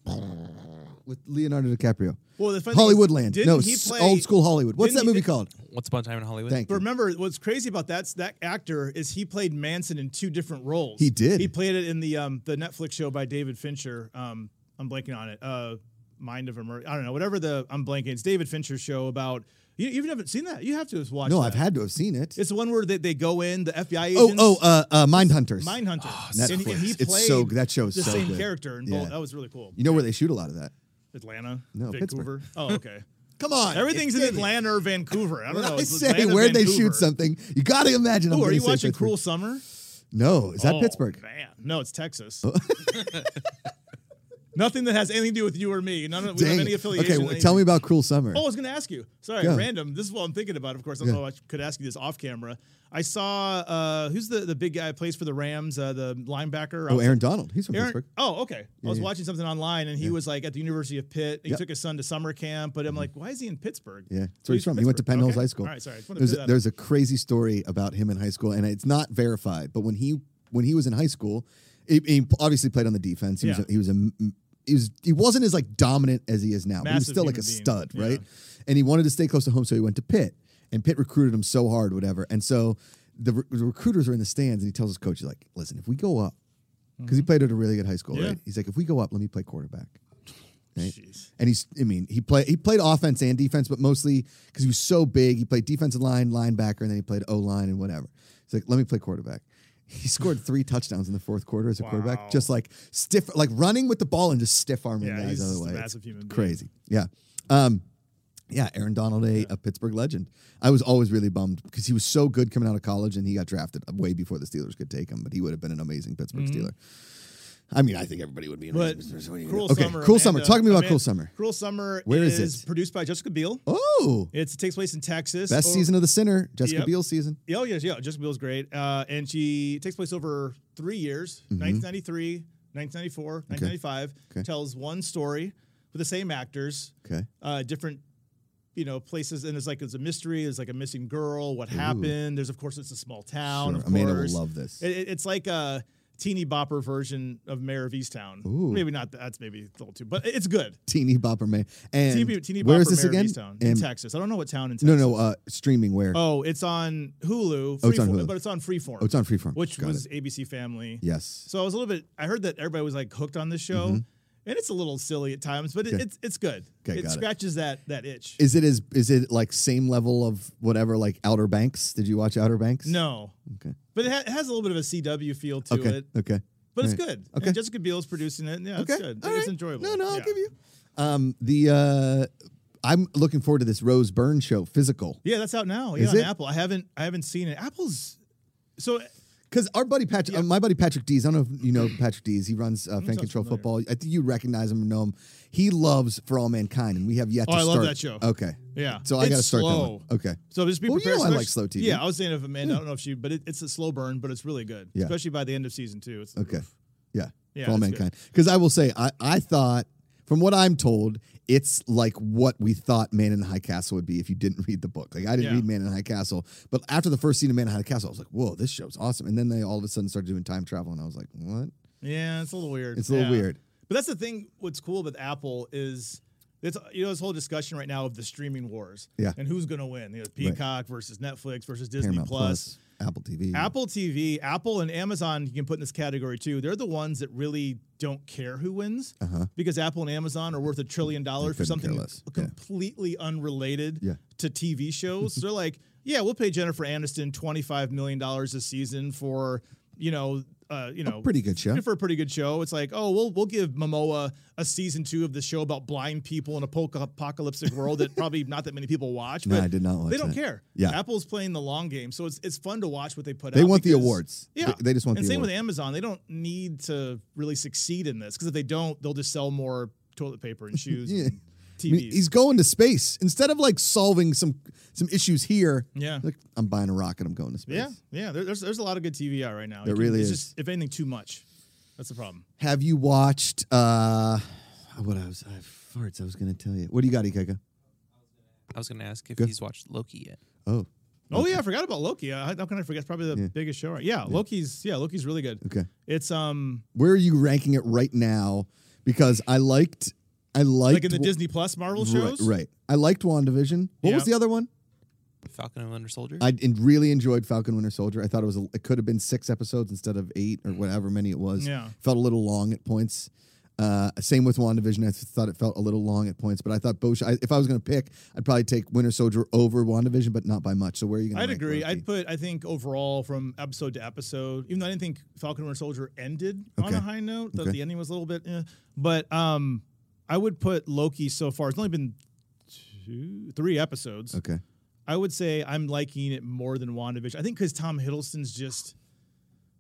Speaker 1: with Leonardo DiCaprio.
Speaker 2: Well, the funny thing is,
Speaker 1: Hollywoodland.
Speaker 2: didn't
Speaker 1: No,
Speaker 2: he
Speaker 1: s-
Speaker 2: play-
Speaker 1: old school Hollywood. What's that
Speaker 2: didn't he-
Speaker 1: movie called?
Speaker 3: Once upon a time in Hollywood.
Speaker 1: Thank
Speaker 2: But
Speaker 1: you.
Speaker 2: remember, what's crazy about that's that actor is he played Manson in two different roles.
Speaker 1: He did.
Speaker 2: He played it in the um, the Netflix show by David Fincher. Um, I'm blanking on it. Uh, Mind of a Murder. I don't know. Whatever the I'm blanking. It's David Fincher's show about. You, you haven't seen that. You have to watch.
Speaker 1: No,
Speaker 2: that.
Speaker 1: I've had to have seen it.
Speaker 2: It's the one where they, they go in the FBI
Speaker 1: Oh,
Speaker 2: agents.
Speaker 1: oh, uh, uh, Mindhunters.
Speaker 2: Mindhunter.
Speaker 1: Netflix.
Speaker 2: and, he- and he played
Speaker 1: it's so that show is
Speaker 2: the
Speaker 1: so
Speaker 2: same
Speaker 1: good.
Speaker 2: character in both.
Speaker 1: Yeah.
Speaker 2: That was really cool.
Speaker 1: You know where they shoot a lot of that?
Speaker 2: Atlanta,
Speaker 1: No,
Speaker 2: Vancouver.
Speaker 1: (laughs)
Speaker 2: Oh, okay.
Speaker 1: Come on,
Speaker 2: Everything's in
Speaker 1: It's-
Speaker 2: Atlanta or Vancouver. I don't
Speaker 1: When
Speaker 2: know.
Speaker 1: I
Speaker 2: It's
Speaker 1: say
Speaker 2: Atlanta,
Speaker 1: where'd they shoot
Speaker 2: Vancouver.
Speaker 1: something, you got to imagine. I'm
Speaker 2: Oh, are
Speaker 1: gonna
Speaker 2: you
Speaker 1: say
Speaker 2: watching
Speaker 1: Pittsburgh.
Speaker 2: Cruel Summer?
Speaker 1: No, is that
Speaker 2: Oh,
Speaker 1: Pittsburgh?
Speaker 2: Man, no,
Speaker 1: (laughs)
Speaker 2: it's Texas. Nothing that has anything to do with you or me. None of we don't
Speaker 1: Dang
Speaker 2: have
Speaker 1: it.
Speaker 2: any affiliation.
Speaker 1: okay,
Speaker 2: with
Speaker 1: well, tell
Speaker 2: anything.
Speaker 1: me about Cruel Summer.
Speaker 2: Oh, I was going to ask you. Sorry,
Speaker 1: Go.
Speaker 2: random. This is what I'm thinking about. Of course, I
Speaker 1: Go.
Speaker 2: thought I could ask you this off camera. I saw uh, who's the, the big guy who plays for the Rams, uh, the linebacker. I
Speaker 1: Oh,
Speaker 2: was-
Speaker 1: Aaron Donald. He's from
Speaker 2: Aaron-
Speaker 1: Pittsburgh.
Speaker 2: oh, okay. I was
Speaker 1: yeah.
Speaker 2: watching something online, and he was like at the University of Pitt. He
Speaker 1: Yep. Mm-hmm.
Speaker 2: took his son to summer camp, but I'm like, why is he in Pittsburgh?
Speaker 1: Yeah, that's
Speaker 2: So
Speaker 1: where he's from. He went to Penn
Speaker 2: Pittsburgh.
Speaker 1: Hills
Speaker 2: Okay.
Speaker 1: High School.
Speaker 2: All right, sorry. I just wanted to
Speaker 1: There's
Speaker 2: put
Speaker 1: a,
Speaker 2: that
Speaker 1: there's a crazy story about him in high school, and it's not verified. But when he when he was in high school, he, he obviously played on the defense. He
Speaker 2: Yeah.
Speaker 1: was a, he was a m- he was he wasn't as like dominant as he is now. but he was
Speaker 2: Massive
Speaker 1: still like a
Speaker 2: human being.
Speaker 1: stud,
Speaker 2: Yeah.
Speaker 1: right? And he wanted to stay close to home, so he went to Pitt, and Pitt recruited him so hard, whatever. And so the, re- the recruiters are in the stands, and he tells his coach, he's like, "Listen, if we go up, because he played at a really good high school,
Speaker 2: Mm-hmm. Yeah.
Speaker 1: right? He's like, if we go up, let me play quarterback." Right?
Speaker 2: Jeez.
Speaker 1: And he's, I mean, he played he played offense and defense, but mostly because he was so big, he played defensive line, linebacker, and then he played O line and whatever. He's like, let me play quarterback. (laughs) He scored three touchdowns in the fourth quarter as a
Speaker 2: Wow.
Speaker 1: quarterback, just like stiff, like running with the ball and just stiff arming
Speaker 2: Yeah,
Speaker 1: guys
Speaker 2: he's
Speaker 1: out of
Speaker 2: just
Speaker 1: the
Speaker 2: a
Speaker 1: way.
Speaker 2: massive
Speaker 1: It's
Speaker 2: human being.
Speaker 1: crazy. Yeah. Um, yeah, Aaron Donald, a, a Pittsburgh legend. I was always really bummed because he was so good coming out of college, and he got drafted way before the Steelers could take him. But he would have been an amazing Pittsburgh
Speaker 2: Mm-hmm.
Speaker 1: Steeler. I mean, (laughs) I think everybody would be. An
Speaker 2: But
Speaker 1: amazing Pittsburgh Steeler.
Speaker 2: Cruel
Speaker 1: okay,
Speaker 2: Summer.
Speaker 1: Cruel Summer.
Speaker 2: Amanda-
Speaker 1: Talk to me about Cruel
Speaker 2: Amanda-
Speaker 1: Summer.
Speaker 2: Cruel Summer
Speaker 1: Where is it?
Speaker 2: produced by Jessica Biel.
Speaker 1: Oh,
Speaker 2: It's, it takes place in Texas.
Speaker 1: best
Speaker 2: Oh,
Speaker 1: season of the Sinner, Jessica
Speaker 2: Yep.
Speaker 1: Biel season.
Speaker 2: Yeah, oh, yeah, yeah. Jessica Biel's great. Uh, and she it takes place over three years 1993, 1994, 1995.
Speaker 1: Mm-hmm. Okay.
Speaker 2: Tells one story with the same actors,
Speaker 1: Okay,
Speaker 2: uh, different. You know, places, and it's like it's a mystery. There's like a missing girl. What happened? There's, of course, it's a small town.
Speaker 1: Sure.
Speaker 2: Of
Speaker 1: Amanda will
Speaker 2: course.
Speaker 1: love this.
Speaker 2: It, it- it's like a teeny bopper version of Mayor of Easttown.
Speaker 1: Ooh.
Speaker 2: Maybe not. That's maybe a little too, but it's good.
Speaker 1: Teeny Bopper Man. And
Speaker 2: Teeny, teeny
Speaker 1: where
Speaker 2: bopper
Speaker 1: is this
Speaker 2: Mayor of
Speaker 1: again?
Speaker 2: Easttown, in
Speaker 1: And-
Speaker 2: Texas. I don't know what town in Texas.
Speaker 1: no, no, uh, streaming where? Oh,
Speaker 2: Oh, it's on Hulu.
Speaker 1: Oh, it's on
Speaker 2: Freeform,
Speaker 1: Hulu. Oh,
Speaker 2: but it's on Freeform,
Speaker 1: it's on Freeform.
Speaker 2: which
Speaker 1: Got
Speaker 2: was
Speaker 1: it.
Speaker 2: ABC Family.
Speaker 1: yes.
Speaker 2: So I was a little bit. I heard that everybody was like hooked on this show, and it's a little silly at times, but it,
Speaker 1: Mm-hmm. Okay.
Speaker 2: it's it's good.
Speaker 1: Okay,
Speaker 2: it
Speaker 1: got it.
Speaker 2: scratches that that itch.
Speaker 1: Is it as is it like same level of whatever like Outer Banks? Did you watch Outer Banks?
Speaker 2: no,
Speaker 1: Okay.
Speaker 2: but it, ha- it has a little bit of a CW feel to
Speaker 1: Okay.
Speaker 2: it.
Speaker 1: Okay.
Speaker 2: But it's
Speaker 1: All right.
Speaker 2: good.
Speaker 1: Okay.
Speaker 2: And Jessica Biel's producing it. and Yeah,
Speaker 1: Okay.
Speaker 2: it's good.
Speaker 1: All
Speaker 2: It's
Speaker 1: right.
Speaker 2: enjoyable.
Speaker 1: No, no, I'll
Speaker 2: Yeah.
Speaker 1: give you. Um, the uh, I'm looking forward to this Rose Byrne show physical
Speaker 2: Yeah, that's out now. Yeah,
Speaker 1: Is
Speaker 2: on
Speaker 1: it?
Speaker 2: Apple. I haven't I haven't seen it. Apple's so
Speaker 1: because our buddy Patrick,
Speaker 2: Yeah.
Speaker 1: uh, my buddy Patrick Dees. I don't know if you know Patrick Dees. He runs uh, Fan
Speaker 2: sounds
Speaker 1: Control
Speaker 2: familiar.
Speaker 1: Football. I think you recognize him or know him. He loves For All Mankind, and we have yet
Speaker 2: Oh,
Speaker 1: to
Speaker 2: I
Speaker 1: start.
Speaker 2: love that show.
Speaker 1: Okay,
Speaker 2: Yeah.
Speaker 1: so I
Speaker 2: It's
Speaker 1: got to start
Speaker 2: slow.
Speaker 1: that one. Okay,
Speaker 2: So just be
Speaker 1: Well, you
Speaker 2: prepared.
Speaker 1: know I
Speaker 2: especially-
Speaker 1: like slow TV.
Speaker 2: Yeah, I was saying if Amanda, I don't know if she, but it, it's a slow burn, but it's really good.
Speaker 1: Yeah.
Speaker 2: Especially by the end of season two. It's
Speaker 1: okay, yeah.
Speaker 2: Yeah,
Speaker 1: For All
Speaker 2: that's good.
Speaker 1: Mankind, because I will say, I I thought. From what I'm told, it's like what we thought Man in the High Castle would be if you didn't read the book. Like I didn't
Speaker 2: Yeah.
Speaker 1: read Man in the High Castle, but after the first scene of Man in the High Castle, I was like, "Whoa, this show's awesome!" And then they all of a sudden started doing time travel, and I was like, "What?"
Speaker 2: Yeah, it's a little weird.
Speaker 1: It's a little
Speaker 2: Yeah.
Speaker 1: weird.
Speaker 2: But that's the thing. What's cool with Apple is it's you know this whole discussion right now of the streaming wars.
Speaker 1: Yeah.
Speaker 2: And who's going to win? You know, Peacock versus Netflix versus Disney
Speaker 1: Paramount
Speaker 2: Plus.
Speaker 1: Plus, Apple TV,
Speaker 2: Apple TV, Apple and Amazon, you can put in this category too. They're the ones that really don't care who wins
Speaker 1: Uh-huh.
Speaker 2: because Apple and Amazon are worth a trillion dollars for
Speaker 1: couldn't care
Speaker 2: something
Speaker 1: less. Yeah.
Speaker 2: completely unrelated
Speaker 1: Yeah.
Speaker 2: to TV shows. They're like, yeah, we'll pay Jennifer Aniston $25 million a season for, you know, uh, you know,
Speaker 1: Oh, Pretty good show.
Speaker 2: for a pretty good show. It's like, oh, we'll we'll give Momoa a season two of the show about blind people in a poca- apocalyptic world that probably not that many
Speaker 1: (laughs)
Speaker 2: people watch.
Speaker 1: No,
Speaker 2: but
Speaker 1: I did not watch
Speaker 2: They don't
Speaker 1: that.
Speaker 2: care.
Speaker 1: Yeah.
Speaker 2: Apple's playing the long game, so it's it's fun to watch what they put.
Speaker 1: They
Speaker 2: out
Speaker 1: want the
Speaker 2: because-
Speaker 1: awards.
Speaker 2: Yeah,
Speaker 1: They- they just want
Speaker 2: And
Speaker 1: the
Speaker 2: same with
Speaker 1: awards.
Speaker 2: Amazon. They don't need to really succeed in this because if they don't, they'll just sell more toilet
Speaker 1: (laughs)
Speaker 2: paper and shoes
Speaker 1: Yeah.
Speaker 2: and
Speaker 1: I
Speaker 2: TVs.
Speaker 1: mean, he's going to space instead of like solving some some issues here.
Speaker 2: yeah.
Speaker 1: Like I'm buying a rocket. I'm going to space.
Speaker 2: Yeah, yeah. There, there's there's a lot of good TV out right now.
Speaker 1: There
Speaker 2: You can-
Speaker 1: really
Speaker 2: it's
Speaker 1: is.
Speaker 2: Just, if anything, too much. That's the problem.
Speaker 1: Have you watched? uh What I was I have farts. I was going to tell you. What do you got, Ikeka?
Speaker 3: I was going to ask if
Speaker 1: Good.
Speaker 3: he's watched Loki yet.
Speaker 1: Oh,
Speaker 2: Oh yeah, I forgot about Loki. I, how can I forget? It's probably the
Speaker 1: Yeah.
Speaker 2: biggest show. Right? Yeah, Loki's. Yeah, Loki's really good.
Speaker 1: okay.
Speaker 2: It's um
Speaker 1: Where are you ranking it right now? Because I liked, I liked
Speaker 2: like in the
Speaker 1: Wa-
Speaker 2: Disney Plus Marvel
Speaker 1: Right,
Speaker 2: shows.
Speaker 1: right. I liked Wandavision. What was
Speaker 2: Yeah.
Speaker 1: the other one?
Speaker 3: Falcon and Winter Soldier.
Speaker 1: I en- really enjoyed Falcon Winter Soldier. I thought it was a, it could have been six episodes instead of eight or whatever many it was.
Speaker 2: Mm. Yeah.
Speaker 1: felt a little long at points. Uh, same with WandaVision. I th- thought it felt a little long at points, but I thought both. I, if I was going to pick, I'd probably take Winter Soldier over WandaVision, but not by much. So where are you going?
Speaker 2: I'd agree. I'd put. I think overall, from episode to episode, even though I didn't think Falcon Winter Soldier ended on
Speaker 1: Okay.
Speaker 2: a high note, that
Speaker 1: Okay.
Speaker 2: the ending was a little bit. eh. But um, I would put Loki so far. It's only been two, three episodes.
Speaker 1: okay.
Speaker 2: I would say I'm liking it more than WandaVision. I think because Tom Hiddleston's just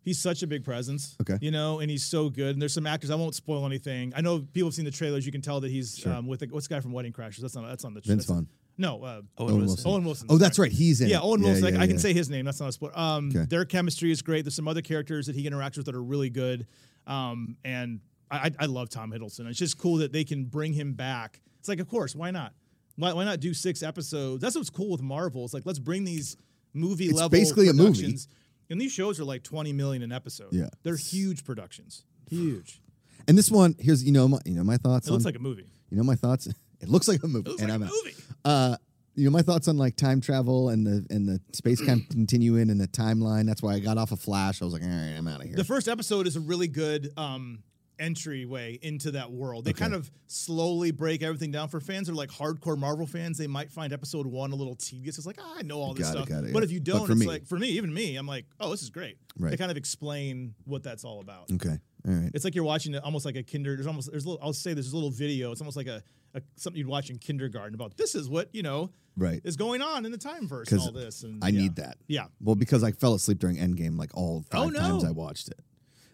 Speaker 2: he's such a big presence.
Speaker 1: Okay.
Speaker 2: You know, and he's so good. And there's some actors I won't spoil anything. I know people have seen the trailers. You can tell that he's
Speaker 1: Sure.
Speaker 2: um, with the, what's the guy from Wedding Crashers. That's not that's on the
Speaker 1: Vince
Speaker 2: that's-
Speaker 1: Vaughn.
Speaker 2: No, uh,
Speaker 3: Owen
Speaker 1: Owen
Speaker 3: Wilson.
Speaker 1: Wilson.
Speaker 2: Owen Wilson.
Speaker 1: Oh, that's
Speaker 2: sorry.
Speaker 1: right. He's in.
Speaker 2: Yeah,
Speaker 1: it.
Speaker 2: Owen Wilson. I, I can
Speaker 1: yeah.
Speaker 2: say his name. That's not a spoiler. Um,
Speaker 1: Okay.
Speaker 2: Their chemistry is great. There's some other characters that he interacts with that are really good. Um, and I, I I love Tom Hiddleston. It's just cool that they can bring him back. It's like, of course, why not? Why, why not do six episodes? That's what's cool with Marvel. It's like, let's bring these movie level
Speaker 1: basically a movie.
Speaker 2: productions. And these shows are like 20 million an episode.
Speaker 1: Yeah.
Speaker 2: They're huge productions. Huge.
Speaker 1: And this one, here's you know my, you know my thoughts.
Speaker 2: It looks
Speaker 1: on-
Speaker 2: like a movie.
Speaker 1: You know my thoughts. (laughs) It looks like a movie.
Speaker 2: It looks
Speaker 1: and
Speaker 2: like
Speaker 1: I'm
Speaker 2: a
Speaker 1: out.
Speaker 2: movie.
Speaker 1: Uh, you know my thoughts on like time travel and the and the space con- continuing and the timeline. That's why I got off of Flash. I was like, all right, I'm out of here.
Speaker 2: The first episode is a really good um, entryway into that world. They kind of slowly break everything down for fans. They're like hardcore Marvel fans. They might find episode one a little tedious. It's like ah, I know all this
Speaker 1: Got it,
Speaker 2: stuff,
Speaker 1: got it,
Speaker 2: but
Speaker 1: yeah.
Speaker 2: if you
Speaker 1: But
Speaker 2: don't,
Speaker 1: for
Speaker 2: it's
Speaker 1: me-
Speaker 2: like for me, even me, I'm like, oh, this is great. They
Speaker 1: Right.
Speaker 2: kind of explain what that's all about.
Speaker 1: okay, all right.
Speaker 2: It's like you're watching it almost like a kinder. There's almost there's a little. I'll say there's a little video. It's almost like a, a something you'd watch in kindergarten about this is what you know
Speaker 1: Right.
Speaker 2: is going on in the time verse and
Speaker 1: 'Cause
Speaker 2: all this. And
Speaker 1: I
Speaker 2: yeah.
Speaker 1: need that.
Speaker 2: Yeah.
Speaker 1: Well, because I fell asleep during Endgame like all five
Speaker 2: Oh, no.
Speaker 1: times I watched it.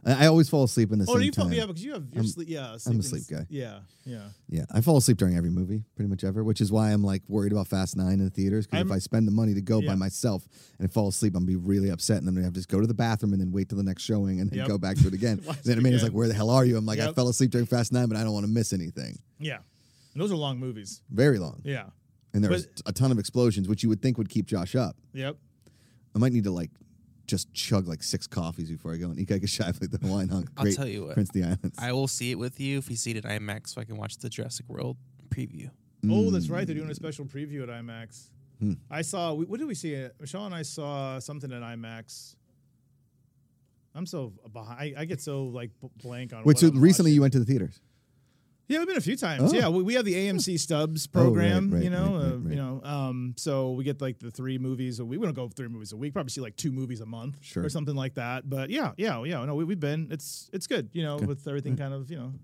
Speaker 1: I, I always fall asleep in the
Speaker 2: Oh,
Speaker 1: same
Speaker 2: you
Speaker 1: time.
Speaker 2: probably yeah because you have your
Speaker 1: I'm-
Speaker 2: sleep. Yeah,
Speaker 1: I'm a
Speaker 2: sleeping-
Speaker 1: sleep guy.
Speaker 2: Yeah, yeah.
Speaker 1: yeah, I fall asleep during every movie, pretty much ever, which is why I'm like worried about Fast Nine in the theaters. Because if
Speaker 2: I'm-
Speaker 1: I spend the money to go
Speaker 2: Yeah.
Speaker 1: by myself and I fall asleep, I'm gonna be really upset, and then I have to just go to the bathroom and then wait till the next showing and then
Speaker 2: Yep.
Speaker 1: go back to it again.
Speaker 2: (laughs) Watch
Speaker 1: then
Speaker 2: it
Speaker 1: Amanda's
Speaker 2: again.
Speaker 1: like, "Where the hell are you?" I'm like, "I
Speaker 2: Yep.
Speaker 1: fell asleep during Fast Nine, but I don't want to miss anything."
Speaker 2: Yeah. And those are long movies.
Speaker 1: Very long,
Speaker 2: Yeah.
Speaker 1: and there was
Speaker 2: But-
Speaker 1: a ton of explosions, which you would think would keep Josh up.
Speaker 2: Yep.
Speaker 1: I might need to like just chug like six coffees before I go and Ika Shively, the wine hunk.
Speaker 3: I'll
Speaker 1: Great
Speaker 3: tell you what.
Speaker 1: Prince of the Islands.
Speaker 3: I will see it with you if you see it at IMAX so I can watch the Jurassic World preview.
Speaker 2: Oh, that's right. They're doing a special preview at IMAX. I saw. we- What did we see? Michelle and I saw something at IMAX. I'm so behind. I, I get so like b- blank on.
Speaker 1: Wait,
Speaker 2: what
Speaker 1: so
Speaker 2: I'm
Speaker 1: Mm. recently
Speaker 2: watching.
Speaker 1: you went to the theaters?
Speaker 2: Yeah, we've been a few times.
Speaker 1: Oh.
Speaker 2: Yeah, we, we have the AMC Stubbs program.
Speaker 1: right,
Speaker 2: you know,
Speaker 1: right, right,
Speaker 2: uh,
Speaker 1: right.
Speaker 2: you know. Um, so we get like the three movies. A week. We don't go three movies a week. Probably see like two movies a month
Speaker 1: Sure.
Speaker 2: or something like that. But yeah, yeah, yeah. No, we, we've been. It's it's good. You know, with everything kind of you know,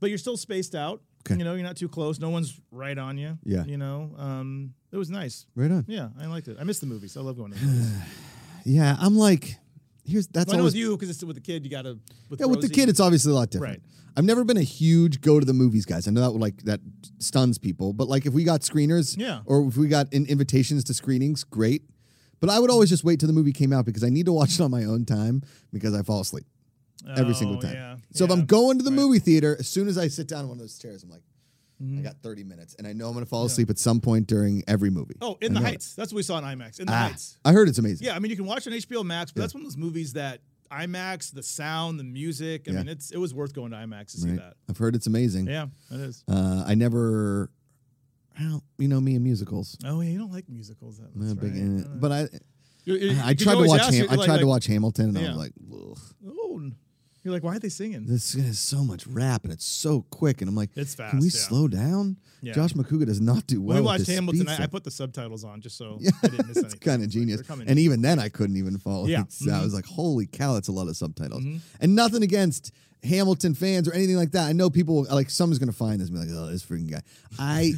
Speaker 2: but you're still spaced out.
Speaker 1: Okay.
Speaker 2: You know, you're not too close. No one's right on you.
Speaker 1: Yeah.
Speaker 2: You know, um, it was nice.
Speaker 1: Right on.
Speaker 2: Yeah, I liked it. I miss the movies. I
Speaker 1: (laughs)
Speaker 2: love going to the movies.
Speaker 1: Yeah, I'm like, here's that's
Speaker 2: Well, I know
Speaker 1: always
Speaker 2: with you because it's with the kid. You got to with
Speaker 1: yeah with the
Speaker 2: Rosie.
Speaker 1: kid. It's obviously a lot different.
Speaker 2: Right.
Speaker 1: I've never been a huge go to the movies guys. I know that would like that stuns people, but like if we got screeners,
Speaker 2: Yeah.
Speaker 1: or if we got in invitations to screenings, great. But I would always just wait till the movie came out because I need to watch it on my own time because I fall asleep every single
Speaker 2: Oh,
Speaker 1: time.
Speaker 2: yeah,
Speaker 1: so if
Speaker 2: yeah.
Speaker 1: I'm going to the
Speaker 2: right.
Speaker 1: movie theater, as soon as I sit down in one of those chairs, I'm like,
Speaker 2: Mm-hmm.
Speaker 1: I got 30 minutes, and I know I'm going to fall asleep at some point during every movie.
Speaker 2: Oh, in
Speaker 1: I know
Speaker 2: the
Speaker 1: it.
Speaker 2: Heights. That's what we saw in IMAX. In the
Speaker 1: Ah,
Speaker 2: Heights.
Speaker 1: I heard it's amazing.
Speaker 2: Yeah, I mean, you can watch it on HBO Max, but that's one of those movies that IMAX, the sound, the music. I
Speaker 1: Yeah.
Speaker 2: mean, it's it was worth going to IMAX to see
Speaker 1: Right?
Speaker 2: that.
Speaker 1: I've heard it's amazing.
Speaker 2: Yeah, it is.
Speaker 1: Uh, I never, well, you know me and musicals.
Speaker 2: Oh yeah, you don't like musicals that much,
Speaker 1: I'm a big-
Speaker 2: right?
Speaker 1: eh,
Speaker 2: Uh,
Speaker 1: But I,
Speaker 2: you- you-
Speaker 1: I tried
Speaker 2: you
Speaker 1: to
Speaker 2: always
Speaker 1: watch.
Speaker 2: ask,
Speaker 1: Ham-
Speaker 2: you're
Speaker 1: I
Speaker 2: like-
Speaker 1: tried to
Speaker 2: like,
Speaker 1: watch Hamilton, and I
Speaker 2: Yeah.
Speaker 1: was like, Ugh.
Speaker 2: Oh, You're like, why are they singing?
Speaker 1: This is so much rap and it's so quick. And I'm like,
Speaker 2: It's
Speaker 1: Can we
Speaker 2: fast, yeah.
Speaker 1: slow down?
Speaker 2: Yeah.
Speaker 1: Josh McCouga does not do well.
Speaker 2: we
Speaker 1: with
Speaker 2: watched
Speaker 1: his
Speaker 2: Hamilton.
Speaker 1: speed
Speaker 2: I, I
Speaker 1: set.
Speaker 2: put the subtitles on just
Speaker 1: (laughs)
Speaker 2: so
Speaker 1: Yeah,
Speaker 2: I didn't miss
Speaker 1: it's
Speaker 2: anything.
Speaker 1: kind
Speaker 2: They're
Speaker 1: of genius.
Speaker 2: coming.
Speaker 1: And even then, I couldn't even follow.
Speaker 2: Yeah. Mm-hmm.
Speaker 1: it. (laughs) So I was like, "Holy cow, that's a lot of subtitles."
Speaker 2: Mhm.
Speaker 1: And nothing against Hamilton fans or anything like that. I know people like someone's gonna find this and be like, "Oh, this freaking guy."
Speaker 2: (laughs)
Speaker 1: I,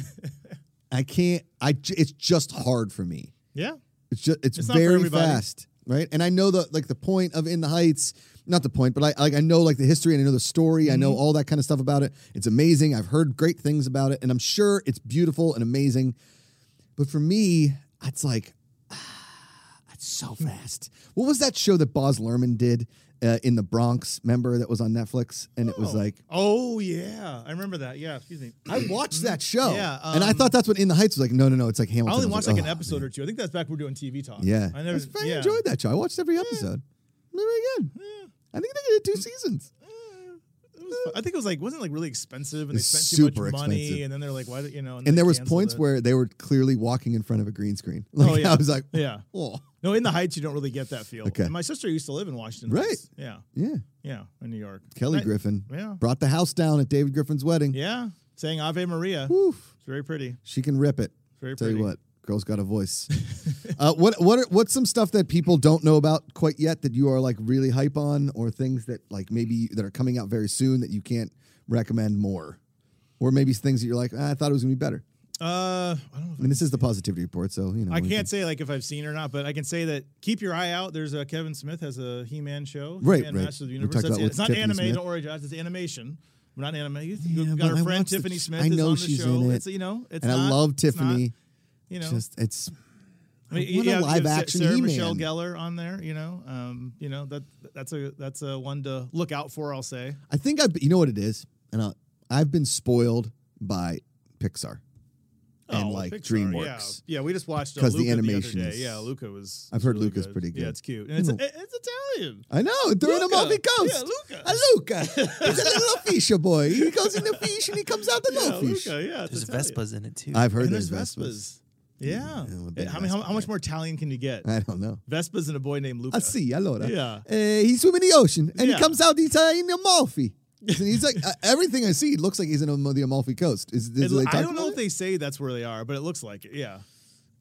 Speaker 1: I can't. I. j- It's just hard for me.
Speaker 2: yeah,
Speaker 1: It's just. It's,
Speaker 2: It's not for
Speaker 1: very
Speaker 2: everybody.
Speaker 1: fast, right? And I know the like the point of In the Heights. Not the point, but I like I know like the history and I know the story. I
Speaker 2: Mm-hmm.
Speaker 1: know all that kind of stuff about it. It's amazing. I've heard great things about it, and I'm sure it's beautiful and amazing. But for me, it's like, ah, that's so
Speaker 2: Hmm.
Speaker 1: fast. What was that show that Boz Lerman did uh, in the Bronx? Member that was on Netflix, and it was
Speaker 2: Oh.
Speaker 1: like.
Speaker 2: oh yeah, I remember that. Yeah,
Speaker 1: (clears throat)
Speaker 2: excuse me.
Speaker 1: I watched that show,
Speaker 2: Yeah,
Speaker 1: and I
Speaker 2: um,
Speaker 1: thought that's what In the Heights was like. No, no, no, it's like Hamilton.
Speaker 2: I only
Speaker 1: was
Speaker 2: watched like,
Speaker 1: oh,
Speaker 2: an episode
Speaker 1: man.
Speaker 2: or two. I think that's back when we were doing TV talk.
Speaker 1: Yeah,
Speaker 2: I never.
Speaker 1: I
Speaker 2: yeah.
Speaker 1: enjoyed that show. I watched every episode. They were Very good. I think they did two seasons.
Speaker 2: It was fun. I think it was like wasn't it, like really expensive, and they
Speaker 1: It's
Speaker 2: spent too
Speaker 1: super
Speaker 2: much money,
Speaker 1: expensive.
Speaker 2: and then they're like, why? do- You know, and,
Speaker 1: And
Speaker 2: they
Speaker 1: there was
Speaker 2: canceled
Speaker 1: points
Speaker 2: it.
Speaker 1: where they were clearly walking in front of a green screen. (laughs) Like,
Speaker 2: Oh, yeah.
Speaker 1: I was like,
Speaker 2: (laughs) yeah,
Speaker 1: oh,
Speaker 2: no, in the Heights you don't really get that feel.
Speaker 1: Okay.
Speaker 2: And my sister used to live in Washington,
Speaker 1: Right.
Speaker 2: Heights. Yeah,
Speaker 1: yeah.
Speaker 2: yeah, in New York.
Speaker 1: Kelly
Speaker 2: Right.
Speaker 1: Griffin
Speaker 2: Yeah,
Speaker 1: brought the house down at David Griffin's wedding.
Speaker 2: yeah, saying Ave Maria.
Speaker 1: Woof.
Speaker 2: It's very pretty.
Speaker 1: She can rip it.
Speaker 2: Very
Speaker 1: Tell
Speaker 2: pretty.
Speaker 1: you what, girl's got a
Speaker 2: (laughs)
Speaker 1: voice. uh, what what are, what's some stuff that people don't know about quite yet that you are like really hype on, or things that like maybe that are coming out very soon that you can't recommend more, or maybe things that you're like "Ah, I thought it was gonna be better.
Speaker 2: Uh, I don't know.
Speaker 1: I
Speaker 2: If
Speaker 1: mean, this is the positivity report, so you know
Speaker 2: I
Speaker 1: we
Speaker 2: can't say like if I've seen it or not, but I can say that keep your eye out. There's a Kevin Smith has a He-Man show,
Speaker 1: Right,
Speaker 2: He-Man
Speaker 1: right.
Speaker 2: Masters of the
Speaker 1: We
Speaker 2: Universe.
Speaker 1: talked
Speaker 2: That's
Speaker 1: about
Speaker 2: it. It's
Speaker 1: with
Speaker 2: not
Speaker 1: Tiffany
Speaker 2: anime.
Speaker 1: Smith.
Speaker 2: Don't worry, Josh. It's animation. We're not anime. You-
Speaker 1: Yeah,
Speaker 2: We've
Speaker 1: but
Speaker 2: got our
Speaker 1: I
Speaker 2: friend
Speaker 1: watched the-
Speaker 2: Tiffany Smith.
Speaker 1: I know
Speaker 2: is on
Speaker 1: she's
Speaker 2: the show.
Speaker 1: in it.
Speaker 2: It's you know, it's
Speaker 1: and I
Speaker 2: not-
Speaker 1: love
Speaker 2: it's not,
Speaker 1: Tiffany.
Speaker 2: you know,
Speaker 1: Just it's
Speaker 2: I mean,
Speaker 1: I want a
Speaker 2: yeah, you have Sa-
Speaker 1: live-action
Speaker 2: Sarah
Speaker 1: He-Man.
Speaker 2: Michelle Gellar on there. You know, um, you know that that's a that's a one to look out for. I'll say.
Speaker 1: I think I you know what it is, and I, I've been spoiled by Pixar and
Speaker 2: Oh,
Speaker 1: like
Speaker 2: Pixar,
Speaker 1: DreamWorks.
Speaker 2: Yeah, yeah we just watched because
Speaker 1: 'Cause
Speaker 2: uh,
Speaker 1: the
Speaker 2: Luca the
Speaker 1: animation
Speaker 2: other
Speaker 1: is-
Speaker 2: day. Yeah, Luca was.
Speaker 1: I've
Speaker 2: was
Speaker 1: heard
Speaker 2: really
Speaker 1: Luca's
Speaker 2: good.
Speaker 1: pretty
Speaker 2: Yeah,
Speaker 1: good.
Speaker 2: it's cute and it's
Speaker 1: You know-
Speaker 2: it's Italian.
Speaker 1: I know, throwing him off he
Speaker 2: Luca.
Speaker 1: comes.
Speaker 2: Yeah, Luca.
Speaker 1: A Luca. He's a little fisher boy. He goes in the fish and he comes out the
Speaker 2: yeah,
Speaker 1: no fish.
Speaker 2: Luca, yeah, it's
Speaker 3: There's
Speaker 2: Italian.
Speaker 3: Vespas in it too.
Speaker 1: I've heard
Speaker 2: And
Speaker 1: there's
Speaker 2: there's
Speaker 1: Vespas.
Speaker 2: Vespas. Yeah.
Speaker 1: Yeah, I'm a
Speaker 2: Eh,
Speaker 1: big
Speaker 2: how, many- how,
Speaker 1: Vespa
Speaker 2: how much
Speaker 1: guy.
Speaker 2: more Italian can you get?
Speaker 1: I don't know.
Speaker 2: Vespas and a boy named Luca.
Speaker 1: I see, allora.
Speaker 2: Yeah.
Speaker 1: Uh, he swim in the ocean and he
Speaker 2: Yeah.
Speaker 1: comes out, he's uh, in the Amalfi. And he's like, uh, everything I see he looks like he's in the Amalfi coast. Is,
Speaker 2: It-
Speaker 1: is they
Speaker 2: I
Speaker 1: talk
Speaker 2: don't know
Speaker 1: about
Speaker 2: if they say that's where they are, but it looks like it. Yeah.
Speaker 1: it?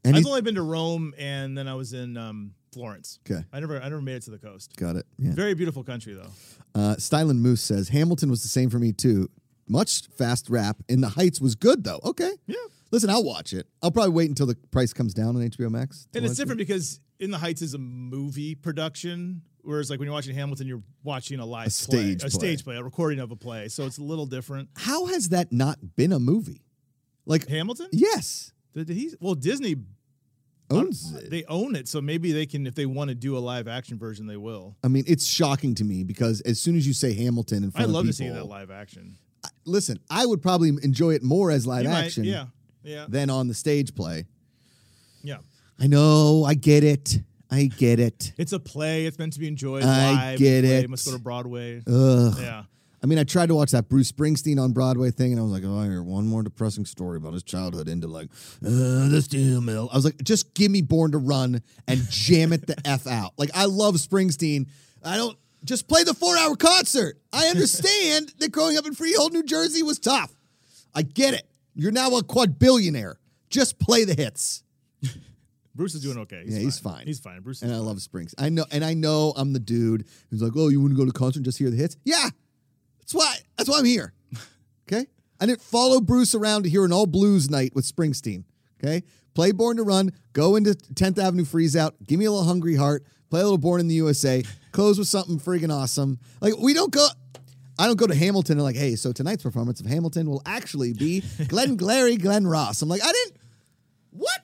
Speaker 1: And
Speaker 2: I've
Speaker 1: he's-
Speaker 2: only been to Rome and then I was in um, Florence.
Speaker 1: Okay.
Speaker 2: I never I never made it to the coast.
Speaker 1: Got it. Yeah.
Speaker 2: Very beautiful country though.
Speaker 1: Uh, Stylen Moose says Hamilton was the same for me too. Much fast rap. In the Heights was good though. Okay.
Speaker 2: Yeah.
Speaker 1: Listen, I'll watch it. I'll probably wait until the price comes down on HBO Max. to
Speaker 2: And it's
Speaker 1: watch it.
Speaker 2: different because In the Heights is a movie production, whereas like when you're watching Hamilton, you're watching a live
Speaker 1: A stage
Speaker 2: play,
Speaker 1: play.
Speaker 2: a stage play, a recording of a play. So it's a little different.
Speaker 1: How has that not been a movie? Like,
Speaker 2: Hamilton?
Speaker 1: yes,
Speaker 2: Did did he? Well, Disney
Speaker 1: owns
Speaker 2: I-
Speaker 1: it.
Speaker 2: Uh, They own it, so maybe they can, if they want to do a live action version, they will.
Speaker 1: I mean, it's shocking to me because as soon as you say Hamilton in front
Speaker 2: I'd love
Speaker 1: of people,
Speaker 2: to see that live action.
Speaker 1: listen, I would probably enjoy it more as live
Speaker 2: You might-
Speaker 1: action
Speaker 2: yeah, yeah,
Speaker 1: than on the stage play.
Speaker 2: yeah.
Speaker 1: I know, I get it, I get it.
Speaker 2: It's a play. It's meant to be enjoyed.
Speaker 1: I
Speaker 2: live.
Speaker 1: get
Speaker 2: Play
Speaker 1: it.
Speaker 2: Must go to Broadway.
Speaker 1: Ugh.
Speaker 2: Yeah,
Speaker 1: I mean, I tried to watch that Bruce Springsteen on Broadway thing, and I was like, oh, I hear one more depressing story about his childhood into like, uh, the steel mill. I was like, just give me Born to Run and jam it the F out. Like, I love Springsteen. I don't just play the four hour concert. I understand that growing up in Freehold, New Jersey was tough. I get it. You're now a quadbillionaire. Just play the hits.
Speaker 2: Bruce is doing okay. He's
Speaker 1: Yeah,
Speaker 2: fine.
Speaker 1: he's fine.
Speaker 2: He's fine. Bruce. Is
Speaker 1: And uh, I love Springsteen. I know, and I know I'm the dude who's like, oh, you want to go to a concert and just hear the hits? Yeah, that's why. That's why I'm here. Okay, I didn't follow Bruce around to hear an all blues night with Springsteen. Okay, play Born to Run, go into 10th Avenue Freeze Out, give me a little Hungry Heart, play a little Born in the USA, close with something friggin' awesome. Like we don't go. I don't go to Hamilton and like, hey, so tonight's performance of Hamilton will actually be Glenn Glary, Glenn Ross. I'm like, I didn't. What?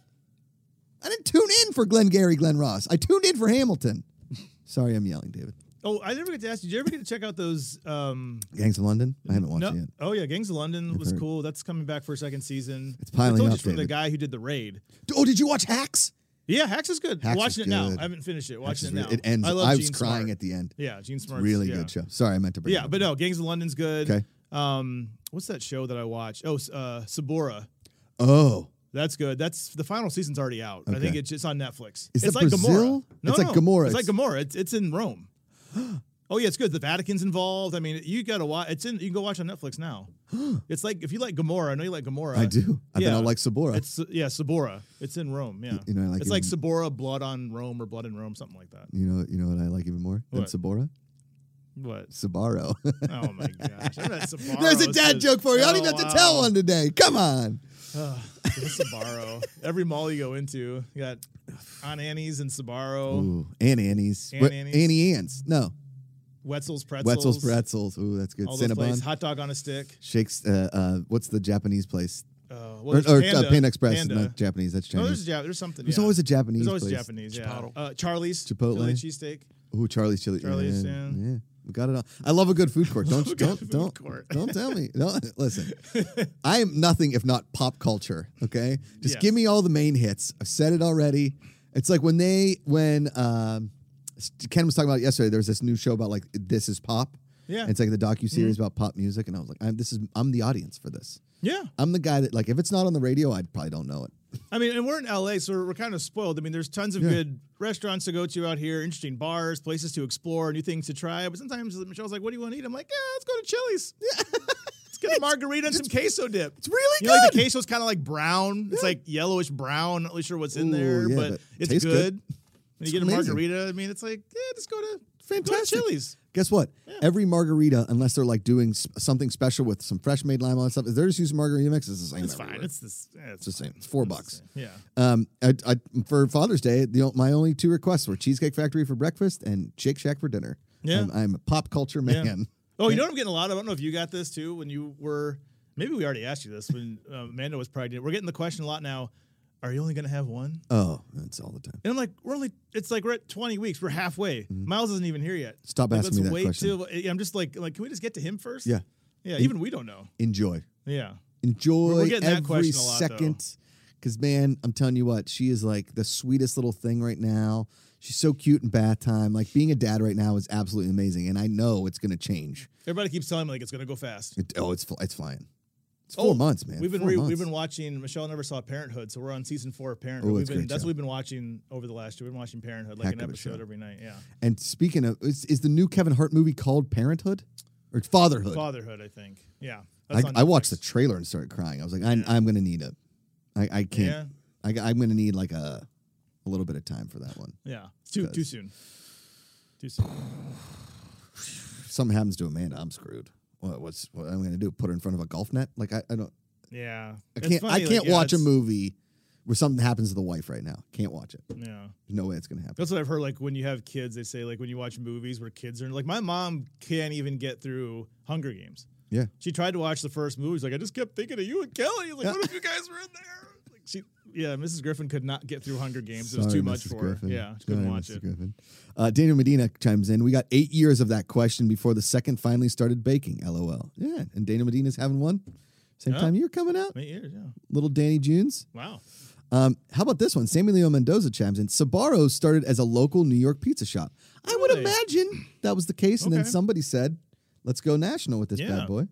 Speaker 1: I didn't tune in for Glenn Gary, Glenn Ross. I tuned in for Hamilton. Sorry, I'm yelling, David.
Speaker 2: oh, I never get to ask you. Did you ever get to check out those? Um,
Speaker 1: Gangs of London. I haven't watched
Speaker 2: no.
Speaker 1: it yet.
Speaker 2: Oh yeah, Gangs of London was
Speaker 1: Oh, heard.
Speaker 2: cool. That's coming back for a second season.
Speaker 1: It's piling
Speaker 2: I told
Speaker 1: up,
Speaker 2: you it's from the
Speaker 1: David.
Speaker 2: guy who did the raid.
Speaker 1: Oh, did you watch Hacks?
Speaker 2: Yeah, Hacks is good.
Speaker 1: Hacks
Speaker 2: Watching
Speaker 1: is
Speaker 2: it now.
Speaker 1: good.
Speaker 2: I haven't finished it.
Speaker 1: Hacks
Speaker 2: Watching
Speaker 1: is
Speaker 2: it
Speaker 1: re-
Speaker 2: now.
Speaker 1: It ends.
Speaker 2: I love
Speaker 1: was
Speaker 2: Gene
Speaker 1: crying
Speaker 2: Smart.
Speaker 1: at the end.
Speaker 2: Yeah, Gene Smart.
Speaker 1: Really
Speaker 2: yeah.
Speaker 1: good show. Sorry, I meant to bring. it
Speaker 2: Yeah,
Speaker 1: up.
Speaker 2: but no, Gangs of London's good.
Speaker 1: Okay.
Speaker 2: Um, what's that show that I watch? Oh, s- uh, Sabora.
Speaker 1: oh,
Speaker 2: That's good. That's the final season's already out. I think
Speaker 1: Okay.
Speaker 2: it's it's on Netflix.
Speaker 1: Is
Speaker 2: it's
Speaker 1: that
Speaker 2: like
Speaker 1: Brazil?
Speaker 2: Gamora. No,
Speaker 1: It's like
Speaker 2: no,
Speaker 1: Gamora. (gasps)
Speaker 2: It's like Gamora. It's it's in Rome. Oh yeah, it's good. The Vatican's involved. I mean, you gotta watch. It's in. You can go watch on
Speaker 1: (gasps)
Speaker 2: Netflix now. it's like if you like Gomorrah. I know you like Gomorrah.
Speaker 1: I do. I bet
Speaker 2: yeah.
Speaker 1: I'll like Sabora.
Speaker 2: It's yeah, Sabora. It's in Rome. Yeah,
Speaker 1: you know, I like
Speaker 2: it's like
Speaker 1: even-
Speaker 2: Sabora, blood on Rome or blood in Rome, something like that.
Speaker 1: you know, you know what I like even more than
Speaker 2: What?
Speaker 1: Sabora?
Speaker 2: What?
Speaker 1: Sabaro. (laughs)
Speaker 2: Oh my gosh! I bet Sabaro
Speaker 1: There's a dad
Speaker 2: says-
Speaker 1: joke for you. I don't
Speaker 2: Oh,
Speaker 1: even have to
Speaker 2: wow.
Speaker 1: tell one today. Come on.
Speaker 2: Ugh,
Speaker 1: (laughs)
Speaker 2: it's Sabaro. Every mall you go into, you got Aunt Annie's and Sabaro,
Speaker 1: Ooh, and Annie's.
Speaker 2: And
Speaker 1: What-
Speaker 2: Oh. Annie's.
Speaker 1: Annie Ann's. No,
Speaker 2: Wetzel's pretzels,
Speaker 1: Wetzel's Pretzels. Ooh, that's good.
Speaker 2: all those places.
Speaker 1: Cinnabon.
Speaker 2: Hot dog on a stick.
Speaker 1: Shakes. Uh, uh, what's the Japanese place?
Speaker 2: Uh,
Speaker 1: Or,
Speaker 2: well,
Speaker 1: or
Speaker 2: there's
Speaker 1: uh,
Speaker 2: Panda,
Speaker 1: Panda Express.
Speaker 2: Panda.
Speaker 1: Not Japanese. That's
Speaker 2: No,
Speaker 1: Chinese.
Speaker 2: there's, ja- there's something.
Speaker 1: There's
Speaker 2: yeah.
Speaker 1: always a Japanese
Speaker 2: There's always
Speaker 1: place.
Speaker 2: Japanese. Yeah.
Speaker 3: Chipotle.
Speaker 2: Uh, Charlie's
Speaker 1: Chipotle.
Speaker 2: Philly cheesesteak.
Speaker 1: Ooh, Charlie's Chili.
Speaker 2: Charlie's,
Speaker 1: yeah.
Speaker 2: yeah.
Speaker 1: yeah. We got it all. I love a good food court.
Speaker 2: (laughs)
Speaker 1: Don't
Speaker 2: Love a good
Speaker 1: don't
Speaker 2: food
Speaker 1: don't
Speaker 2: court.
Speaker 1: don't tell me. Don't (laughs) listen. I am nothing if not pop culture. Okay, just
Speaker 2: Yes.
Speaker 1: give me all the main hits. I've said it already. It's like when they when um, Ken was talking about it yesterday. There was this new show about like this is pop.
Speaker 2: Yeah. Mm-hmm.
Speaker 1: it's like the docu series about pop music, and I was like, I'm, this is I'm the audience for this.
Speaker 2: (laughs) Yeah.
Speaker 1: I'm the guy that like if it's not on the radio, I probably don't know it.
Speaker 2: I mean, and we're in LA, so we're, we're kind of spoiled. I mean, there's tons of
Speaker 1: Yeah.
Speaker 2: good restaurants to go to out here, interesting bars, places to explore, new things to try. But sometimes Michelle's like, "What do you want to eat?" I'm like, "Yeah, let's go to Chili's. (laughs) let's get a margarita and some queso dip."
Speaker 1: It's really
Speaker 2: You
Speaker 1: good.
Speaker 2: know, like the queso's kind of like brown. It's like yellowish brown. Not really sure what's in
Speaker 1: Ooh,
Speaker 2: there,
Speaker 1: yeah,
Speaker 2: but,
Speaker 1: but
Speaker 2: it's
Speaker 1: tastes
Speaker 2: good.
Speaker 1: good.
Speaker 2: When you get a
Speaker 1: amazing.
Speaker 2: margarita, I mean, it's like, yeah, just go to
Speaker 1: Fantastic.
Speaker 2: fantastic Chili's.
Speaker 1: Guess what? Every margarita, unless they're like doing s- something special with some fresh made lime on stuff, if they're just using margarita mix, it's the same.
Speaker 2: It's
Speaker 1: everywhere.
Speaker 2: fine. It's this. Yeah,
Speaker 1: It's the same.
Speaker 2: fine.
Speaker 1: It's four
Speaker 2: the
Speaker 1: bucks.
Speaker 2: same. Yeah.
Speaker 1: Um, I, I, for Father's Day, the, o- my only two requests were Cheesecake Factory for breakfast and Shake Shack for dinner. Um,
Speaker 2: Yeah.
Speaker 1: I'm, I'm a pop culture
Speaker 2: Yeah.
Speaker 1: man. (laughs)
Speaker 2: Oh, you know what I'm getting a lot of? I don't know if you got this too when you were, maybe we already asked you this when uh, Amanda was pregnant. We're getting the question a lot now are you only going to have one?
Speaker 1: Oh, that's all the time.
Speaker 2: And I'm like, we're only, it's like we're at 20 weeks. We're halfway. Miles isn't even here yet.
Speaker 1: Stop
Speaker 2: Like,
Speaker 1: asking
Speaker 2: let's
Speaker 1: Mm-hmm. me that
Speaker 2: wait
Speaker 1: question.
Speaker 2: till- I'm just like, like, can we just get to him first?
Speaker 1: Yeah.
Speaker 2: Yeah. Even we don't know.
Speaker 1: Enjoy,
Speaker 2: Yeah.
Speaker 1: enjoy
Speaker 2: We're getting that
Speaker 1: every
Speaker 2: question a lot, though.
Speaker 1: second. Because man, I'm telling you what, she is like the sweetest little thing right now. She's so cute in bath time. Like being a dad right now is absolutely amazing, and I know it's going to change.
Speaker 2: Everybody keeps telling me like it's going to go fast.
Speaker 1: It, oh, it's fl- it's flying. It's four
Speaker 2: Oh,
Speaker 1: months, man.
Speaker 2: We've been
Speaker 1: Four
Speaker 2: re-
Speaker 1: months.
Speaker 2: we've been watching. Michelle never saw Parenthood, so we're on season four of Parenthood.
Speaker 1: Oh,
Speaker 2: we've
Speaker 1: it's a
Speaker 2: been,
Speaker 1: great
Speaker 2: that's
Speaker 1: show.
Speaker 2: what we've been watching over the last year. We've been watching Parenthood like
Speaker 1: Heck
Speaker 2: an
Speaker 1: of a show.
Speaker 2: episode every night. Yeah,
Speaker 1: And speaking of, is, is the new Kevin Hart movie called Parenthood or Fatherhood?
Speaker 2: Fatherhood, I think. Yeah,
Speaker 1: I,
Speaker 2: that's on
Speaker 1: I watched the
Speaker 2: Netflix.
Speaker 1: trailer and started crying. I was like, I, I'm going to need a, I, I
Speaker 2: Yeah,
Speaker 1: can't. I, I'm going to need like a, a little bit of time for that one.
Speaker 2: yeah. It's too too
Speaker 1: Because-
Speaker 2: soon. Too soon.
Speaker 1: If something happens to Amanda, I'm screwed. What, what's what I'm going to do? Put her in front of a golf net? Like I, I don't.
Speaker 2: Yeah,
Speaker 1: I
Speaker 2: It's
Speaker 1: can't.
Speaker 2: funny,
Speaker 1: I
Speaker 2: like,
Speaker 1: can't
Speaker 2: yeah,
Speaker 1: watch a
Speaker 2: it's-
Speaker 1: movie where something happens to the wife right now. Can't watch it. There's
Speaker 2: Yeah.
Speaker 1: no way it's going to happen.
Speaker 2: That's what I've heard. Like when you have kids, they say like when you watch movies where kids are like, my mom can't even get through Hunger Games.
Speaker 1: Yeah.
Speaker 2: She tried to watch the first movie. She's like, I just kept thinking of you and Kelly. Like, what if you guys were in there? Like she, yeah, Mrs. Griffin could not get through Hunger Games. it was
Speaker 1: Sorry,
Speaker 2: too much
Speaker 1: Mrs.
Speaker 2: for
Speaker 1: Griffin.
Speaker 2: her. Yeah, she couldn't
Speaker 1: Sorry,
Speaker 2: watch
Speaker 1: Mrs.
Speaker 2: it.
Speaker 1: Griffin. Uh, Daniel Medina chimes in. We got eight years of that question before the second finally started baking. LOL. Yeah, and Daniel Medina's having one. Same
Speaker 2: Yeah.
Speaker 1: time you're coming out,
Speaker 2: Eight years, yeah.
Speaker 1: little Danny Junes.
Speaker 2: Wow.
Speaker 1: Um, how about this one? Sammy Leo Mendoza chimes in. Sabaro started as a local New York pizza shop. I would
Speaker 2: Really?
Speaker 1: imagine that was the case, and then
Speaker 2: Okay.
Speaker 1: somebody said, "Let's go national with this
Speaker 2: Yeah.
Speaker 1: bad boy."
Speaker 2: And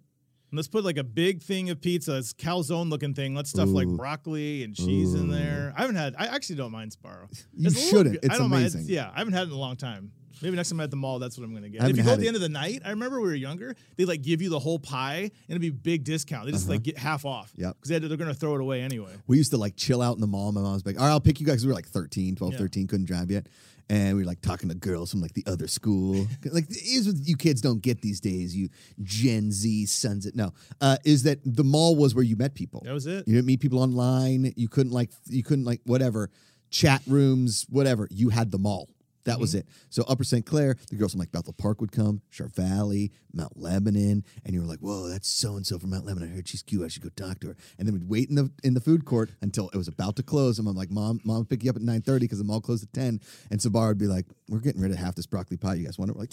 Speaker 2: let's put like a big thing of pizza. It's calzone looking thing. Let's stuff like
Speaker 1: Ooh.
Speaker 2: broccoli and cheese in
Speaker 1: Ooh.
Speaker 2: there. I haven't had. I actually don't mind Sparrow.
Speaker 1: You
Speaker 2: It's a little
Speaker 1: shouldn't.
Speaker 2: good-
Speaker 1: It's
Speaker 2: I don't
Speaker 1: amazing.
Speaker 2: Mind. It's, yeah, I haven't had it in a long time. Maybe next time I'm at the mall, that's what I'm gonna get.
Speaker 1: I
Speaker 2: if you
Speaker 1: haven't
Speaker 2: go
Speaker 1: had
Speaker 2: at the
Speaker 1: it-
Speaker 2: end of the night, I remember we were younger. They like give you the whole pie and it'd be big discount. They just like get half off.
Speaker 1: Uh-huh. Yep.
Speaker 2: because they are gonna throw it away anyway.
Speaker 1: we used to like chill out in the mall. My mom was like, all right, I'll pick you guys. We were like 13, 12,
Speaker 2: Yeah.
Speaker 1: 13, couldn't drive yet. And we were like talking to girls from like the other school. (laughs) like, here's what you kids don't get these days, you Gen Z sons. It no, uh, is that the mall was where you met people.
Speaker 2: That was it.
Speaker 1: You didn't meet people online. You couldn't like, you couldn't like whatever, chat rooms, whatever. You had the mall. That was it. So Upper St. Clair, the girls from like Bethel Park would come, Shar Valley, Mount Lebanon, and you were like, "Whoa, that's so and so from Mount Lebanon. I heard she's cute. I should go talk to her." And then we'd wait in the in the food court until it was about to close, and I'm like, "Mom, mom, will pick you up at 9:30 because the mall closed at 10." And Sabar would be like, "We're getting rid of half this broccoli pie. You guys want it?" We're like,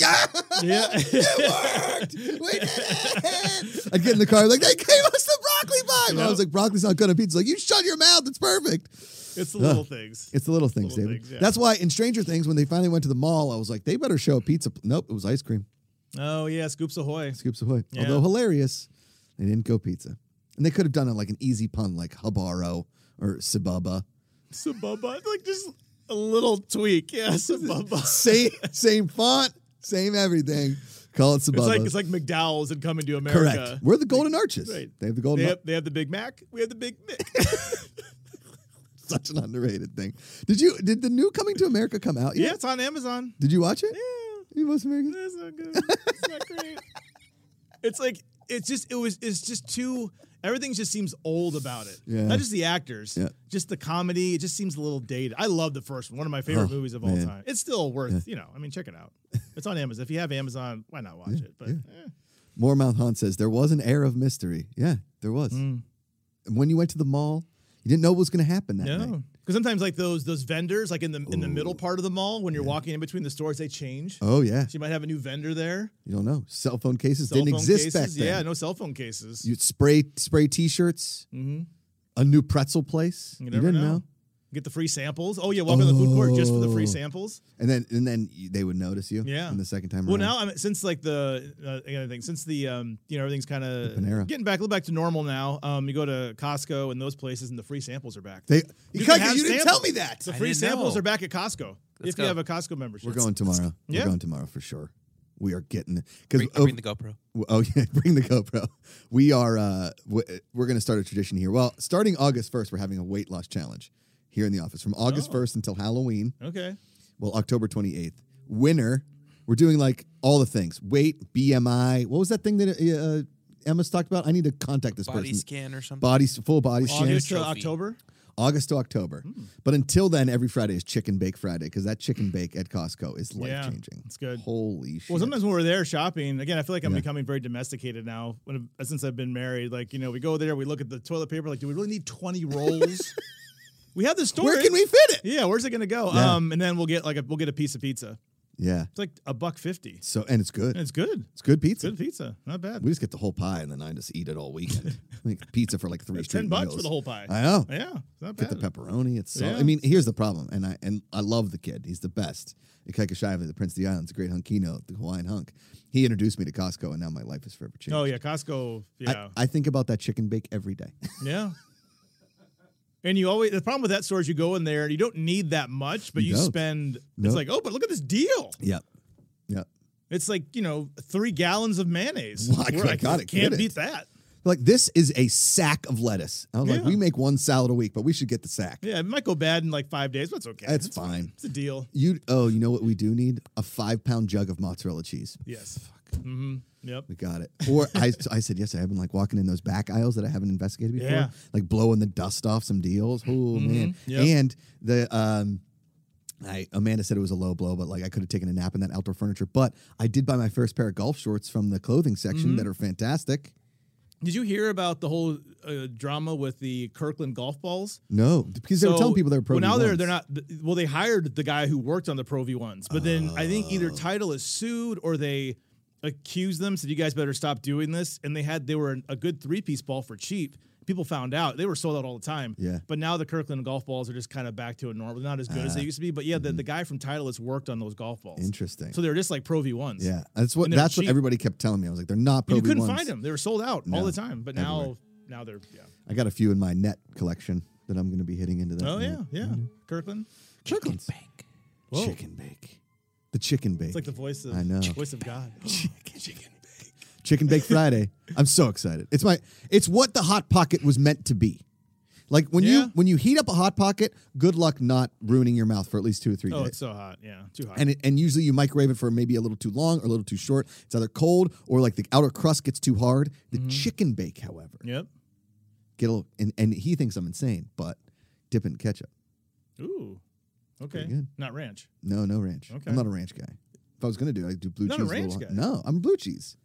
Speaker 1: "Yeah, (laughs)
Speaker 2: Yeah.
Speaker 1: we did (laughs) it!" I'd get in the car like, "They gave us the broccoli pie." And I
Speaker 2: Yep.
Speaker 1: was like, "Broccoli's not good on pizza." Like, you shut your mouth. It's perfect.
Speaker 2: (laughs) it's the little things.
Speaker 1: It's the little things,
Speaker 2: Little
Speaker 1: David.
Speaker 2: things, yeah.
Speaker 1: That's why in Stranger Things, when they finally went to the mall, I was like, they better show a pizza. Pl-. Nope, it was ice cream.
Speaker 2: Oh yeah, scoops ahoy.
Speaker 1: Scoops away.
Speaker 2: Yeah.
Speaker 1: Although hilarious, they didn't go pizza. And they could have done it like an easy pun, like Habaro or Sababa. (laughs)
Speaker 2: Sabubba, like just a little tweak. Yeah, Sabubba.
Speaker 1: Same, same font, Same everything. Call it
Speaker 2: It's like
Speaker 1: Sebubba.
Speaker 2: it's like McDowell's and coming to America.
Speaker 1: Correct. We're the Golden Arches.
Speaker 2: Right.
Speaker 1: They have the Golden
Speaker 2: They
Speaker 1: Arches.
Speaker 2: have, they have the Big Mac. We have the Big
Speaker 1: (laughs)
Speaker 2: Mick. (laughs)
Speaker 1: Such an underrated thing. Did you did the new Coming to America come out yet?
Speaker 2: yeah, it's on Amazon.
Speaker 1: Did you watch it?
Speaker 2: Yeah,
Speaker 1: You watched America?
Speaker 2: that's not good. It's not great. It's like it's just it was it's just too everything just seems old about it.
Speaker 1: Yeah.
Speaker 2: Not just the actors,
Speaker 1: Yeah.
Speaker 2: just the comedy. It just seems a little dated. I love the first one, one of my favorite
Speaker 1: Oh,
Speaker 2: movies of all
Speaker 1: man.
Speaker 2: time. It's still worth you know. I mean, check it out. It's on Amazon. If you have Amazon, why not watch it? But eh.
Speaker 1: Moremouth Hunt says there was an air of mystery. Yeah, there was.
Speaker 2: Mm.
Speaker 1: And When you went to the mall, you didn't know what was going to happen that night.
Speaker 2: No, because sometimes like those those vendors, like in the in the middle part of the mall, when you're walking in between the stores, they change.
Speaker 1: Oh yeah,
Speaker 2: She might have a new vendor there.
Speaker 1: you don't know. Cell phone cases
Speaker 2: Cell
Speaker 1: didn't
Speaker 2: phone
Speaker 1: exist
Speaker 2: cases,
Speaker 1: back then.
Speaker 2: yeah, no cell phone cases.
Speaker 1: You spray spray T-shirts.
Speaker 2: Mhm.
Speaker 1: A new pretzel place.
Speaker 2: You never
Speaker 1: didn't
Speaker 2: know.
Speaker 1: know.
Speaker 2: Get the free samples. Oh yeah, welcome to the food court just for the free
Speaker 1: Oh.
Speaker 2: samples.
Speaker 1: And then and then you- they would notice you.
Speaker 2: Yeah.
Speaker 1: On the second time
Speaker 2: Well,
Speaker 1: around.
Speaker 2: now I mean, since like the uh, again, I think since the um, you know everything's kind
Speaker 1: Panera.
Speaker 2: of getting back a little back to normal now. Um, you go to Costco and those places, and the free samples are back.
Speaker 1: they
Speaker 2: You
Speaker 1: you,
Speaker 2: can
Speaker 1: Kike,
Speaker 2: have
Speaker 1: you didn't tell me
Speaker 2: samples.
Speaker 1: that.
Speaker 2: the
Speaker 3: I
Speaker 2: free
Speaker 3: didn't
Speaker 2: samples
Speaker 3: know.
Speaker 2: are back at Costco
Speaker 3: Let's
Speaker 2: if you
Speaker 3: go.
Speaker 2: have a Costco membership.
Speaker 1: We're going tomorrow.
Speaker 2: Yeah.
Speaker 1: We're going tomorrow for sure. We are getting it
Speaker 3: Bring,
Speaker 1: because
Speaker 3: I'll bring the GoPro.
Speaker 1: W- Oh (laughs) yeah, bring the GoPro. We are uh w- we're going to start a tradition here. Well, starting August 1st, we're having a weight loss challenge here in the office from August
Speaker 2: Oh.
Speaker 1: 1st until Halloween,
Speaker 2: Okay.
Speaker 1: well October 28th. Winner, we're doing like all the things. Weight, BMI. What was that thing that uh, Emma's talked about? I need to contact this
Speaker 3: Body
Speaker 1: person.
Speaker 3: scan or something.
Speaker 1: Body full body scan.
Speaker 2: August Hmm. to
Speaker 3: trophy.
Speaker 2: October.
Speaker 1: August to October. But until then, every Friday is Chicken Bake Friday because that
Speaker 2: (clears throat)
Speaker 1: chicken bake at Costco is life
Speaker 2: Yeah,
Speaker 1: changing.
Speaker 2: it's good.
Speaker 1: Holy shit.
Speaker 2: Well, sometimes when we're there shopping, again, I feel like I'm
Speaker 1: Yeah.
Speaker 2: becoming very domesticated now. When, since I've been married, like you know, we go there, we look at the toilet paper, like, do we really need
Speaker 1: (laughs)
Speaker 2: 20 rolls? we have the storage.
Speaker 1: Where can we fit it?
Speaker 2: Yeah, where's it gonna go?
Speaker 1: Yeah.
Speaker 2: Um, and then we'll get like a we'll get a piece of pizza.
Speaker 1: Yeah.
Speaker 2: It's like a buck fifty.
Speaker 1: So and it's good.
Speaker 2: And it's good.
Speaker 1: It's good
Speaker 2: It's
Speaker 1: pizza.
Speaker 2: good pizza. Not bad.
Speaker 1: We just get the whole pie and then I just eat it all
Speaker 2: (laughs)
Speaker 1: weekend. like pizza for like three
Speaker 2: That's
Speaker 1: straight
Speaker 2: Ten bucks
Speaker 1: meals.
Speaker 2: for the whole pie.
Speaker 1: I know.
Speaker 2: yeah, it's not
Speaker 1: Get
Speaker 2: bad.
Speaker 1: the pepperoni. It's so,
Speaker 2: Yeah.
Speaker 1: I mean, here's the problem, and I and I love the kid. He's the best. Ikeka Shiva, the Prince of the Islands, the great hunkino, the Hawaiian hunk. He introduced me to Costco, and now my life is forever changed.
Speaker 2: oh yeah, Costco. Yeah,
Speaker 1: I, I think about that chicken bake every day. (laughs)
Speaker 2: yeah. And you always the problem with that store is you go in there and you don't need that much, but
Speaker 1: You
Speaker 2: you,
Speaker 1: don't.
Speaker 2: spend.
Speaker 1: Nope.
Speaker 2: It's like oh, but look at this deal.
Speaker 1: yep, yep.
Speaker 2: It's like you know three gallons of mayonnaise.
Speaker 1: Well, I
Speaker 2: We're
Speaker 1: could-
Speaker 2: like,
Speaker 1: gotta
Speaker 2: can't
Speaker 1: get it.
Speaker 2: beat that.
Speaker 1: Like this is a sack of lettuce. I was like,
Speaker 2: Yeah.
Speaker 1: we make one salad a week, but we should get the sack.
Speaker 2: Yeah, it might go bad in like five days, but it's okay.
Speaker 1: That's
Speaker 2: It's-
Speaker 1: fine.
Speaker 2: It's a deal.
Speaker 1: You oh, you know what we do need? A five pound jug of mozzarella cheese.
Speaker 2: Yes. Mm-hmm. Yep.
Speaker 1: We got it. Or I, (laughs) I said yesterday, I've been like walking in those back aisles that I haven't investigated before,
Speaker 2: Yeah. Mm-hmm.
Speaker 1: like blowing the dust off some deals. Oh man!
Speaker 2: Yep.
Speaker 1: And the um, I Amanda said it was a low blow, but like I could have taken a nap in that outdoor furniture. But I did buy my first pair of golf shorts from the clothing section
Speaker 2: Mm-hmm.
Speaker 1: that are fantastic.
Speaker 2: Did you hear about the whole uh, drama with the Kirkland golf balls?
Speaker 1: No, because they were telling people they were pro.
Speaker 2: Well, now
Speaker 1: V1s.
Speaker 2: they're they're not. th- Well, they hired the guy who worked on the Pro V ones, but then I think either
Speaker 1: Oh.
Speaker 2: Title is sued or they accused them. Said you guys better stop doing this, and they had they were an- a good three piece ball for cheap. People found out they were sold out all the time.
Speaker 1: Yeah.
Speaker 2: But now the Kirkland golf balls are just kind of back to a normal, not as good as they used to be. But yeah, the, the guy from Title has worked on those golf balls.
Speaker 1: Ah. Mm-hmm. Interesting.
Speaker 2: So they're just like Pro V ones.
Speaker 1: yeah, that's what
Speaker 2: And they're
Speaker 1: that's what
Speaker 2: cheap.
Speaker 1: everybody kept telling me. I was like, they're not pro.
Speaker 2: And you couldn't
Speaker 1: V1s.
Speaker 2: find them. They were sold out all
Speaker 1: No,
Speaker 2: the time. But now
Speaker 1: everywhere.
Speaker 2: now they're yeah.
Speaker 1: I got a few in my net collection that I'm going to be hitting into that.
Speaker 2: Oh
Speaker 1: net.
Speaker 2: yeah, yeah. Kirkland.
Speaker 3: Chicken
Speaker 1: Kirkland's.
Speaker 3: bake.
Speaker 2: Whoa.
Speaker 1: Chicken bake. The chicken bake.
Speaker 2: It's like the voice of
Speaker 1: I know.
Speaker 2: voice
Speaker 1: (laughs)
Speaker 2: of God.
Speaker 1: Chicken Bake Friday. I'm so excited. It's my it's what the hot pocket was meant to be. Like when
Speaker 2: Yeah.
Speaker 1: you when you heat up a hot pocket, good luck not ruining your mouth for at least two or three
Speaker 2: Oh,
Speaker 1: days.
Speaker 2: it's so hot. Yeah, too hot.
Speaker 1: And it, and usually you microwave it for maybe a little too long or a little too short. It's either cold or like the outer crust gets too hard. The
Speaker 2: Mm-hmm.
Speaker 1: chicken bake, however,
Speaker 2: yep.
Speaker 1: get a little and, and he thinks I'm insane, but dip it in ketchup.
Speaker 2: Ooh. Okay.
Speaker 1: Pretty good.
Speaker 2: Not ranch.
Speaker 1: No, no ranch.
Speaker 2: Okay.
Speaker 1: I'm not a ranch guy. If I was gonna do, it, I'd do blue
Speaker 2: Not a
Speaker 1: cheese. little
Speaker 2: ranch
Speaker 1: hot-
Speaker 2: guy.
Speaker 1: No, I'm blue cheese.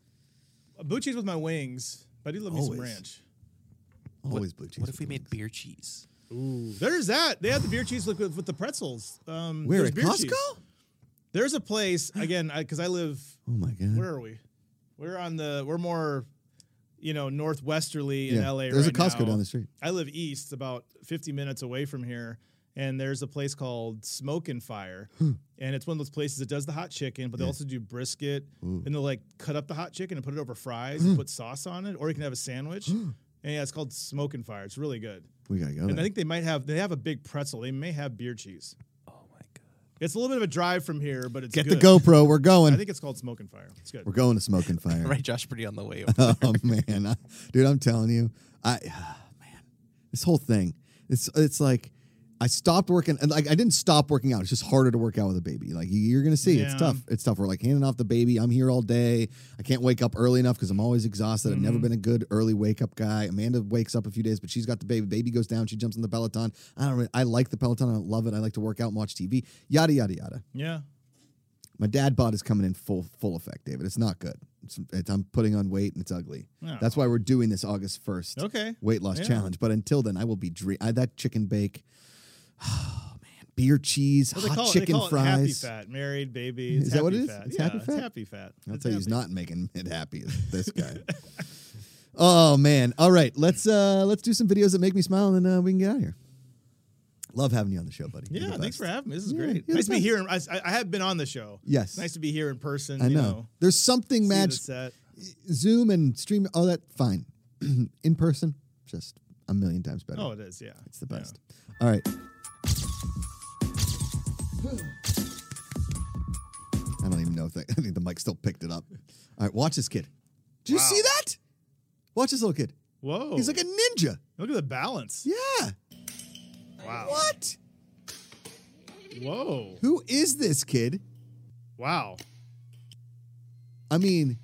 Speaker 2: Uh, Blue cheese with my wings, but I do love me
Speaker 1: Always.
Speaker 2: some ranch.
Speaker 1: Always blue cheese.
Speaker 3: What if we
Speaker 1: with
Speaker 3: made beer cheese?
Speaker 2: Ooh. There's that. They have the beer cheese with, with the pretzels. Um,
Speaker 1: wings. where
Speaker 2: there's
Speaker 1: at
Speaker 2: beer
Speaker 1: Costco?
Speaker 2: cheese. There's a place again because I, live.
Speaker 1: Oh my god.
Speaker 2: Where are we? We're on the. We're more, you know, northwesterly in L.A.
Speaker 1: There's
Speaker 2: right
Speaker 1: a Costco
Speaker 2: now.
Speaker 1: down the street.
Speaker 2: I live east, about 50 minutes away from here, and there's a place called Smoke and Fire,
Speaker 1: Hmm.
Speaker 2: and it's one of those places that does the hot chicken, but they also do brisket, and they'll like cut up the hot chicken and put it over
Speaker 1: Hmm.
Speaker 2: fries and put sauce on it, or you can have a sandwich. and yeah, it's called Smoke and Fire. It's really good,
Speaker 1: We gotta go.
Speaker 2: and I
Speaker 1: there.
Speaker 2: think they might have they have a big pretzel. They may have beer cheese.
Speaker 3: Oh my god.
Speaker 2: It's a little bit of a drive from here, but it's
Speaker 1: Get
Speaker 2: good.
Speaker 1: the GoPro. We're
Speaker 2: I
Speaker 1: going.
Speaker 2: think it's called Smoke and Fire. It's good.
Speaker 1: We're going to smoke and
Speaker 2: (laughs)
Speaker 1: fire.
Speaker 3: right, Josh Pretty on the way. Over.
Speaker 1: (laughs) oh man, I, dude, I'm telling you, I ah, man, this whole thing, it's it's like I stopped working, and like I didn't stop working out. It's just harder to work out with a baby. Like you- you're gonna see, it's
Speaker 2: Yeah.
Speaker 1: tough. It's tough. We're like handing off the baby. I'm here all day. I can't wake up early enough because I'm always exhausted. I've never
Speaker 2: Mhm.
Speaker 1: been a good early wake up guy. Amanda wakes up a few days, but she's got the baby. Baby goes down. She jumps on the Peloton. I don't. Really, I like the Peloton. I love it. I like to work out and watch TV. Yada yada yada.
Speaker 2: Yeah.
Speaker 1: My dad bod is coming in full full effect, David. It's not good. It's, it's, I'm putting on weight and it's ugly.
Speaker 2: Yeah.
Speaker 1: That's why we're doing this August 1st
Speaker 2: okay.
Speaker 1: weight loss
Speaker 2: Yeah.
Speaker 1: challenge. But until then, I will be dream I, that chicken bake. (sighs) Oh man, beer cheese,
Speaker 2: Well, they
Speaker 1: hot
Speaker 2: call it, they
Speaker 1: chicken
Speaker 2: call It happy
Speaker 1: fries.
Speaker 2: fat, married baby.
Speaker 1: Is
Speaker 2: It's
Speaker 1: that what
Speaker 2: happy
Speaker 1: it is?
Speaker 2: Fat.
Speaker 1: It's
Speaker 2: yeah,
Speaker 1: happy
Speaker 2: it's
Speaker 1: fat?
Speaker 2: happy fat.
Speaker 1: I'll
Speaker 2: It's
Speaker 1: tell you, he's
Speaker 2: happy.
Speaker 1: not making it happy. as This
Speaker 2: (laughs)
Speaker 1: guy. oh man! All right, let's uh let's do some videos that make me smile, and then uh, we can get out of here. Love having you on the show, buddy. You're
Speaker 2: Yeah,
Speaker 1: the
Speaker 2: thanks
Speaker 1: best.
Speaker 2: for having me. This is
Speaker 1: Yeah, you're
Speaker 2: great.
Speaker 1: the
Speaker 2: Nice to be
Speaker 1: best.
Speaker 2: here. and- I, I have been on the show.
Speaker 1: Yes,
Speaker 2: It's nice to be here in person.
Speaker 1: I
Speaker 2: you
Speaker 1: know. There's
Speaker 2: see
Speaker 1: something
Speaker 2: the
Speaker 1: magic.
Speaker 2: set.
Speaker 1: Zoom and stream, all that fine. (clears throat) In person, just a million times better.
Speaker 2: Oh, it is. Yeah,
Speaker 1: It's the
Speaker 2: Yeah.
Speaker 1: best. All right. I don't even know if that, (laughs) I think the mic still picked it up. All right, watch this kid. Do you
Speaker 2: Wow.
Speaker 1: see that? Watch this little kid.
Speaker 2: Whoa,
Speaker 1: He's like a ninja.
Speaker 2: look at the balance.
Speaker 1: Yeah.
Speaker 2: Wow.
Speaker 1: What?
Speaker 2: Whoa.
Speaker 1: Who is this kid?
Speaker 2: Wow.
Speaker 1: I mean,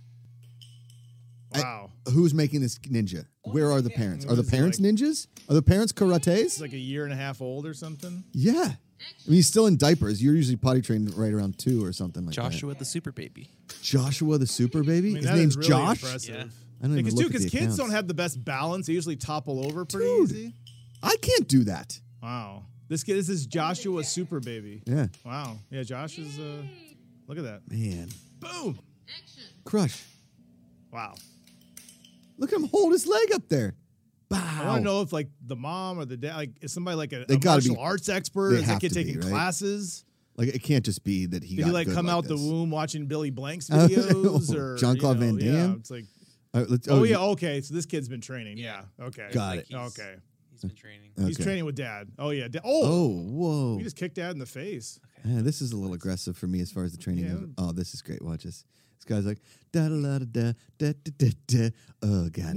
Speaker 1: I-
Speaker 2: Wow.
Speaker 1: who's making this ninja? Where are the parents? Are the
Speaker 2: What is it
Speaker 1: parents
Speaker 2: like?
Speaker 1: ninjas? Are the parents karates?
Speaker 2: He's like a year and a half old or something.
Speaker 1: Yeah. I mean, he's still in diapers. You're usually potty trained right around two or something like
Speaker 3: Joshua the super baby.
Speaker 1: that. Joshua the super baby?
Speaker 2: I mean,
Speaker 1: His
Speaker 2: that is
Speaker 1: name's
Speaker 2: really
Speaker 1: Josh.
Speaker 2: Impressive.
Speaker 3: Yeah.
Speaker 1: I don't even
Speaker 2: Because
Speaker 1: look
Speaker 2: too,
Speaker 1: at
Speaker 2: because
Speaker 1: the
Speaker 2: kids
Speaker 1: accounts.
Speaker 2: don't have the best balance. They usually topple over pretty
Speaker 1: Dude.
Speaker 2: easy.
Speaker 1: I can't do that.
Speaker 2: Wow. This kid. This is Joshua Super Baby.
Speaker 1: Yeah.
Speaker 2: Wow. Yeah. Josh is. Uh, look at that.
Speaker 1: Man.
Speaker 2: Boom.
Speaker 1: Crush.
Speaker 2: Wow.
Speaker 1: Look at him hold his leg up there. Bow.
Speaker 2: I want to know if like the mom or the dad, like is somebody like a,
Speaker 1: They
Speaker 2: a
Speaker 1: gotta
Speaker 2: martial
Speaker 1: be-
Speaker 2: arts expert?
Speaker 1: they
Speaker 2: Is that
Speaker 1: have
Speaker 2: kid
Speaker 1: to be,
Speaker 2: taking
Speaker 1: right?
Speaker 2: classes?
Speaker 1: Like it can't just be that he
Speaker 2: Did
Speaker 1: got
Speaker 2: he like
Speaker 1: good
Speaker 2: come out
Speaker 1: this.
Speaker 2: the womb watching
Speaker 1: (laughs)
Speaker 2: Billy Blank's
Speaker 1: I don't
Speaker 2: videos
Speaker 1: know.
Speaker 2: or
Speaker 1: Jean-Claude
Speaker 2: you know,
Speaker 1: Van
Speaker 2: Yeah,
Speaker 1: Damme?
Speaker 2: it's like,
Speaker 1: All right, let's-
Speaker 2: oh, yeah,
Speaker 1: you-
Speaker 2: okay. So this kid's been training. Yeah, okay.
Speaker 1: Got it.
Speaker 3: He's-
Speaker 2: Okay.
Speaker 3: He's been training.
Speaker 2: He's
Speaker 1: Okay.
Speaker 2: training with dad. Oh yeah. Da- oh,
Speaker 1: Oh, whoa.
Speaker 2: he just kicked dad in the face.
Speaker 1: Yeah, this is a little aggressive for me as far as the training.
Speaker 2: Yeah.
Speaker 1: Of, oh, this is great. Watch this. This guy's like da da da da da da da da. Oh, got it. (laughs)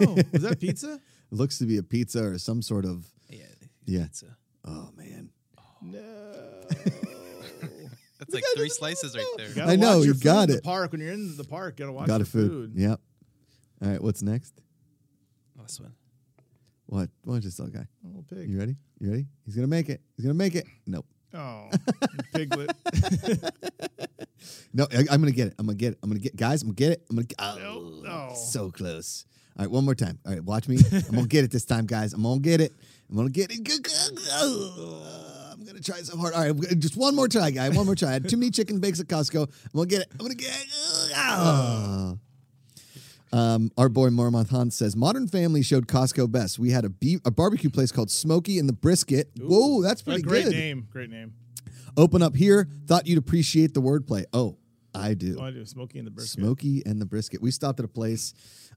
Speaker 2: No, was that pizza?
Speaker 1: Looks to be a pizza or some sort of.
Speaker 3: Yeah.
Speaker 1: Yeah.
Speaker 3: It's a-
Speaker 1: Oh man.
Speaker 2: No.
Speaker 3: that's like three slices right
Speaker 2: You
Speaker 3: there.
Speaker 2: gotta
Speaker 1: I know,
Speaker 2: watch
Speaker 1: you
Speaker 2: your food
Speaker 1: got
Speaker 2: in The
Speaker 1: it.
Speaker 2: park when you're in the park, you gotta watch
Speaker 1: got
Speaker 2: your
Speaker 1: a food. Yep. All right. What's next?
Speaker 3: Last one.
Speaker 1: What? Watch this little guy.
Speaker 2: Little pig.
Speaker 1: You ready? You ready? He's gonna make it. He's gonna make it. Nope.
Speaker 2: Oh, piglet.
Speaker 1: No, I, I'm gonna get it. I'm gonna get it. I'm gonna get guys. I'm gonna get it. I'm gonna. Get, oh,
Speaker 2: Nope. Oh.
Speaker 1: so close. All right, one more time. All right, watch me. I'm
Speaker 2: (laughs)
Speaker 1: gonna get it this time, guys. I'm gonna get it. I'm gonna get it. Go, go, go. oh, I'm gonna try so hard. All right, I'm gonna- just one more try, guy. One more try. I had too many chicken bakes at Costco. I'm gonna get it. I'm gonna get it. Oh. Um, our boy Mormoth Hans says Modern Family showed Costco best. We had a beef, a barbecue place called Smoky and the Brisket. (laughs) Whoa, that's pretty
Speaker 2: great
Speaker 1: good.
Speaker 2: name. Great name.
Speaker 1: Open up here. Thought you'd appreciate the wordplay. Oh, I do.
Speaker 2: Oh, I do. Smokey and the brisket.
Speaker 1: Smokey and the brisket. We stopped at a place.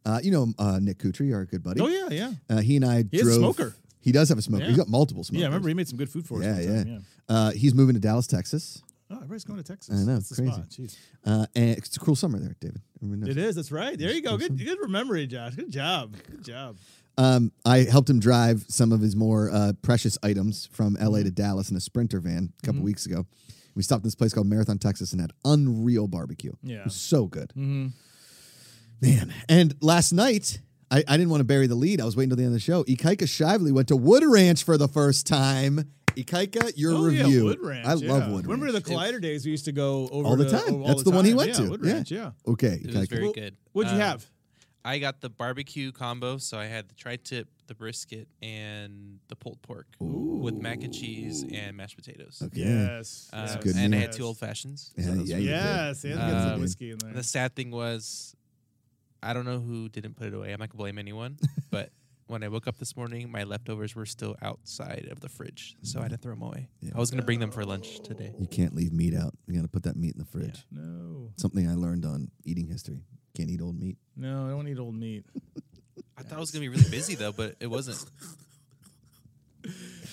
Speaker 1: Uh, you know uh, Nick Kutry, our good buddy.
Speaker 2: Oh yeah, yeah.
Speaker 1: Uh, he and I
Speaker 2: He is a
Speaker 1: drove.
Speaker 2: smoker.
Speaker 1: He does have a smoker.
Speaker 2: Yeah.
Speaker 1: He's got multiple smokers.
Speaker 2: Yeah, I remember he made some good food for us.
Speaker 1: Yeah,
Speaker 2: one time,
Speaker 1: yeah. Uh, he's moving to Dallas, Texas.
Speaker 2: Oh, everybody's going to Texas.
Speaker 1: I know,
Speaker 2: That's the
Speaker 1: crazy.
Speaker 2: spot. Jeez.
Speaker 1: Uh, and it's a cruel summer there, David. Everyone knows
Speaker 2: It
Speaker 1: that.
Speaker 2: is. That's right. There you go. Good, good memory, Josh. Good job. Good job.
Speaker 1: Um, I helped him drive some of his more uh, precious items from LA
Speaker 2: Mm-hmm.
Speaker 1: to Dallas in a Sprinter van a couple weeks ago. We stopped at this place called Marathon, Texas, and had unreal barbecue.
Speaker 2: Yeah.
Speaker 1: It was so good.
Speaker 2: Mm-hmm.
Speaker 1: Man. And last night, I, I didn't want to bury the lead. I was waiting till the end of the show. Ikaika Shively went to Wood Ranch for the first time. Ikaika, your
Speaker 2: Oh,
Speaker 1: review.
Speaker 2: yeah, Wood Ranch.
Speaker 1: I
Speaker 2: yeah.
Speaker 1: love Wood
Speaker 2: Remember
Speaker 1: Ranch.
Speaker 2: the Collider days? We used to go over
Speaker 1: All the
Speaker 2: to-
Speaker 1: time.
Speaker 2: all
Speaker 1: That's the one he went
Speaker 2: yeah,
Speaker 1: to.
Speaker 2: Wood
Speaker 1: Yeah.
Speaker 2: Ranch. Yeah.
Speaker 1: Okay,
Speaker 3: It was
Speaker 1: Ikaika.
Speaker 3: very
Speaker 2: Well,
Speaker 3: good.
Speaker 2: What'd you
Speaker 3: Uh,
Speaker 2: have?
Speaker 3: I got the barbecue combo, so I had the tri-tip, the brisket, and the pulled pork with mac and cheese and mashed potatoes.
Speaker 1: Okay.
Speaker 2: Yes.
Speaker 3: Uh,
Speaker 1: That's a
Speaker 2: yes,
Speaker 1: good
Speaker 3: and I
Speaker 1: meal.
Speaker 3: had two old fashions.
Speaker 1: Yeah, yeah, you did.
Speaker 2: Yes, and
Speaker 3: Um,
Speaker 2: got some whiskey in
Speaker 3: And
Speaker 2: there.
Speaker 3: the sad thing was, I don't know who didn't put it away. I'm not gonna
Speaker 1: (laughs)
Speaker 3: blame anyone, but when I woke up this morning, my leftovers were still outside of the fridge, so I had to throw them away.
Speaker 1: Yeah.
Speaker 3: I was gonna bring them for lunch today.
Speaker 1: You can't leave meat out. You got to put that meat in the fridge.
Speaker 2: No,
Speaker 1: Something I learned on eating history. Can't eat old meat.
Speaker 2: no, I don't eat
Speaker 1: (laughs)
Speaker 2: old meat.
Speaker 3: I thought I was gonna be really busy though, but it wasn't.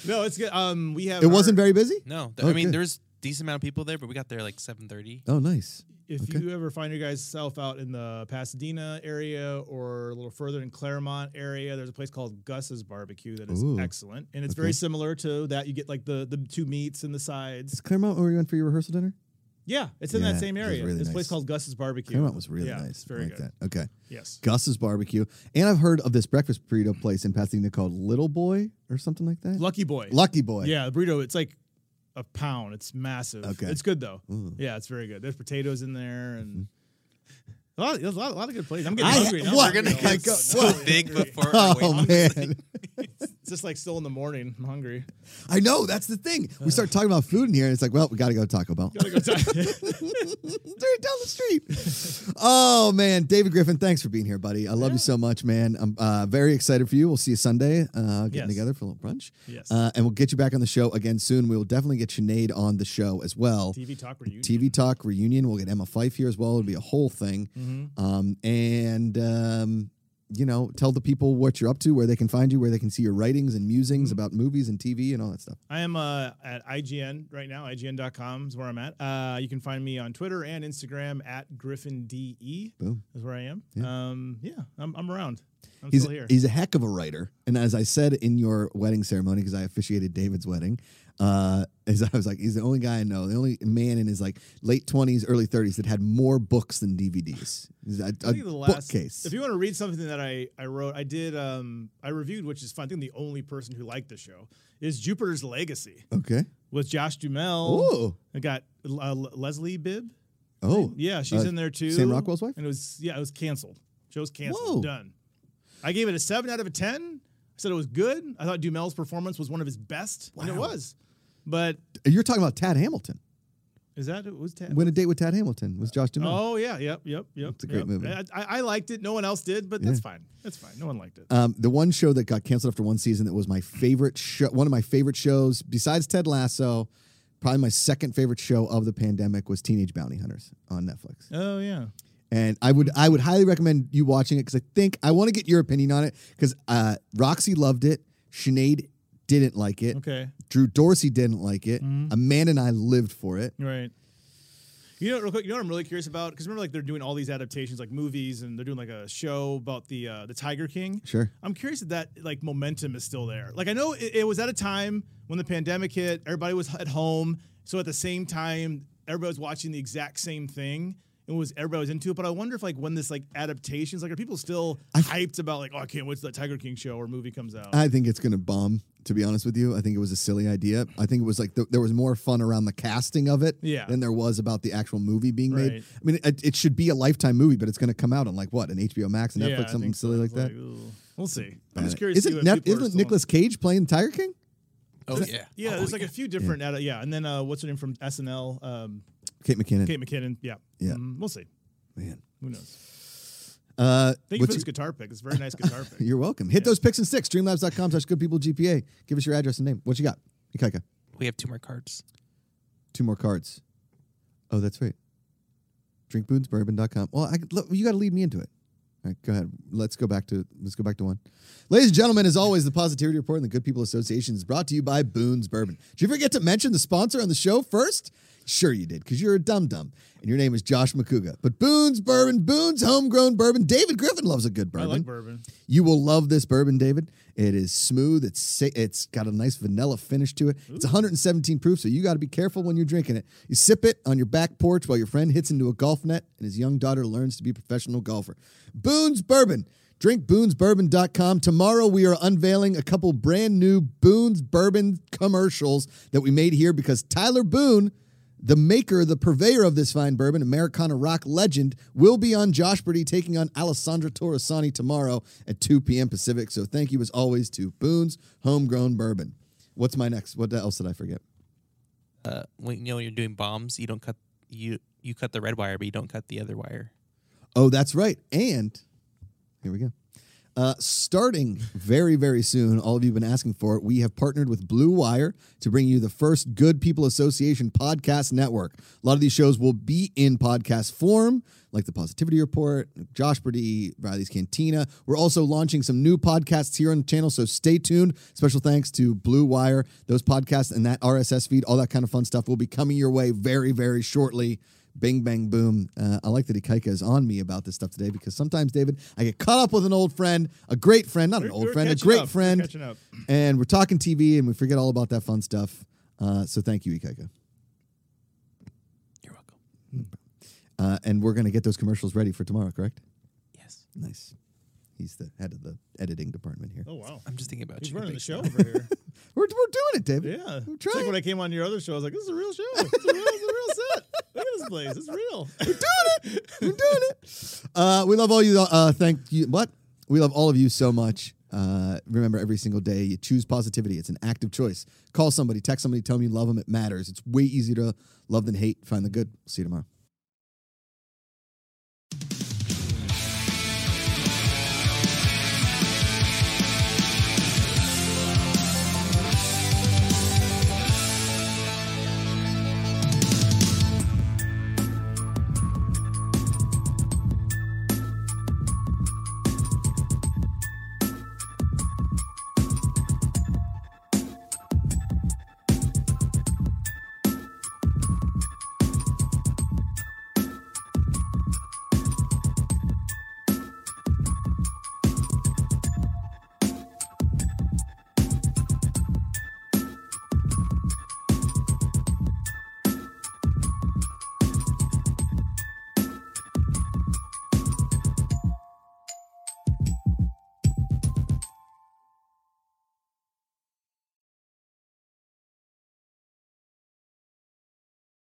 Speaker 2: No, it's good. Um, we have.
Speaker 1: It wasn't
Speaker 2: our-
Speaker 1: very busy?
Speaker 3: No, th-
Speaker 1: Oh,
Speaker 3: I
Speaker 1: (laughs)
Speaker 3: mean
Speaker 1: good.
Speaker 3: there's decent amount of people there, but we got there like 7:30.
Speaker 1: Oh, nice.
Speaker 2: If
Speaker 1: Okay.
Speaker 2: you ever find your guys self out in the Pasadena area or a little further in Claremont area, there's a place called Gus's Barbecue that is
Speaker 1: Ooh.
Speaker 2: excellent, and it's
Speaker 1: Okay.
Speaker 2: very similar to that. You get like the the two meats and the sides.
Speaker 1: Is Claremont where you went for your rehearsal dinner?
Speaker 2: Yeah, it's in
Speaker 1: Yeah,
Speaker 2: that same
Speaker 1: it was
Speaker 2: area.
Speaker 1: really
Speaker 2: It's a place
Speaker 1: nice.
Speaker 2: called Gus's Barbecue.
Speaker 1: Claremont was really
Speaker 2: Yeah,
Speaker 1: nice.
Speaker 2: it's very
Speaker 1: I like
Speaker 2: good.
Speaker 1: that. Okay.
Speaker 2: Yes.
Speaker 1: Gus's barbecue. And I've heard of this breakfast burrito place in Pasadena called Little Boy or something like that.
Speaker 2: Lucky Boy.
Speaker 1: Lucky Boy.
Speaker 2: Yeah, the burrito. It's like a pound. It's massive.
Speaker 1: Okay.
Speaker 2: It's good though.
Speaker 1: Ooh.
Speaker 2: Yeah, it's very good. There's potatoes in there and a lot. There's a lot, a lot of good places. I'm getting
Speaker 1: Mm-hmm. I-
Speaker 2: hungry. now.
Speaker 1: what?
Speaker 2: I'm hungry.
Speaker 1: We're gonna
Speaker 2: I'm
Speaker 1: get
Speaker 2: getting
Speaker 1: so
Speaker 2: hungry.
Speaker 3: big before our
Speaker 1: Oh
Speaker 3: wait
Speaker 1: man.
Speaker 2: It's just like still in the morning. I'm hungry. (laughs)
Speaker 1: I know, that's the thing. We start talking about food in here and it's like, well, we gotta go to Taco Bell. (laughs)
Speaker 2: Gotta go to-
Speaker 1: Straight down the street. Oh man, David Griffin, thanks for being here, buddy. I love you so much, man. I'm uh, very excited for you. We'll see you Sunday uh, getting
Speaker 2: Yes.
Speaker 1: together for a little brunch,
Speaker 2: yes.
Speaker 1: uh, and we'll get you back on the show again soon. We will definitely get Sinead on the show as well.
Speaker 2: (laughs) TV talk reunion.
Speaker 1: TV Talk reunion. We'll get Emma Fife here as well. It'll be a whole thing.
Speaker 2: hmm
Speaker 1: Um, and um, you know, tell the people what you're up to, where they can find you, where they can see your writings and musings
Speaker 2: Mm-hmm.
Speaker 1: about movies and TV and all that stuff.
Speaker 2: I am uh, at IGN right now. IGN.com is where I'm at. Uh, you can find me on Twitter and Instagram at GriffinDE
Speaker 1: Boom.
Speaker 2: is where I am.
Speaker 1: Yeah.
Speaker 2: Um, yeah, I'm, I'm around. I'm
Speaker 1: He's
Speaker 2: still here.
Speaker 1: he's a heck of a writer. And as I said in your wedding ceremony, because I officiated David's wedding, uh, (laughs) as I was like, he's the only guy I know, the only man in his like late twenties, early thirties that had more books than DVDs. He's a,
Speaker 2: I
Speaker 1: a
Speaker 2: think the last
Speaker 1: bookcase.
Speaker 2: If you want to read something that I, I wrote, I did um I reviewed, which is fun. I think the only person who liked the show is Jupiter's Legacy
Speaker 1: okay.
Speaker 2: with Josh Dumel.
Speaker 1: Oh.
Speaker 2: I got uh, Le- Leslie Bibb.
Speaker 1: Oh.
Speaker 2: Yeah, she's
Speaker 1: Uh,
Speaker 2: in there too.
Speaker 1: Sam Rockwell's wife?
Speaker 2: And it was yeah, it was canceled. Show's canceled.
Speaker 1: Whoa.
Speaker 2: Done. I gave it a seven out of a ten. I said it was good. I thought Dumel's performance was one of his best, and it
Speaker 1: Wow.
Speaker 2: was. But
Speaker 1: You're talking about Tad Hamilton.
Speaker 2: is that it was ten?
Speaker 1: When a date with Tad Hamilton was Josh Duhamel.
Speaker 2: Oh yeah, yep, yep, yep.
Speaker 1: It's a great
Speaker 2: yep.
Speaker 1: movie.
Speaker 2: I, I I liked it. No one else did, but that's fine. That's fine. No one liked it.
Speaker 1: Um, the one show that got canceled after one season that was my favorite show, one of my favorite shows besides Ted Lasso, probably my second favorite show of the pandemic was Teenage Bounty Hunters on Netflix.
Speaker 2: Oh yeah.
Speaker 1: And I would I would highly recommend you watching it because I think I want to get your opinion on it because uh, Roxy loved it, Sinead didn't like it,
Speaker 2: Okay. Mm-hmm.
Speaker 1: Drew Dorsey didn't like it, Amanda and I lived for it.
Speaker 2: Right. You know, real quick, you know what I'm really curious about? Because remember, like they're doing all these adaptations, like movies, and they're doing like a show about the uh, the Tiger King.
Speaker 1: Sure.
Speaker 2: I'm curious if that like momentum is still there. Like I know it, it was at a time when the pandemic hit, everybody was at home, so at the same time, everybody was watching the exact same thing. and was everybody was into it, but I wonder if like when this like adaptations, like are people still hyped about like oh I can't wait till that Tiger King show or movie comes out?
Speaker 1: I think it's going to bomb. To be honest with you, I think it was a silly idea. I think it was like th- there was more fun around the casting of it
Speaker 2: Yeah.
Speaker 1: than there was about the actual movie being made.
Speaker 2: Right.
Speaker 1: I mean, it, it should be a lifetime movie, but it's going to come out on like what an HBO Max, Netflix,
Speaker 2: Yeah, I
Speaker 1: something
Speaker 2: think so.
Speaker 1: silly like
Speaker 2: It's
Speaker 1: that.
Speaker 2: ugh. we'll see.
Speaker 1: Uh,
Speaker 2: I'm just curious. to see
Speaker 1: Isn't
Speaker 2: what
Speaker 1: Nep-
Speaker 2: people are
Speaker 1: isn't
Speaker 2: still-
Speaker 1: Nicolas Cage playing Tiger King?
Speaker 3: Oh yeah.
Speaker 2: Yeah, there's like a few different. Yeah, yeah. and then uh, what's her name from SNL? Um,
Speaker 1: Kate McKinnon.
Speaker 2: Kate McKinnon. Yeah,
Speaker 1: Yeah.
Speaker 2: Mm, we'll see.
Speaker 1: Man.
Speaker 2: Who knows?
Speaker 1: Uh,
Speaker 2: Thank you
Speaker 1: what's
Speaker 2: for this
Speaker 1: your-
Speaker 2: guitar pick. It's a very
Speaker 1: (laughs)
Speaker 2: nice guitar pick.
Speaker 1: you're welcome. Hit
Speaker 2: Yeah.
Speaker 1: those picks and sticks. Streamlabs.com slash good people GPA. Give us your address and name. What you got? Ikaika.
Speaker 3: We have two more cards.
Speaker 1: Two more cards. Oh, that's right. Drinkboonsbourbon.com. Well, I, look, you got to lead me into it. All right, go ahead. Let's go back to let's go back to one. Ladies and gentlemen, as always, the Positivity Report and the Good People Association is brought to you by Boone's Bourbon. Did you forget to mention the sponsor on the show first? Sure you did, because you're a dum dum, and your name is Josh McCouga. But Boone's Bourbon, Boone's homegrown bourbon. David Griffin loves a good
Speaker 2: I
Speaker 1: bourbon.
Speaker 2: like bourbon.
Speaker 1: You will love this bourbon, David. It is smooth. It's sa- it's got a nice vanilla finish to it. It's 117 proof, so you got to be careful when you're drinking it. You sip it on your back porch while your friend hits into a golf net and his young daughter learns to be a professional golfer. Boone's Bourbon. Drink Boone'sBourbon.com. Tomorrow we are unveiling a couple brand new Boone's Bourbon commercials that we made here because Tyler Boone the maker, the purveyor of this fine bourbon, Americana rock legend, will be on Josh Brady taking on Alessandra Torresani tomorrow at 2 p.m. Pacific. So thank you as always to Boone's Homegrown Bourbon. What's my next? What else did I forget?
Speaker 3: Uh, when you know when you're doing bombs, you don't cut you you cut the red wire, but you don't cut the other wire.
Speaker 1: Oh, that's right. And here we go. Uh, starting very, very soon, all of you have been asking for it. We have partnered with Blue Wire to bring you the first Good People Association podcast network. A lot of these shows will be in podcast form, like The Positivity Report, Josh Brady, Riley's Cantina. We're also launching some new podcasts here on the channel, so stay tuned. Special thanks to Blue Wire. Those podcasts and that RSS feed, all that kind of fun stuff will be coming your way very, very shortly. Bing, bang, boom. Uh, I like that Ikaika is on me about this stuff today because sometimes, David, I get caught up with an old friend, a great friend, not an
Speaker 2: We're-
Speaker 1: old
Speaker 2: we're
Speaker 1: friend, a
Speaker 2: catching
Speaker 1: great
Speaker 2: up. We're
Speaker 1: friend,
Speaker 2: catching up.
Speaker 1: and we're talking TV and we forget all about that fun stuff. Uh, so thank you, Ikaika.
Speaker 3: You're welcome.
Speaker 1: Uh, and we're going to get those commercials ready for tomorrow, correct?
Speaker 3: Yes.
Speaker 1: Nice. He's the head of the editing department here.
Speaker 2: Oh wow,
Speaker 3: I'm just thinking about
Speaker 2: he's
Speaker 3: you.
Speaker 2: running the show over
Speaker 1: (laughs)
Speaker 2: here.
Speaker 1: We're, we're doing it, David.
Speaker 2: Yeah,
Speaker 1: We're
Speaker 2: it's like
Speaker 1: trying.
Speaker 2: when I came on your other show, I was like, "This is a real show. It's a real, it's a real set. Look at this place. It's real."
Speaker 1: doing it. We're doing it. Uh, we love all you. Uh, thank you. What? We love all of you so much. Uh, remember, every single day, you choose positivity. It's an active choice. Call somebody, text somebody, tell them you love them. It matters. It's way easier to love than hate. Find the good. See you tomorrow.